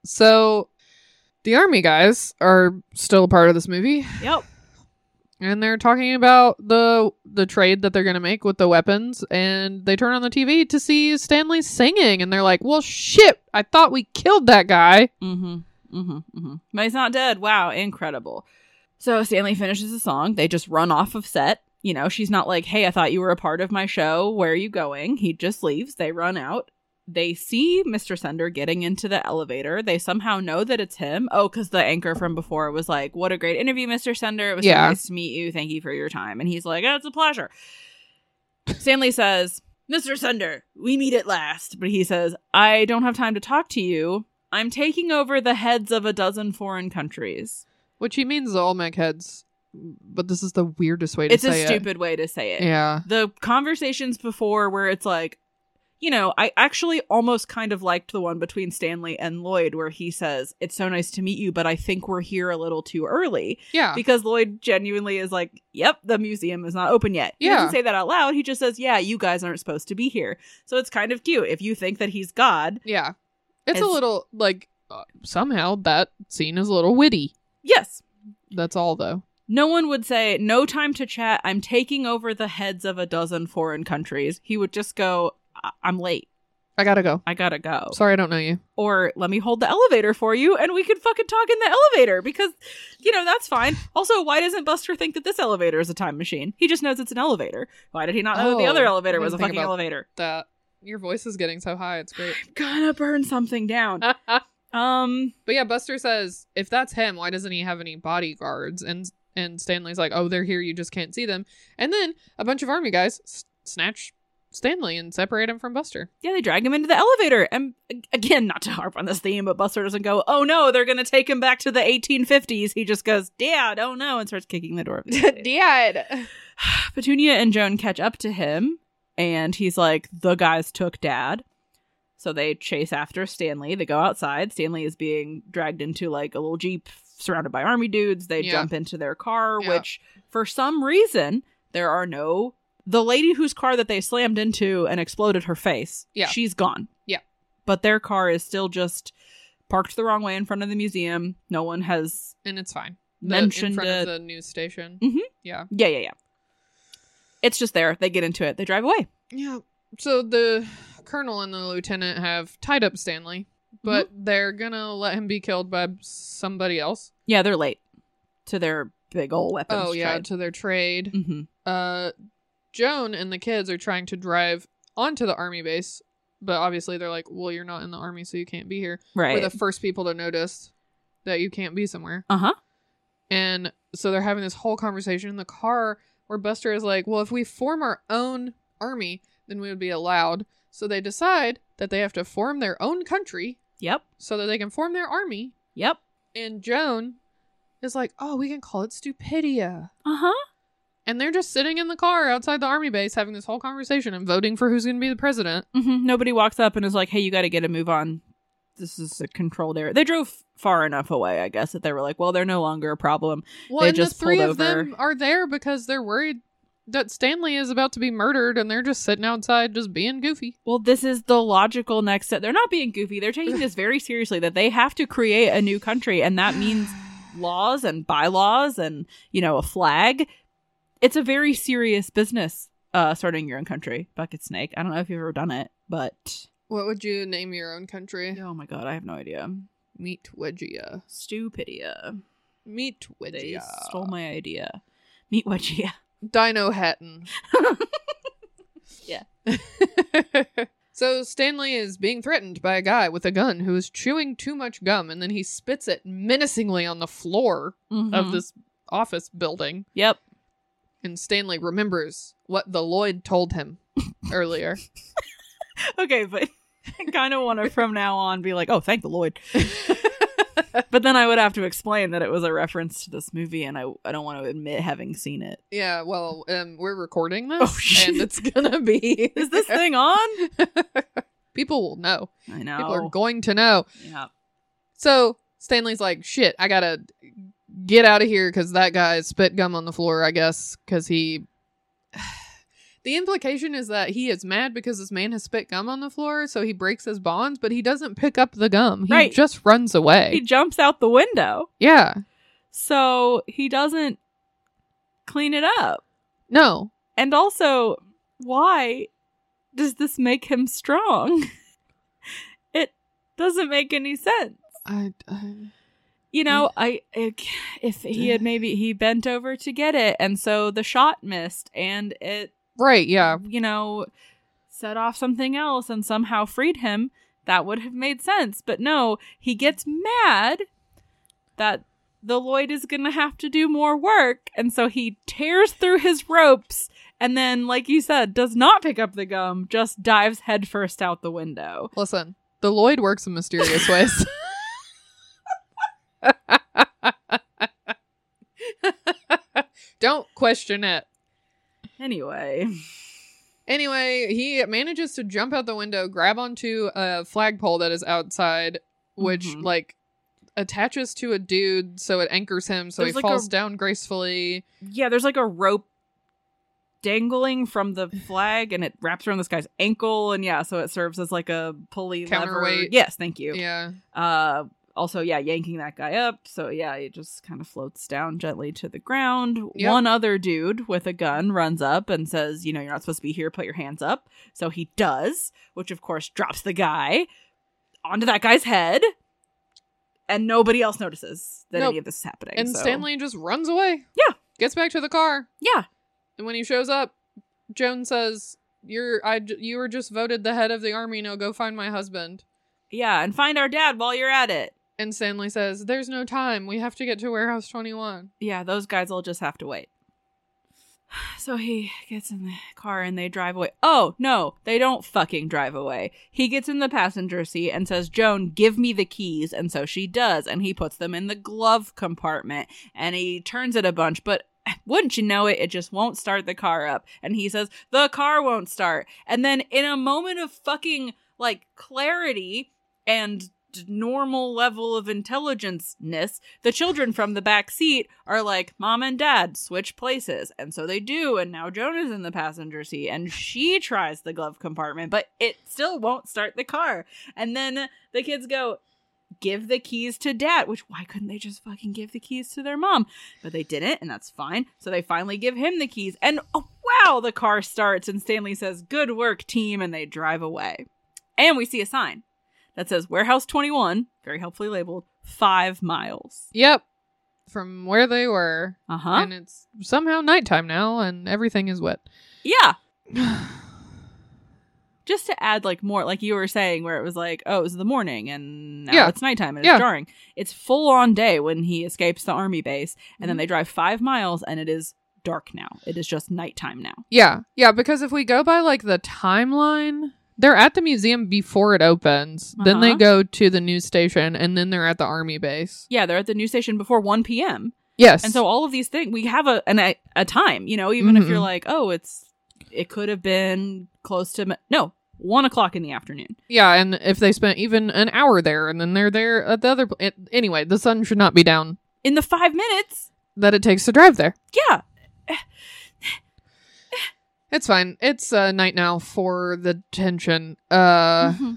S1: So the army guys are still a part of this movie
S2: Yep.
S1: and they're talking about the the trade that they're going to make with the weapons and they turn on the TV to see Stanley singing and they're like, "Well, shit. I thought we killed that guy."
S2: Mm-hmm. Mm-hmm. Mm-hmm. But he's not dead. Wow, incredible. So Stanley finishes the song. They just run off of set. You know, she's not like, hey, I thought you were a part of my show. Where are you going? He just leaves. They run out. They see Mr. Sender getting into the elevator. They somehow know that it's him. Oh, because the anchor from before was like, what a great interview, Mr. Sender. It was
S1: Yeah.
S2: so nice to meet you. Thank you for your time. And he's like, oh, it's a pleasure. Stanley says, Mr. Sender, we meet at last. But he says, I don't have time to talk to you. I'm taking over the heads of a dozen foreign countries.
S1: Which he means the Olmec heads, but this is the weirdest way to
S2: It's
S1: say
S2: a stupid way to say
S1: it.
S2: it.
S1: Yeah.
S2: The conversations before where it's like, you know, I actually almost kind of liked the one between Stanley and Lloyd where he says, It's so nice to meet you, but I think we're here a little too early.
S1: Yeah.
S2: Because Lloyd genuinely is like, Yep, the museum is not open yet. He
S1: Yeah.
S2: doesn't say that out loud. He just says, Yeah, you guys aren't supposed to be here. So it's kind of cute. If you think that he's God,
S1: Yeah. It's, a
S2: It's-
S1: little like uh, somehow that scene is a little witty.
S2: yes,
S1: That's all though.
S2: No one would say, No time to chat. I'm taking over the heads of a dozen foreign countries. He would just go, I- I'm late.
S1: I got to go.
S2: I gotta go.
S1: Sorry I don't know you.
S2: Or let me hold the elevator for you and we can fucking talk in the elevator because, you know, that's fine. Also, why doesn't Buster think that this elevator is a time machine? He just knows it's an elevator. Why did he not know that the
S1: Oh,
S2: other
S1: I
S2: elevator was a
S1: didn't think
S2: fucking
S1: about-
S2: elevator?
S1: That your voice is getting so high. It's great.
S2: I'm gonna burn something down.
S1: Uh,
S2: Um,
S1: But yeah, Buster says, if that's him, why doesn't he have any bodyguards? And and Stanley's like, oh, they're here, you just can't see them. And then a bunch of army guys s- snatch Stanley and separate him from Buster.
S2: yeah, they drag him into the elevator. And again, not to harp on this theme, but Buster doesn't go, oh no, they're going to take him back to the 1850s. He just goes, dad, oh no, and starts kicking the door. of the elevator.
S1: Dad.
S2: Petunia and Joan catch up to him, and he's like, the guys took dad. So they chase after Stanley. They go outside. Stanley is being dragged into like a little Jeep surrounded by army dudes. They
S1: Yeah.
S2: jump into their car,
S1: Yeah.
S2: which for some reason, there are no. The lady whose car that they slammed into and exploded her face,
S1: Yeah.
S2: she's gone.
S1: Yeah.
S2: But their car is still just parked the wrong way in front of the museum. No one has
S1: And it's fine. The- in
S2: mentioned
S1: front
S2: it.
S1: of the news station.
S2: Mhm.
S1: Yeah.
S2: yeah, yeah, yeah. It's just there. They get into it. They drive away.
S1: Yeah. So the colonel and the lieutenant have tied up Stanley, but they're gonna let him be killed by somebody else.
S2: Yeah, they're late to their big old weapons.
S1: oh yeah, to their trade.
S2: Mm-hmm.
S1: uh Joan and the kids are trying to drive onto the army base, but obviously they're like, "Well, you're not in the army, so you can't be here."
S2: Right.
S1: We're the first people to notice that you can't be somewhere,
S2: uh huh.
S1: and so they're having this whole conversation in the car where Buster is like, "Well, if we form our own army, then we would be allowed." So they decide that they have to form their own country
S2: Yep.
S1: so that they can form their army,
S2: Yep.
S1: and Joan is like, "Oh, we can call it Stupidia."
S2: Uh huh.
S1: And they're just sitting in the car outside the army base having this whole conversation and voting for who's going to be the president.
S2: Mm-hmm. hmm Nobody walks up and is like, "Hey, you got to get a move on. This is a controlled area." They drove far enough away, I guess, that they were like, well, they're no longer a problem.
S1: Well,
S2: They
S1: and
S2: just
S1: the three
S2: pulled
S1: of them are there because they're worried that Stanley is about to be murdered, and they're just sitting outside, just being goofy.
S2: Well, this is the logical next step. They're not being goofy. They're taking this very seriously that they have to create a new country, and that means laws and bylaws and, you know, a flag. It's a very serious business, uh, starting your own country, Bucket Snake. I don't know if you've ever done it, but
S1: What would you name your own country?
S2: oh my god, I have no idea.
S1: Meat Wedgia.
S2: Stupidia.
S1: Meat
S2: They
S1: Wedgia.
S2: stole my idea. Meet Wedgia.
S1: Dino Hatton.
S2: Yeah.
S1: so Stanley is being threatened by a guy with a gun who is chewing too much gum, and then he spits it menacingly on the floor of
S2: Mhm.
S1: this office building.
S2: Yep.
S1: And Stanley remembers what the Lloyd told him earlier.
S2: Okay, but I kind of want to from now on be like, oh, thank the Lord. but then I would have to explain that it was a reference to this movie, and I, I don't want to admit having seen it.
S1: Yeah, well, um, we're recording this,
S2: Oh, shit.
S1: and it's gonna be.
S2: Is this thing on?
S1: People will know.
S2: I know.
S1: People are going to know.
S2: yeah.
S1: So Stanley's like, "Shit, I gotta get out of here because that guy spit gum on the floor. I guess because he." The implication is that he is mad because this man has spit gum on the floor, so he breaks his bonds, but he doesn't pick up the gum. He
S2: Right.
S1: just runs
S2: He
S1: away.
S2: jumps out the window,
S1: yeah.
S2: so he doesn't clean it up.
S1: No.
S2: And also, why does this make him strong? it doesn't make any sense.
S1: I, I
S2: you
S1: Mm.
S2: know, I I- if he had maybe he bent over to get it, and so the shot missed, and it
S1: Right, yeah.
S2: you know set off something else, and somehow freed him. That would have made sense, but no, he gets mad that the Lloyd is going to have to do more work, and so he tears through his ropes, and then, like you said, does not pick up the gum, just dives headfirst out the window.
S1: Listen, the Lloyd works in mysterious ways. Don't question it.
S2: Anyway,
S1: Anyway, he manages to jump out the window, grab onto a flagpole that is outside, which
S2: Mhm.
S1: like attaches to a dude so it anchors him so
S2: There's,
S1: he
S2: like,
S1: falls
S2: a-
S1: down gracefully.
S2: Yeah, there's like a rope dangling from the flag and it wraps around this guy's ankle and yeah, so it serves as like a pulley Lever.
S1: Counterweight.
S2: Yes, thank you.
S1: Yeah.
S2: Uh also yeah, yanking that guy up. So yeah, it just kind of floats down gently to the ground.
S1: Yep.
S2: One other dude with a gun runs up and says, "You know, you're not supposed to be here. Put your hands up." So he does, which of course drops the guy onto that guy's head. And nobody else notices that
S1: Nope.
S2: any of this is happening.
S1: And
S2: so-
S1: Stanley just runs away.
S2: Yeah.
S1: Gets back to the car.
S2: Yeah.
S1: And when he shows up, Joan says, "You're I j- you were just voted the head of the army. Now go find my husband."
S2: Yeah, and find our dad while you're at it.
S1: And Stanley says, "There's no time. We have to get to Warehouse 21."
S2: Yeah, those guys will just have to wait. So he gets in the car and they drive away. Oh, no, they don't fucking drive away. He gets in the passenger seat and says, Joan, give me the keys. And so she does. And he puts them in the glove compartment and he turns it a bunch. But wouldn't you know it, it just won't start the car up. And he says, the car won't start. And then in a moment of fucking like clarity and d- normal level of intelligence-ness, the children from the back seat are like, Mom and Dad, switch places. And so they do, and now Joan is in the passenger seat and she tries the glove compartment, but it still won't start the car. And then the kids go, Give the keys to dad, which why couldn't they just fucking give the keys to their mom? But they didn't, and that's fine. So they finally give him the keys, and oh, wow, the car starts, and Stanley says, Good work, team, and they drive away. And we see a sign that says Warehouse 21, very helpfully labeled, five miles.
S1: Yep. From where they were,
S2: Uh huh.
S1: and it's somehow nighttime now, and everything is wet.
S2: Yeah. Just to add, like, more, like you were saying, where it was like, oh, it was the morning and now
S1: Yeah.
S2: it's nighttime and
S1: Yeah.
S2: it's jarring. It's full on day when he escapes the army base, and
S1: Mm-hmm.
S2: then they drive five miles and it is dark now. It is just nighttime now.
S1: yeah, yeah. Because if we go by like the timeline, they're at the museum before it opens. Then they
S2: Uh-huh.
S1: go to the news station, and then they're at the army base.
S2: Yeah, they're at the news station before 1 p.m.
S1: Yes.
S2: And so all of these things, we have a an, a, a time, you know, even if
S1: Mhm.
S2: you're like, oh, it's it could have been close to mi- no, one o'clock in the afternoon.
S1: Yeah, and if they spent even an hour there and then they're there at the other pl- it, anyway, the sun should not be down
S2: In the five minutes,
S1: that it takes to drive there.
S2: yeah,
S1: It's fine. It's uh, night now for the tension. Uh
S2: mm-hmm.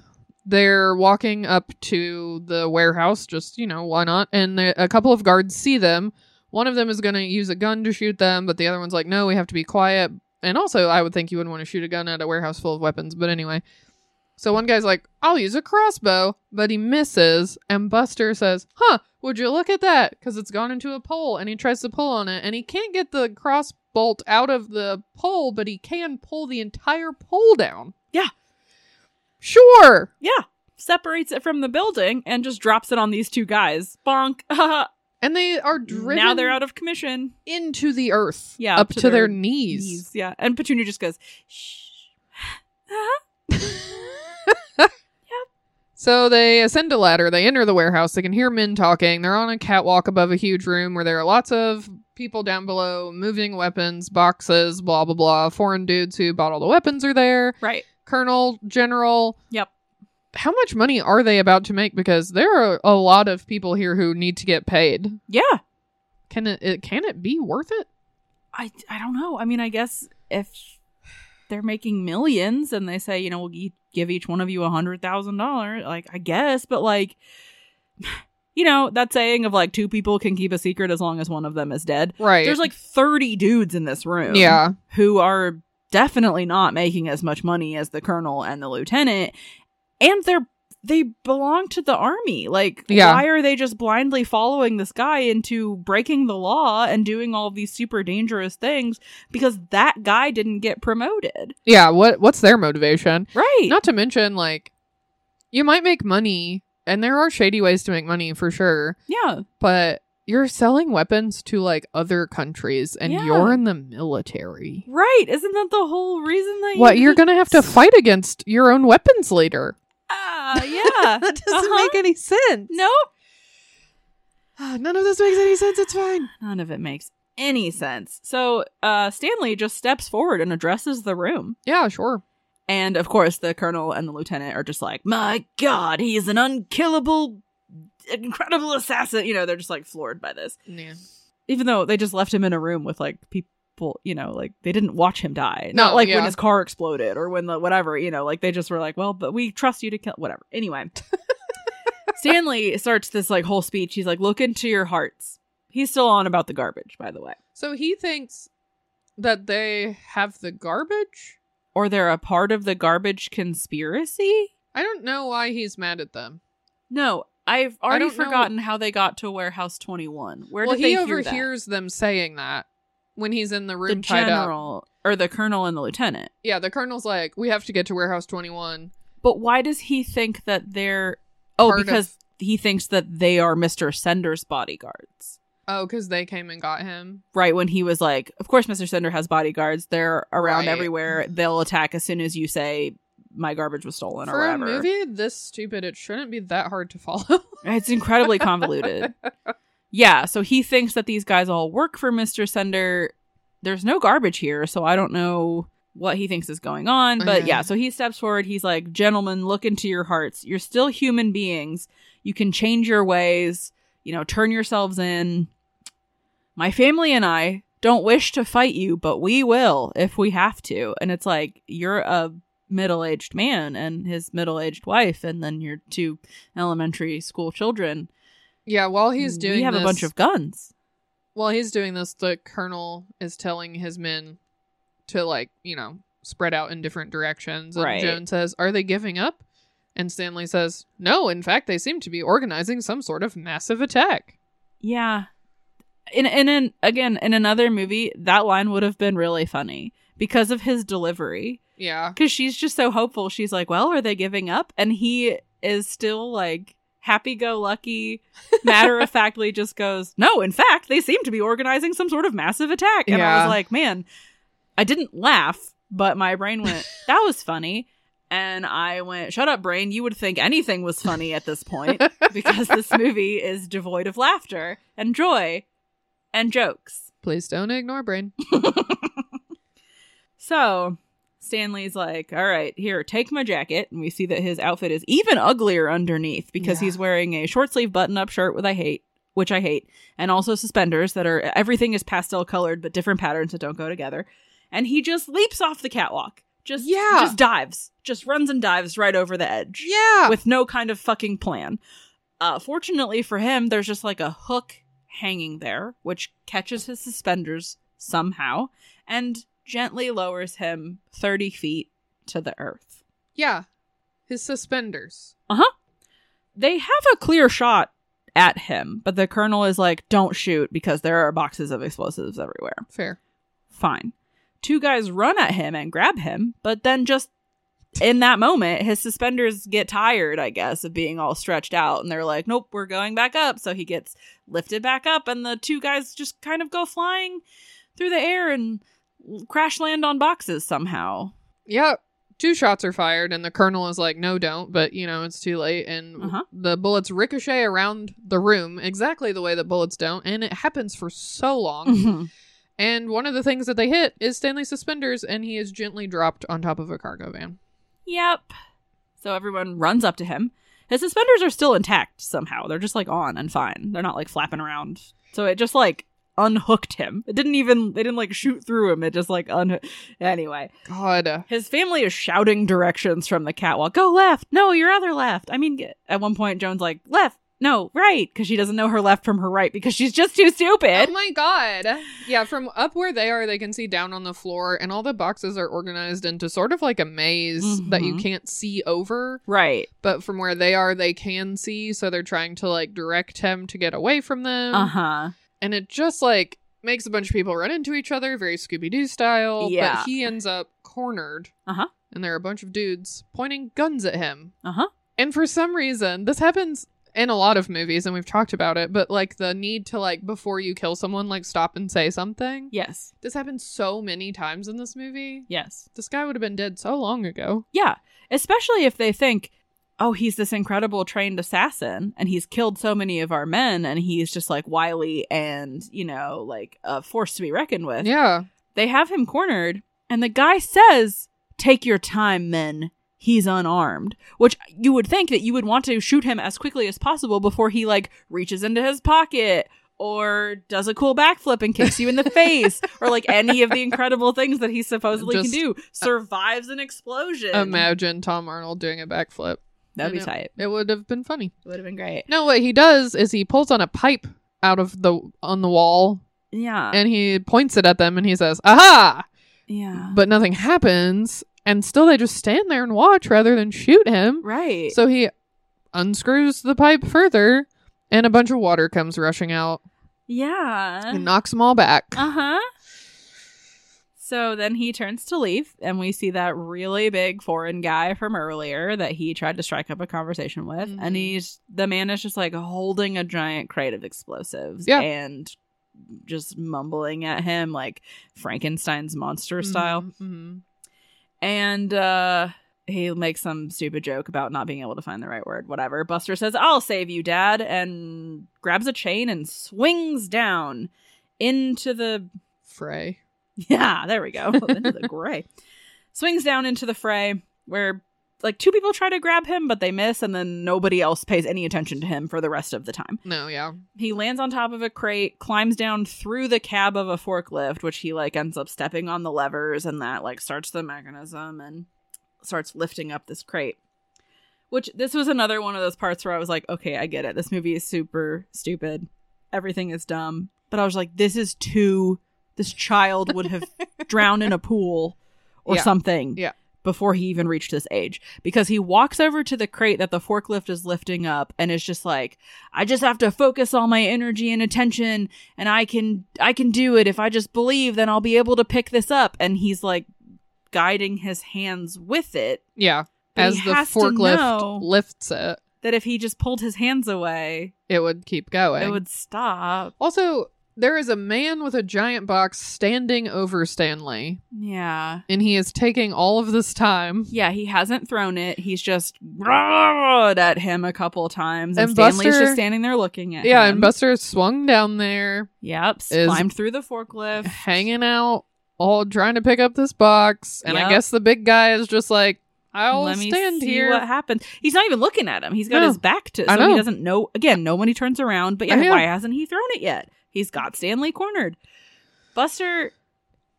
S1: they're walking up to the warehouse just, you know, why not? And the, a couple of guards see them. One of them is going to use a gun to shoot them, but the other one's like, "No, we have to be quiet." And also, I would think you wouldn't want to shoot a gun at a warehouse full of weapons, but anyway. So one guy's like, "I'll use a crossbow," but he misses, and Buster says, "Huh, would you look at that? Cuz it's gone into a pole." And he tries to pull on it, and he can't get the cross bolt out of the pole, but he can pull the entire pole down.
S2: Yeah.
S1: Sure.
S2: yeah, separates it from the building and just drops it on these two guys. Bonk. now
S1: And they are driven
S2: they're out of commission.
S1: into the earth.
S2: Yeah,
S1: Up to, their, knees.
S2: knees, Yeah, and Petunia just goes, "Shh." Uh-huh.
S1: So they ascend a ladder, they enter the warehouse, they can hear men talking. They're on a catwalk above a huge room where there are lots of people down below moving weapons, boxes, blah blah blah. Foreign dudes who bought all the weapons are there.
S2: Right.
S1: Colonel, General.
S2: Yep.
S1: How much money are they about to make? Because there are a lot of people here who need to get paid.
S2: Yeah.
S1: Can it, it can it be worth it?
S2: I I don't know. I mean, I guess if they're making millions and they say, you know, we'll e- give each one of you a hundred thousand dollars, like I guess, but like, you know, that saying of like two people can keep a secret as long as one of them is dead.
S1: Right.
S2: There's like thirty dudes in this room,
S1: yeah.
S2: who are definitely not making as much money as the colonel and the lieutenant, and they're they belong to the army. Like,
S1: Yeah.
S2: why are they just blindly following this guy into breaking the law and doing all of these super dangerous things because that guy didn't get promoted?
S1: Yeah, what what's their motivation?
S2: Right.
S1: Not to mention like you might make money and there are shady ways to make money for sure,
S2: yeah.
S1: but you're selling weapons to like other countries and
S2: Yeah.
S1: you're in the military.
S2: Right. Isn't that the whole reason that
S1: What you're
S2: gonna?
S1: going to have to fight against your own weapons later.
S2: Ah, yeah.
S1: that doesn't
S2: Uh-huh.
S1: make any sense. Ah,
S2: nope.
S1: None of this makes any sense. It's fine.
S2: None of it makes any sense. So uh, Stanley just steps forward and addresses the room.
S1: Yeah, sure.
S2: And of course, the colonel and the lieutenant are just like, "My God, he is an unkillable, incredible assassin." You know, they're just like floored by this,
S1: Yeah.
S2: even though they just left him in a room with like people. You know, like they didn't watch him die.
S1: No,
S2: Not like
S1: yeah.
S2: when his car exploded or when the whatever. You know, like they just were like, "Well, but we trust you to kill whatever." Anyway, Stanley starts this like whole speech. He's like, "Look into your hearts." He's still on about the garbage, by the way,
S1: So he thinks that they have the garbage?
S2: or they're a part of the garbage conspiracy.
S1: I don't know why he's mad at them.
S2: No, I've already
S1: don't know.
S2: forgotten how they got to Warehouse 21. Where
S1: well,
S2: did they
S1: he
S2: hear that?
S1: overhears them saying that when he's in the
S2: the
S1: room tied up.
S2: general or the colonel and the lieutenant?
S1: Yeah, the colonel's like, "We have to get to warehouse 21."
S2: But why does he think that they're? Oh,
S1: Part of-
S2: because he thinks that they are Mister Sender's bodyguards.
S1: Oh, because they came and got him.
S2: Right when he was like, "Of course, Mister Sender has bodyguards. They're around
S1: Right.
S2: everywhere. They'll attack as soon as you say." My garbage was stolen or
S1: For a
S2: whatever.
S1: movie this stupid, it shouldn't be that hard to follow.
S2: It's incredibly convoluted. yeah, so he thinks that these guys all work for Mr. Sender. There's no garbage here, so I don't know what he thinks is going on. But
S1: Okay.
S2: yeah, so he steps forward. He's like, Gentlemen, look into your hearts. You're still human beings. You can change your ways, you know, turn yourselves in. My family and I don't wish to fight you, but we will if we have to. And it's like, you're a middle aged man and his middle aged wife, and then your two elementary school children.
S1: yeah, while he's doing,
S2: We have
S1: this-
S2: a bunch of guns.
S1: While he's doing this, the colonel is telling his men to like, you know, spread out in different directions. And
S2: Right.
S1: Joan says, "Are they giving up?" And Stanley says, "No. In fact, they seem to be organizing some sort of massive attack."
S2: Yeah. In in an again in another movie, that line would have been really funny because of his delivery.
S1: Yeah.
S2: Because she's just so hopeful. She's like, "Well, are they giving up?" And he is still like happy-go-lucky, matter-of-factly just goes, "No, in fact, they seem to be organizing some sort of massive attack." And I
S1: Yeah.
S2: was like, "Man, I didn't laugh, but my brain went, that was funny. And I went, shut up, brain. You would think anything was funny at this point because this movie is devoid of laughter and joy and jokes.
S1: Please don't ignore brain.
S2: So Stanley's like, all right, here, take my jacket. And we see that his outfit is even uglier underneath because
S1: Yeah.
S2: he's wearing a short sleeve button up shirt with I hate, which I hate, and also suspenders that are everything is pastel colored but different patterns that don't go together. And he just leaps off the catwalk. Just
S1: Yeah.
S2: just dives. Just runs and dives right over the edge
S1: Yeah.
S2: with no kind of fucking plan. Uh, fortunately for him, there's just like a hook hanging there, which catches his suspenders somehow and gently lowers him 30 feet to the earth.
S1: yeah. His suspenders.
S2: They have a clear shot at him, but the colonel is like, don't shoot because there are boxes of explosives everywhere.
S1: Fair.
S2: Fine. Two guys run at him and grab him, but then just in that moment, his suspenders get tired, I guess, of being all stretched out. And they're like, nope, we're going back up. So he gets lifted back up, and the two guys just kind of go flying through the air and crash land on boxes somehow.
S1: Yep. Two shots are fired, and the colonel is like, "No, don't!" But you know it's too late, and
S2: Uh-huh.
S1: the bullets ricochet around the room exactly the way that bullets don't, and it happens for so
S2: Mm-hmm.
S1: long. and one of the things that they hit is Stanley's suspenders, and he is gently dropped on top of a cargo van.
S2: Yep. So everyone runs up to him. His suspenders are still intact somehow. They're just like on and fine. They're not like flapping around. So it just like unhooked him. It didn't even they didn't like shoot through him. It just like un anyway.
S1: God,
S2: His family is shouting directions from the catwalk. Go left. No, your other left. I mean, g- at one point Joan's like, "Left. No, right," cuz she doesn't know her left from her right because she's just too stupid.
S1: Oh my god. Yeah, from up where they are, they can see down on the floor, and all the boxes are organized into sort of like a maze that you
S2: Mhm.
S1: can't see over.
S2: right.
S1: But from where they are, they can see. So they're trying to like direct him to get away from them.
S2: Uh-huh.
S1: And it just like makes a bunch of people run into each other, very Scooby Doo style.
S2: Yeah.
S1: But he ends up cornered.
S2: Uh-huh.
S1: And there are a bunch of dudes pointing guns at him.
S2: Uh-huh.
S1: And for some reason, this happens in a lot of movies, and we've talked about it, but like the need to, like, before you kill someone, like, stop and say something.
S2: Yes.
S1: This happens so many times in this movie.
S2: Yes.
S1: This guy would have been dead so long ago.
S2: Yeah, especially if they think, oh, he's this incredible trained assassin and he's killed so many of our men and he's just like wily and, you know, like a force to be reckoned with.
S1: Yeah.
S2: They have him cornered and the guy says, take your time, men. He's unarmed, which you would think that you would want to shoot him as quickly as possible before he like reaches into his pocket or does a cool backflip and kicks you in the face or like any of the incredible things that he supposedly
S1: Just-
S2: can do. Survives an explosion.
S1: Imagine Tom Arnold doing a backflip.
S2: That'd be
S1: I know.
S2: tight.
S1: It would have been funny.
S2: It would have been great.
S1: No, what he does is he pulls on a pipe out of the on the wall
S2: Yeah.
S1: and he points it at them and he says, "Aha!"
S2: yeah.
S1: But nothing happens, and still they just stand there and watch rather than shoot him.
S2: right.
S1: Mm-hmm. So he unscrews the pipe further, and a bunch of water comes rushing out
S2: yeah.
S1: and knocks them all back.
S2: Uh huh. So then he turns to leave, and we see that really big foreign guy from earlier that he tried to strike up a conversation with,
S1: Mhm.
S2: and he's the man is just like holding a giant crate of explosives,
S1: Yeah.
S2: and just mumbling at him like Frankenstein's monster style.
S1: Mhm,
S2: and uh he makes some stupid joke about not being able to find the right word whatever buster says i'll save you dad and grabs a chain and swings down into the
S1: Frey.
S2: yeah there we go into the gray swings down into the fray where like two people try to grab him but they miss and then nobody else pays any attention to him for the rest of the time
S1: No, yeah.
S2: he lands on top of a crate, climbs down through the cab of a forklift, which he like ends up stepping on the levers and that like starts the mechanism and starts lifting up this crate. Which this was another one of those parts where I was like, okay, I get it. This movie is super stupid. Everything is dumb. But I was like, this is too this child would have drowned in a pool or
S1: Yeah.
S2: something
S1: Yeah.
S2: before he even reached this age because he walks over to the crate that the forklift is lifting up and is just like I just have to focus all my energy and attention and I can I can do it if I just believe then I'll be able to pick this up and he's like guiding his hands with it
S1: Yeah.
S2: But
S1: As
S2: he
S1: the
S2: has to know-
S1: forklift lifts it,
S2: that if he just pulled his hands away
S1: it would keep going.
S2: it would stop
S1: Also, there is a man with a giant box standing over Stanley,
S2: yeah
S1: and he is taking all of this time.
S2: yeah he hasn't thrown it he's just roared at him a couple times and,
S1: And
S2: Stanley's
S1: Buster-
S2: just standing there looking at
S1: Yeah,
S2: him
S1: and Buster swung down there,
S2: yep
S1: is-
S2: climbed through the forklift
S1: hanging out all trying to pick up this box, and I
S2: Yep.
S1: guess the big guy is just like, "I'll
S2: Let me
S1: stand
S2: see
S1: here."
S2: what happens. He's not even looking at him. He's got
S1: No.
S2: his back to,
S1: I
S2: so
S1: know.
S2: he doesn't know. Again, no when he turns around. But
S1: I
S2: yeah,
S1: know.
S2: why hasn't he thrown it yet? He's got Stanley cornered. Buster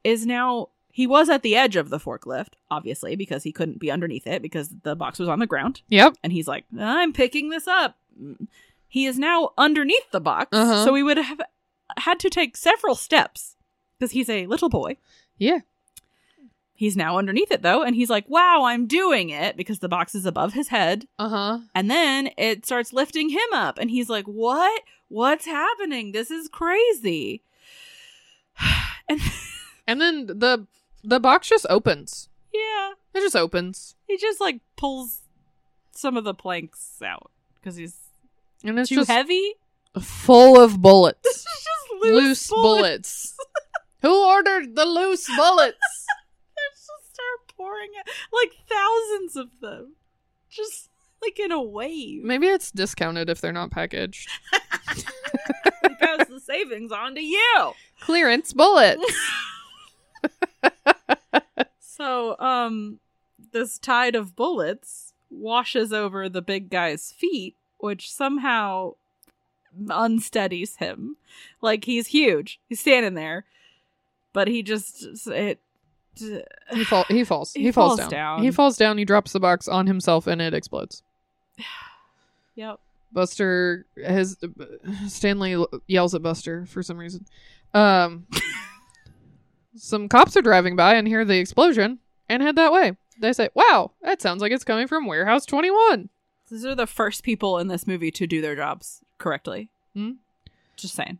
S2: is now. He was at the edge of the forklift, obviously, because he couldn't be underneath it because the box was on the ground.
S1: yep.
S2: And he's like, "I'm picking this up." He is now underneath the box,
S1: Uh-huh.
S2: so we would have had to take several steps because he's a little boy.
S1: Yeah.
S2: He's now underneath it though, and he's like, "Wow, I'm doing it!" because the box is above his head,
S1: Uh huh.
S2: and then it starts lifting him up, and he's like, "What? What's happening? This is crazy!" And
S1: And then the the box just opens.
S2: yeah,
S1: It just opens,
S2: he just like pulls some of the planks out because he's
S1: and it's
S2: too
S1: just
S2: heavy.
S1: full of bullets,
S2: It's just
S1: loose,
S2: loose, bullets.
S1: bullets. Who ordered the loose bullets?
S2: just start pouring out like thousands of them, just like in a wave.
S1: Maybe it's discounted if they're not packaged.
S2: We pass the savings on to you.
S1: Clearance bullets.
S2: So, um, this tide of bullets washes over the big guy's feet, which somehow unsteadies him. Like he's huge. He's standing there, but he just it.
S1: he fall. He falls. He,
S2: He
S1: falls,
S2: falls
S1: down.
S2: down.
S1: He falls down. He drops the box on himself, and it explodes.
S2: Yep.
S1: Buster has Stanley l- yells at Buster for some reason. Um, some cops are driving by and hear the explosion and head that way. They say, "Wow, that sounds like it's coming from Warehouse 21."
S2: These are the first people in this movie to do their jobs correctly.
S1: Hmm.
S2: Just saying.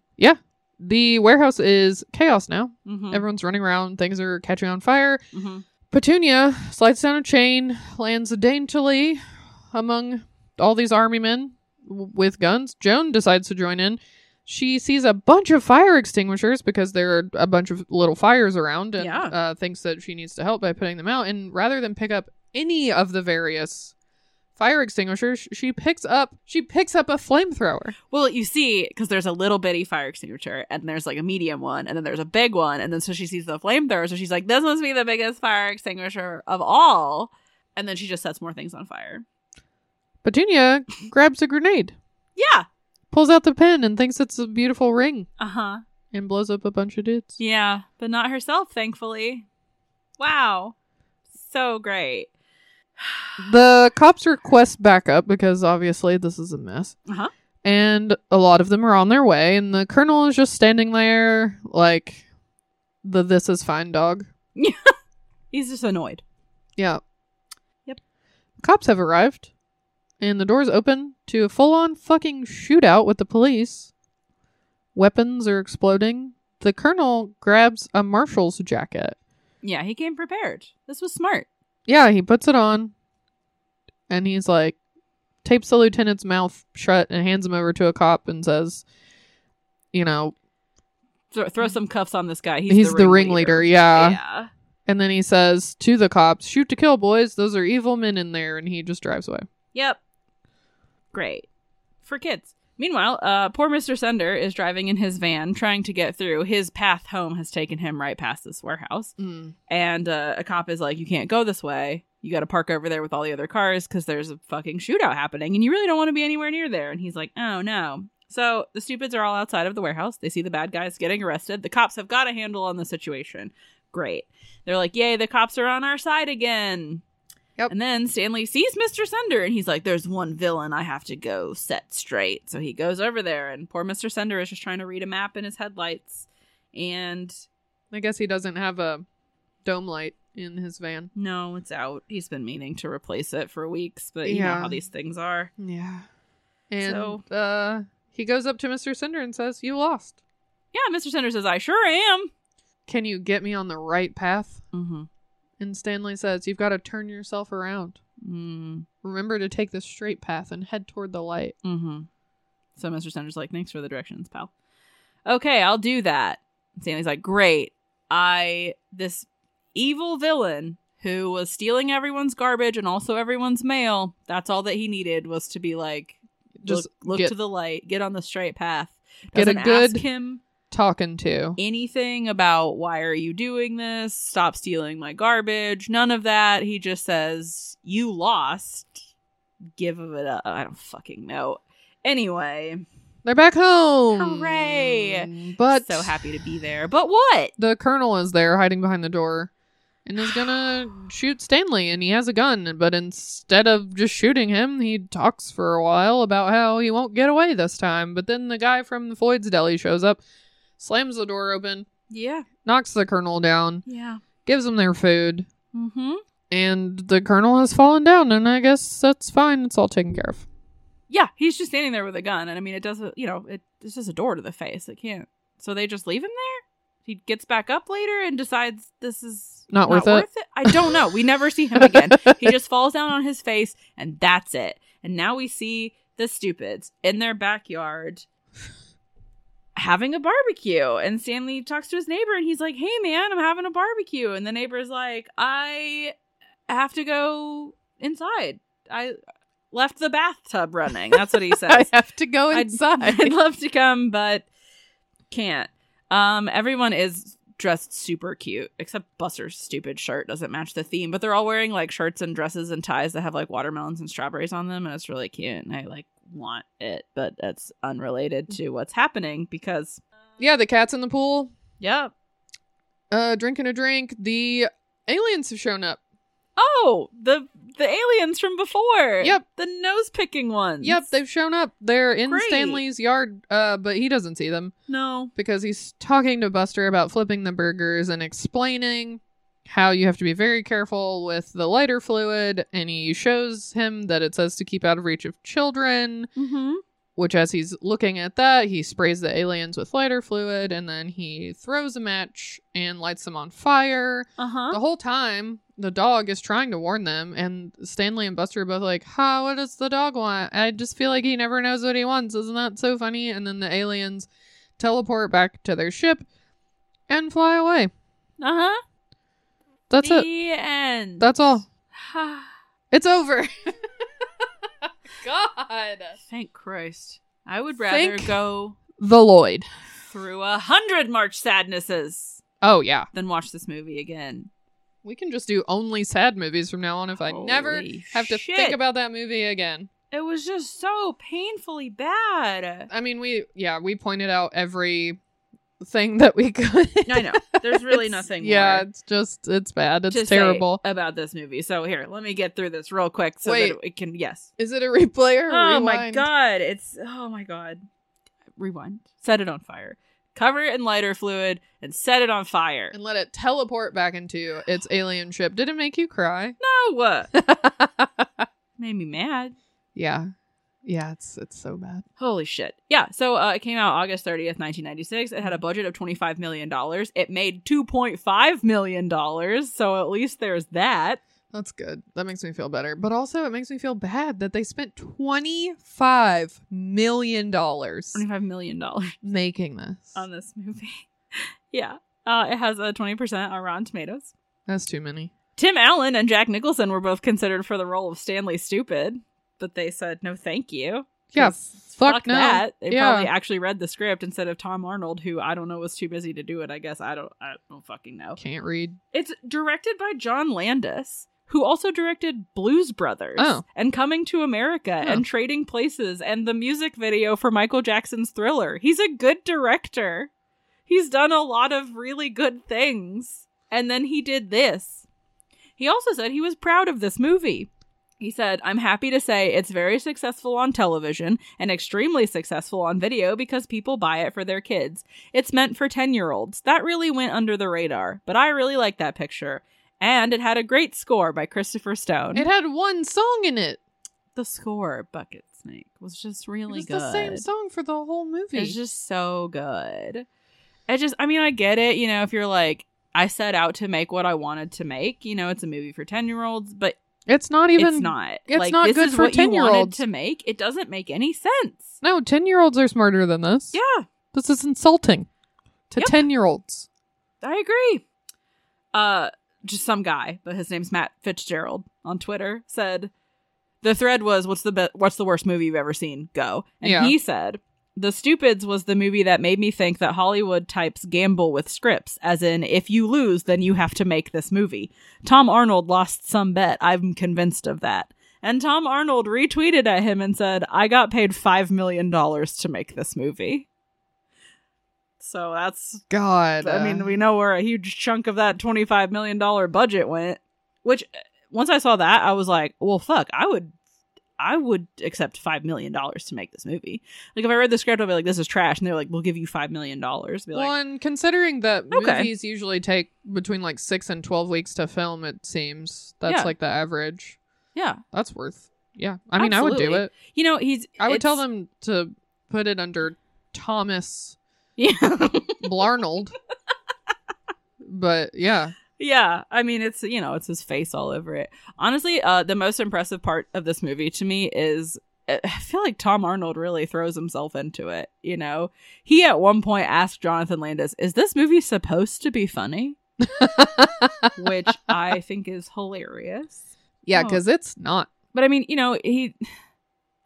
S1: The warehouse is chaos now.
S2: Mm-hmm.
S1: Everyone's running around. Things are catching on fire.
S2: mm-hmm.
S1: Petunia slides down a chain, lands daintily among all these army men w- with guns. Joan decides to join in. She sees a bunch of fire extinguishers because there are a bunch of little fires around and
S2: Yeah.
S1: uh, thinks that she needs to help by putting them out. And rather than pick up any of the various fire extinguishers, sh- she picks up she picks up a flamethrower.
S2: Well, you see, because there's a little bitty fire extinguisher, and there's like a medium one, and then there's a big one, and then so she sees the flamethrower, so she's like, "This must be the biggest fire extinguisher of all," and then she just sets more things on fire.
S1: Petunia grabs a grenade,
S2: Yeah.
S1: pulls out the pin, and thinks it's a beautiful ring,
S2: Uh huh.
S1: and blows up a bunch of dudes.
S2: Yeah, but not herself, thankfully. Wow, so great.
S1: The cops request backup because obviously this is a mess.
S2: Uh-huh.
S1: And a lot of them are on their way, and the colonel is just standing there like the this is fine dog.
S2: He's just annoyed.
S1: Yeah.
S2: Yep.
S1: Cops have arrived, and the doors open to a full on fucking shootout with the police. Weapons are exploding. The colonel grabs a marshal's jacket.
S2: Yeah, he came prepared. This was smart.
S1: Yeah, he puts it on and he's like tapes the lieutenant's mouth shut and hands him over to a cop and says, you know,
S2: Throw, throw some cuffs on this guy. He's,
S1: he's, the, ringleader. Yeah.
S2: Yeah.
S1: And then he says to the cops, shoot to kill, boys. Those are evil men in there. And he just drives away.
S2: Yep. Great. For kids. Meanwhile, uh, poor Mr. Sender is driving in his van trying to get through. His path home has taken him right past this warehouse. And uh, a cop is like, You can't go this way. You got to park over there with all the other cars because there's a fucking shootout happening and you really don't want to be anywhere near there. And he's like, Oh, no. So the stupids are all outside of the warehouse. They see the bad guys getting arrested. The cops have got a handle on the situation. Great. They're like, Yay, the cops are on our side again.
S1: Yep.
S2: And then Stanley sees Mr. Sender and he's like, There's one villain I have to go set straight. So he goes over there and poor Mr. Sender is just trying to read a map in his headlights. And
S1: I guess he doesn't have a dome light in his van.
S2: no, it's out. He's been meaning to replace it for weeks, but you
S1: Yeah.
S2: know how these things are.
S1: Yeah. And uh, he goes up to Mr. Cinder and says, You lost.
S2: Yeah, Mr. Sender says, I sure am.
S1: Can you get me on the right path?
S2: Mm-hmm.
S1: And Stanley says, You've got to turn yourself around.
S2: Mm-hmm.
S1: Remember to take the straight path and head toward the light.
S2: Mm-hmm. So Mr. Sender's like, Thanks for the directions, pal. Okay, I'll do that. Stanley's like, Great. I, this evil villain who was stealing everyone's garbage and also everyone's mail, that's all that he needed was to be like,
S1: Just
S2: Just look, look
S1: get-
S2: to the light, get on the straight path.
S1: Get a
S2: Doesn't
S1: good-
S2: ask him
S1: talking to.
S2: anything about why are you doing this? Stop stealing my garbage. None of that. He just says, You lost. Give it up. I don't fucking know. Anyway,
S1: They're back home.
S2: Hooray.
S1: But
S2: so happy to be there. But what?
S1: the colonel is there hiding behind the door and is gonna shoot Stanley and he has a gun, but instead of just shooting him, he talks for a while about how he won't get away this time. But then the guy from Floyd's deli shows up, slams the door open,
S2: Yeah.
S1: knocks the colonel down,
S2: Yeah.
S1: gives them their food,
S2: Mm-hmm.
S1: and the colonel has fallen down, and I guess that's fine, it's all taken care of.
S2: Yeah. He's just standing there with a gun. And I mean, it doesn't, you know, it, it's just a door to the face. It can't. So they just leave him there? He gets back up later and decides this is
S1: Not worth it?
S2: I don't know. We never see him again. he just falls down on his face and that's it and now we see the stupids in their backyard having a barbecue and stanley talks to his neighbor and he's like hey man i'm having a barbecue and the neighbor's like i have to go inside i left the bathtub running that's what he says
S1: have to go
S2: I'd- I'd, love to come, but can't. Um, everyone is dressed super cute, except Buster's stupid shirt doesn't match the theme. But they're all wearing like shirts and dresses and ties that have like watermelons and strawberries on them, and it's really cute. And I like want it, but that's unrelated
S1: Mm-hmm.
S2: to what's happening because
S1: yeah, the cat's in the pool,
S2: yeah.
S1: uh, drinking a drink. The aliens have shown up.
S2: Oh, the the aliens from before.
S1: Yep.
S2: the nose picking ones.
S1: Yep, they've shown up. They're in
S2: Great.
S1: Stanley's yard, uh, but he doesn't see them
S2: no.
S1: because he's talking to Buster about flipping the burgers and explaining how you have to be very careful with the lighter fluid. And he shows him that it says to keep out of reach of children,
S2: Mm-hmm.
S1: which, as he's looking at that, he sprays the aliens with lighter fluid and then he throws a match and lights them on fire.
S2: Uh huh.
S1: The whole time, the dog is trying to warn them, and Stanley and Buster are both like, "Ha! What does the dog want? I just feel like he never knows what he wants. Isn't that so funny?" And then the aliens teleport back to their ship and fly away.
S2: Uh huh.
S1: That's
S2: the
S1: it.
S2: end.
S1: That's all. It's over. God.
S2: Thank Christ. I would rather
S1: Thank-
S2: go
S1: The Lloyd.
S2: through a hundred March sadnesses
S1: Oh yeah,
S2: than watch this movie again.
S1: we can just do only sad movies from now on. If I never
S2: Holy
S1: have to
S2: shit.
S1: think about that movie again.
S2: It was just so painfully bad.
S1: I mean, we yeah, we pointed out every thing that we could.
S2: I know. There's really
S1: It's-
S2: nothing
S1: Yeah,
S2: more
S1: it's just it's bad.
S2: to
S1: It's
S2: say
S1: terrible.
S2: about this movie. So here, let me get through this real quick so
S1: Wait.
S2: that it can yes.
S1: Is it a replay or
S2: Oh
S1: rewind?
S2: my god, it's oh my god. Rewind. Set it on fire. Cover it in lighter fluid and set it on fire.
S1: And let it teleport back into its alien ship. Did it make you cry?
S2: No, uh, made me mad.
S1: Yeah, yeah, it's it's so bad.
S2: Holy shit. Yeah. So uh, it came out August 30th, 1996. It had a budget of $25 million. It made $2.5 million. So at least there's that.
S1: That's good. That makes me feel better. But also, it makes me feel bad that they spent twenty five million dollars
S2: $25 million
S1: making this.
S2: on this movie. yeah. Uh, it has a 20% on Rotten Tomatoes.
S1: That's too many.
S2: Tim Allen and Jack Nicholson were both considered for the role of Stanley Stupid, but they said no thank you.
S1: Yeah,
S2: 'Cause
S1: fuck no.
S2: that. They
S1: Yeah.
S2: probably actually read the script instead of Tom Arnold, who I don't know was too busy to do it. I guess I don't. I don't fucking know.
S1: Can't read.
S2: It's directed by John Landis, who also directed Blues Brothers
S1: Oh.
S2: and Coming to America
S1: Oh.
S2: and Trading Places and the music video for Michael Jackson's Thriller. He's a good director. He's done a lot of really good things. And then he did this. He also said he was proud of this movie. He said, I'm happy to say it's very successful on television and extremely successful on video because people buy it for their kids. It's meant for 10 year olds. That really went under the radar, but I really like that picture. And it had a great score by Christopher Stone.
S1: It had one song in it.
S2: the score, Bucket Snake, was just
S1: It
S2: really
S1: was
S2: good.
S1: the same song for the whole movie.
S2: It's just so good. I just, I mean, I get it. You know, if you're like, I set out to make what I wanted to make, you know, it's a movie for 10 year olds, but
S1: it's not even
S2: it's not.
S1: it's
S2: like,
S1: not
S2: this
S1: good
S2: is
S1: for
S2: what you wanted
S1: 10-year-olds.
S2: to make. It doesn't make any sense.
S1: No, 10 year olds are smarter than this.
S2: Yeah,
S1: This is insulting to
S2: Yep.
S1: 10 year olds.
S2: I agree. Uh, just some guy, but his name's Matt Fitzgerald on Twitter said the thread was, "What's the be- What's the worst movie you've ever seen?" Go, and
S1: Yeah.
S2: he said The Stupids was the movie that made me think that Hollywood types gamble with scripts, as in, if you lose, then you have to make this movie. Tom Arnold lost some bet. I'm convinced of that. And Tom Arnold retweeted at him and said, I got paid $5 million to make this movie. So that's,
S1: God.
S2: I mean, we know where a huge chunk of that $25 million budget went, which uh, once I saw that, I was like, well, fuck, I would. I would accept $5 million to make this movie. Like, if I read the script, I'd be like, this is trash. And they're like, we'll give you $5 million. Be like,
S1: well, and considering that
S2: Okay.
S1: movies usually take between like six and twelve weeks to film, it seems that's
S2: Yeah.
S1: like the average.
S2: yeah.
S1: That's worth. Yeah, I mean, I would do
S2: Absolutely.
S1: it.
S2: You know, he's.
S1: I would tell
S2: it's-
S1: them to put it under Thomas
S2: Yeah.
S1: Blarnold. but yeah,
S2: Yeah, I mean it's you know it's his face all over it. Honestly, uh, the most impressive part of this movie to me is I feel like Tom Arnold really throws himself into it. You know, he at one point asked Jonathan Landis, "Is this movie supposed to be funny?" Which I think is hilarious.
S1: yeah,
S2: Oh.
S1: because it's not.
S2: But I mean, you know, he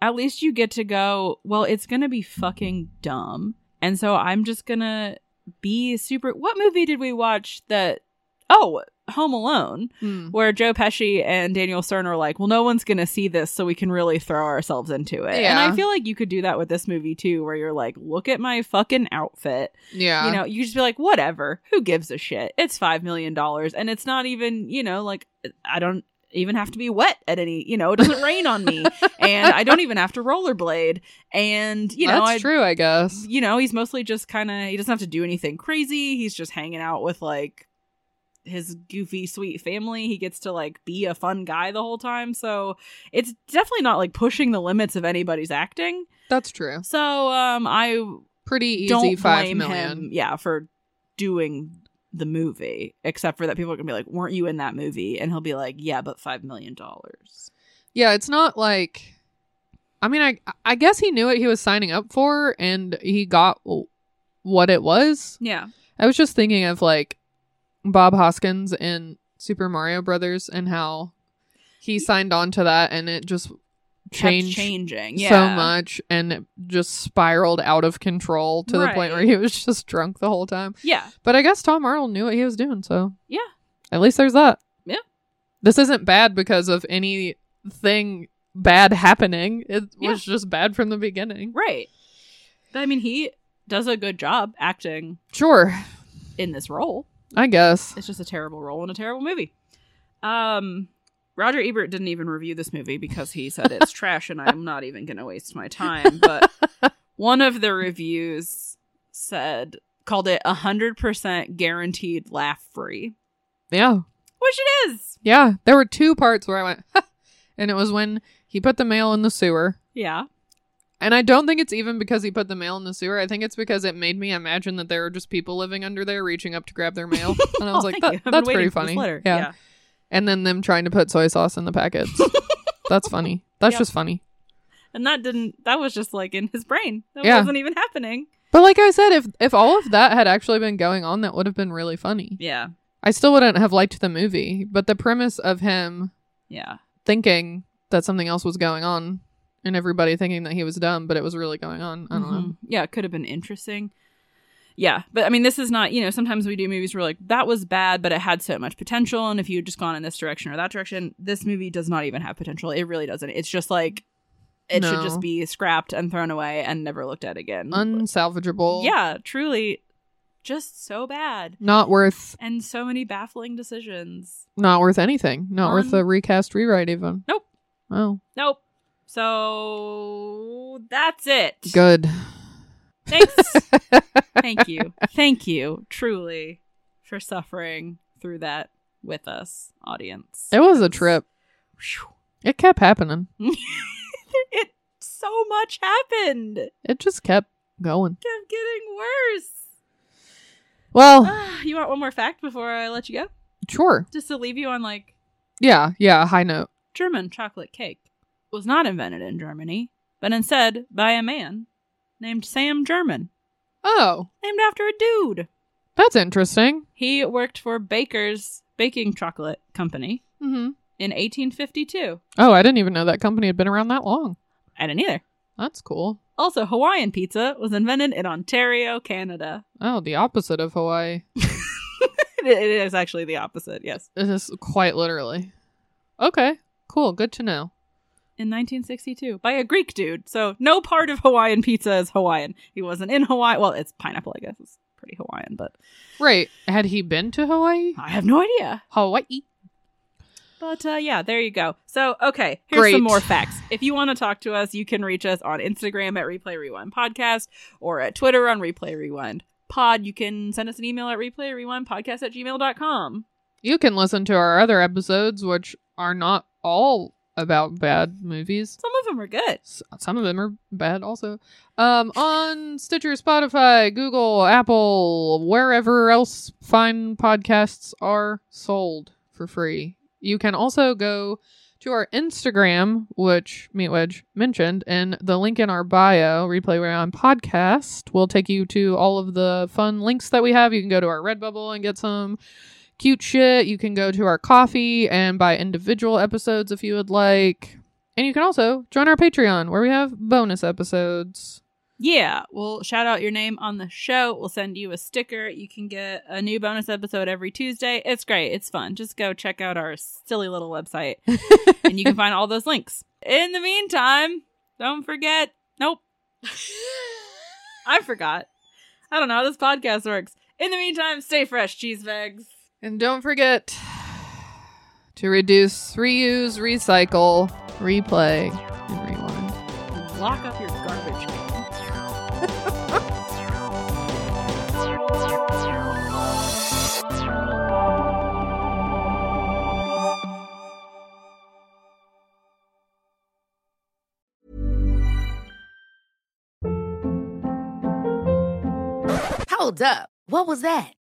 S2: at least you get to go, well, it's going to be fucking dumb. And so I'm just going to be super What movie did we watch that Oh, Home Alone,
S1: Hmm.
S2: where Joe Pesci and Daniel Stern are like, "Well, no one's going to see this, so we can really throw ourselves into it." And
S1: Yeah.
S2: I feel like you could do that with this movie too, where you're like, "Look at my fucking outfit
S1: Yeah,
S2: you know you just be like whatever who gives a shit it's five million dollars and it's not even you know like i don't even have to be wet at any you know it doesn't rain on me and i don't even have to rollerblade and you know
S1: that's
S2: I,
S1: true. I guess.
S2: you know he's mostly just kind of he doesn't have to do anything crazy he's just hanging out with like his goofy sweet family he gets to like be a fun guy the whole time so it's definitely not like pushing the limits of anybody's acting
S1: That's true.
S2: so um i
S1: Pretty easy.
S2: don't
S1: five
S2: blame
S1: million.
S2: him, yeah, for doing the movie. Except for that, people are gonna be like, "Weren't you in that movie?" And he'll be like, "Yeah, but five million dollars."
S1: Yeah, it's not like. I mean, I I guess he knew what he was signing up for, and he got w- what it was.
S2: Yeah,
S1: I was just thinking of like Bob Hoskins in Super Mario Brothers and how he signed on to that, and it just changed
S2: changing yeah.
S1: so much, and it just spiraled out of control to the point where
S2: Right.
S1: he was just drunk the whole time.
S2: Yeah,
S1: But I guess Tom Arnold knew what he was doing, so
S2: Yeah.
S1: At least there's that.
S2: Yeah.
S1: This isn't bad because of anything bad happening. It was just bad from the beginning.
S2: right. But, I mean, he does a good job acting
S1: Sure,
S2: in this role.
S1: I guess.
S2: It's just a terrible role in a terrible movie. Um. Roger Ebert didn't even review this movie because he said it's trash and I'm not even going to waste my time. But one of the reviews said called it 100% guaranteed laugh free
S1: Yeah.
S2: which it is
S1: Yeah. There were two parts where I went, and it was when he put the mail in the sewer.
S2: yeah
S1: And I don't think it's even because he put the mail in the sewer. I think it's because it made me imagine that there were just people living under there reaching up to grab their mail. And I
S2: Oh,
S1: was like, that, that's pretty funny. yeah. and then them trying to put soy sauce in the packets. That's funny. That's
S2: Yep.
S1: just funny.
S2: and that didn't that was just like in his brain that
S1: Yeah.
S2: wasn't even happening
S1: But like I said, if if all of that had actually been going on, that would have been really funny.
S2: yeah
S1: I still wouldn't have liked the movie, but the premise of him
S2: yeah
S1: thinking that something else was going on and everybody thinking that he was dumb, but it was really going on. I don't know.
S2: Mhm. yeah it could have been interesting yeah but i mean this is not you know sometimes we do movies where we're like that was bad but it had so much potential and if you had just gone in this direction or that direction this movie does not even have potential it really doesn't it's just like it should
S1: No.
S2: just be scrapped and thrown away and never looked at again
S1: Unsalvageable.
S2: Mm-hmm. yeah, truly just so bad
S1: Not worth
S2: and so many baffling decisions.
S1: not worth anything. Not worth
S2: Un-
S1: a recast rewrite even.
S2: Nope.
S1: Oh.
S2: Nope. So that's it.
S1: Good.
S2: Thanks. Thank you. Thank you truly for suffering through that with us, audience.
S1: It was a trip.
S2: Phew.
S1: It kept happening.
S2: it so much happened. It
S1: It just kept going.
S2: kept getting worse.
S1: Well,
S2: Ah, you want one more fact before I let you go?
S1: Sure.
S2: Just to leave you on like
S1: Yeah, yeah, high note.
S2: German chocolate cake was not invented in Germany, but instead by a man named Sam German,
S1: Oh,
S2: named after a dude.
S1: that's interesting.
S2: He worked for Baker's Baking Chocolate Company
S1: Mm-hmm.
S2: in 1852.
S1: Oh, I didn't even know that company had been around that long.
S2: I didn't either.
S1: That's cool.
S2: Also, Hawaiian pizza was invented in Ontario, Canada.
S1: Oh, the opposite of Hawaii.
S2: It- it is actually the opposite, yes.
S1: It is quite literally. Okay, cool. Good to know.
S2: In 1962, by a Greek dude. So, no part of Hawaiian pizza is Hawaiian. He wasn't in Hawaii. Well, it's pineapple, I guess. It's pretty Hawaiian, but
S1: Right. Had he been to Hawaii?
S2: I have no idea.
S1: Hawaii.
S2: But uh, yeah, there you go. So, okay, here's
S1: Great.
S2: some more facts. If you want to talk to us, you can reach us on Instagram at Replay Rewind Podcast or at Twitter on Replay Rewind Pod. You can send us an email at Replay Rewind Podcast at gmail.com.
S1: You can listen to our other episodes, which are not all about bad movies.
S2: Some of them are good.
S1: S- Some of them are bad also. Um, on Stitcher, Spotify, Google, Apple, wherever else fine podcasts are sold for free. You can also go to our Instagram, which Meat Wedge mentioned, and the link in our bio, Replay Round Podcast, will take you to all of the fun links that we have. You can go to our Redbubble and get some cute shit. You can go to our coffee and buy individual episodes if you would like. And you can also join our Patreon, where we have bonus episodes.
S2: Yeah, we'll shout out your name on the show. We'll send you a sticker. You can get a new bonus episode every Tuesday. It's great. It's fun. Just go check out our silly little website and you can find all those links. In the meantime, don't forget. Nope. I forgot. I don't know how this podcast works. In the meantime, stay fresh, cheese bags.
S1: And don't forget to reduce, reuse, recycle, replay, and rewind.
S2: Lock up your garbage can.
S3: Hold up. What was that?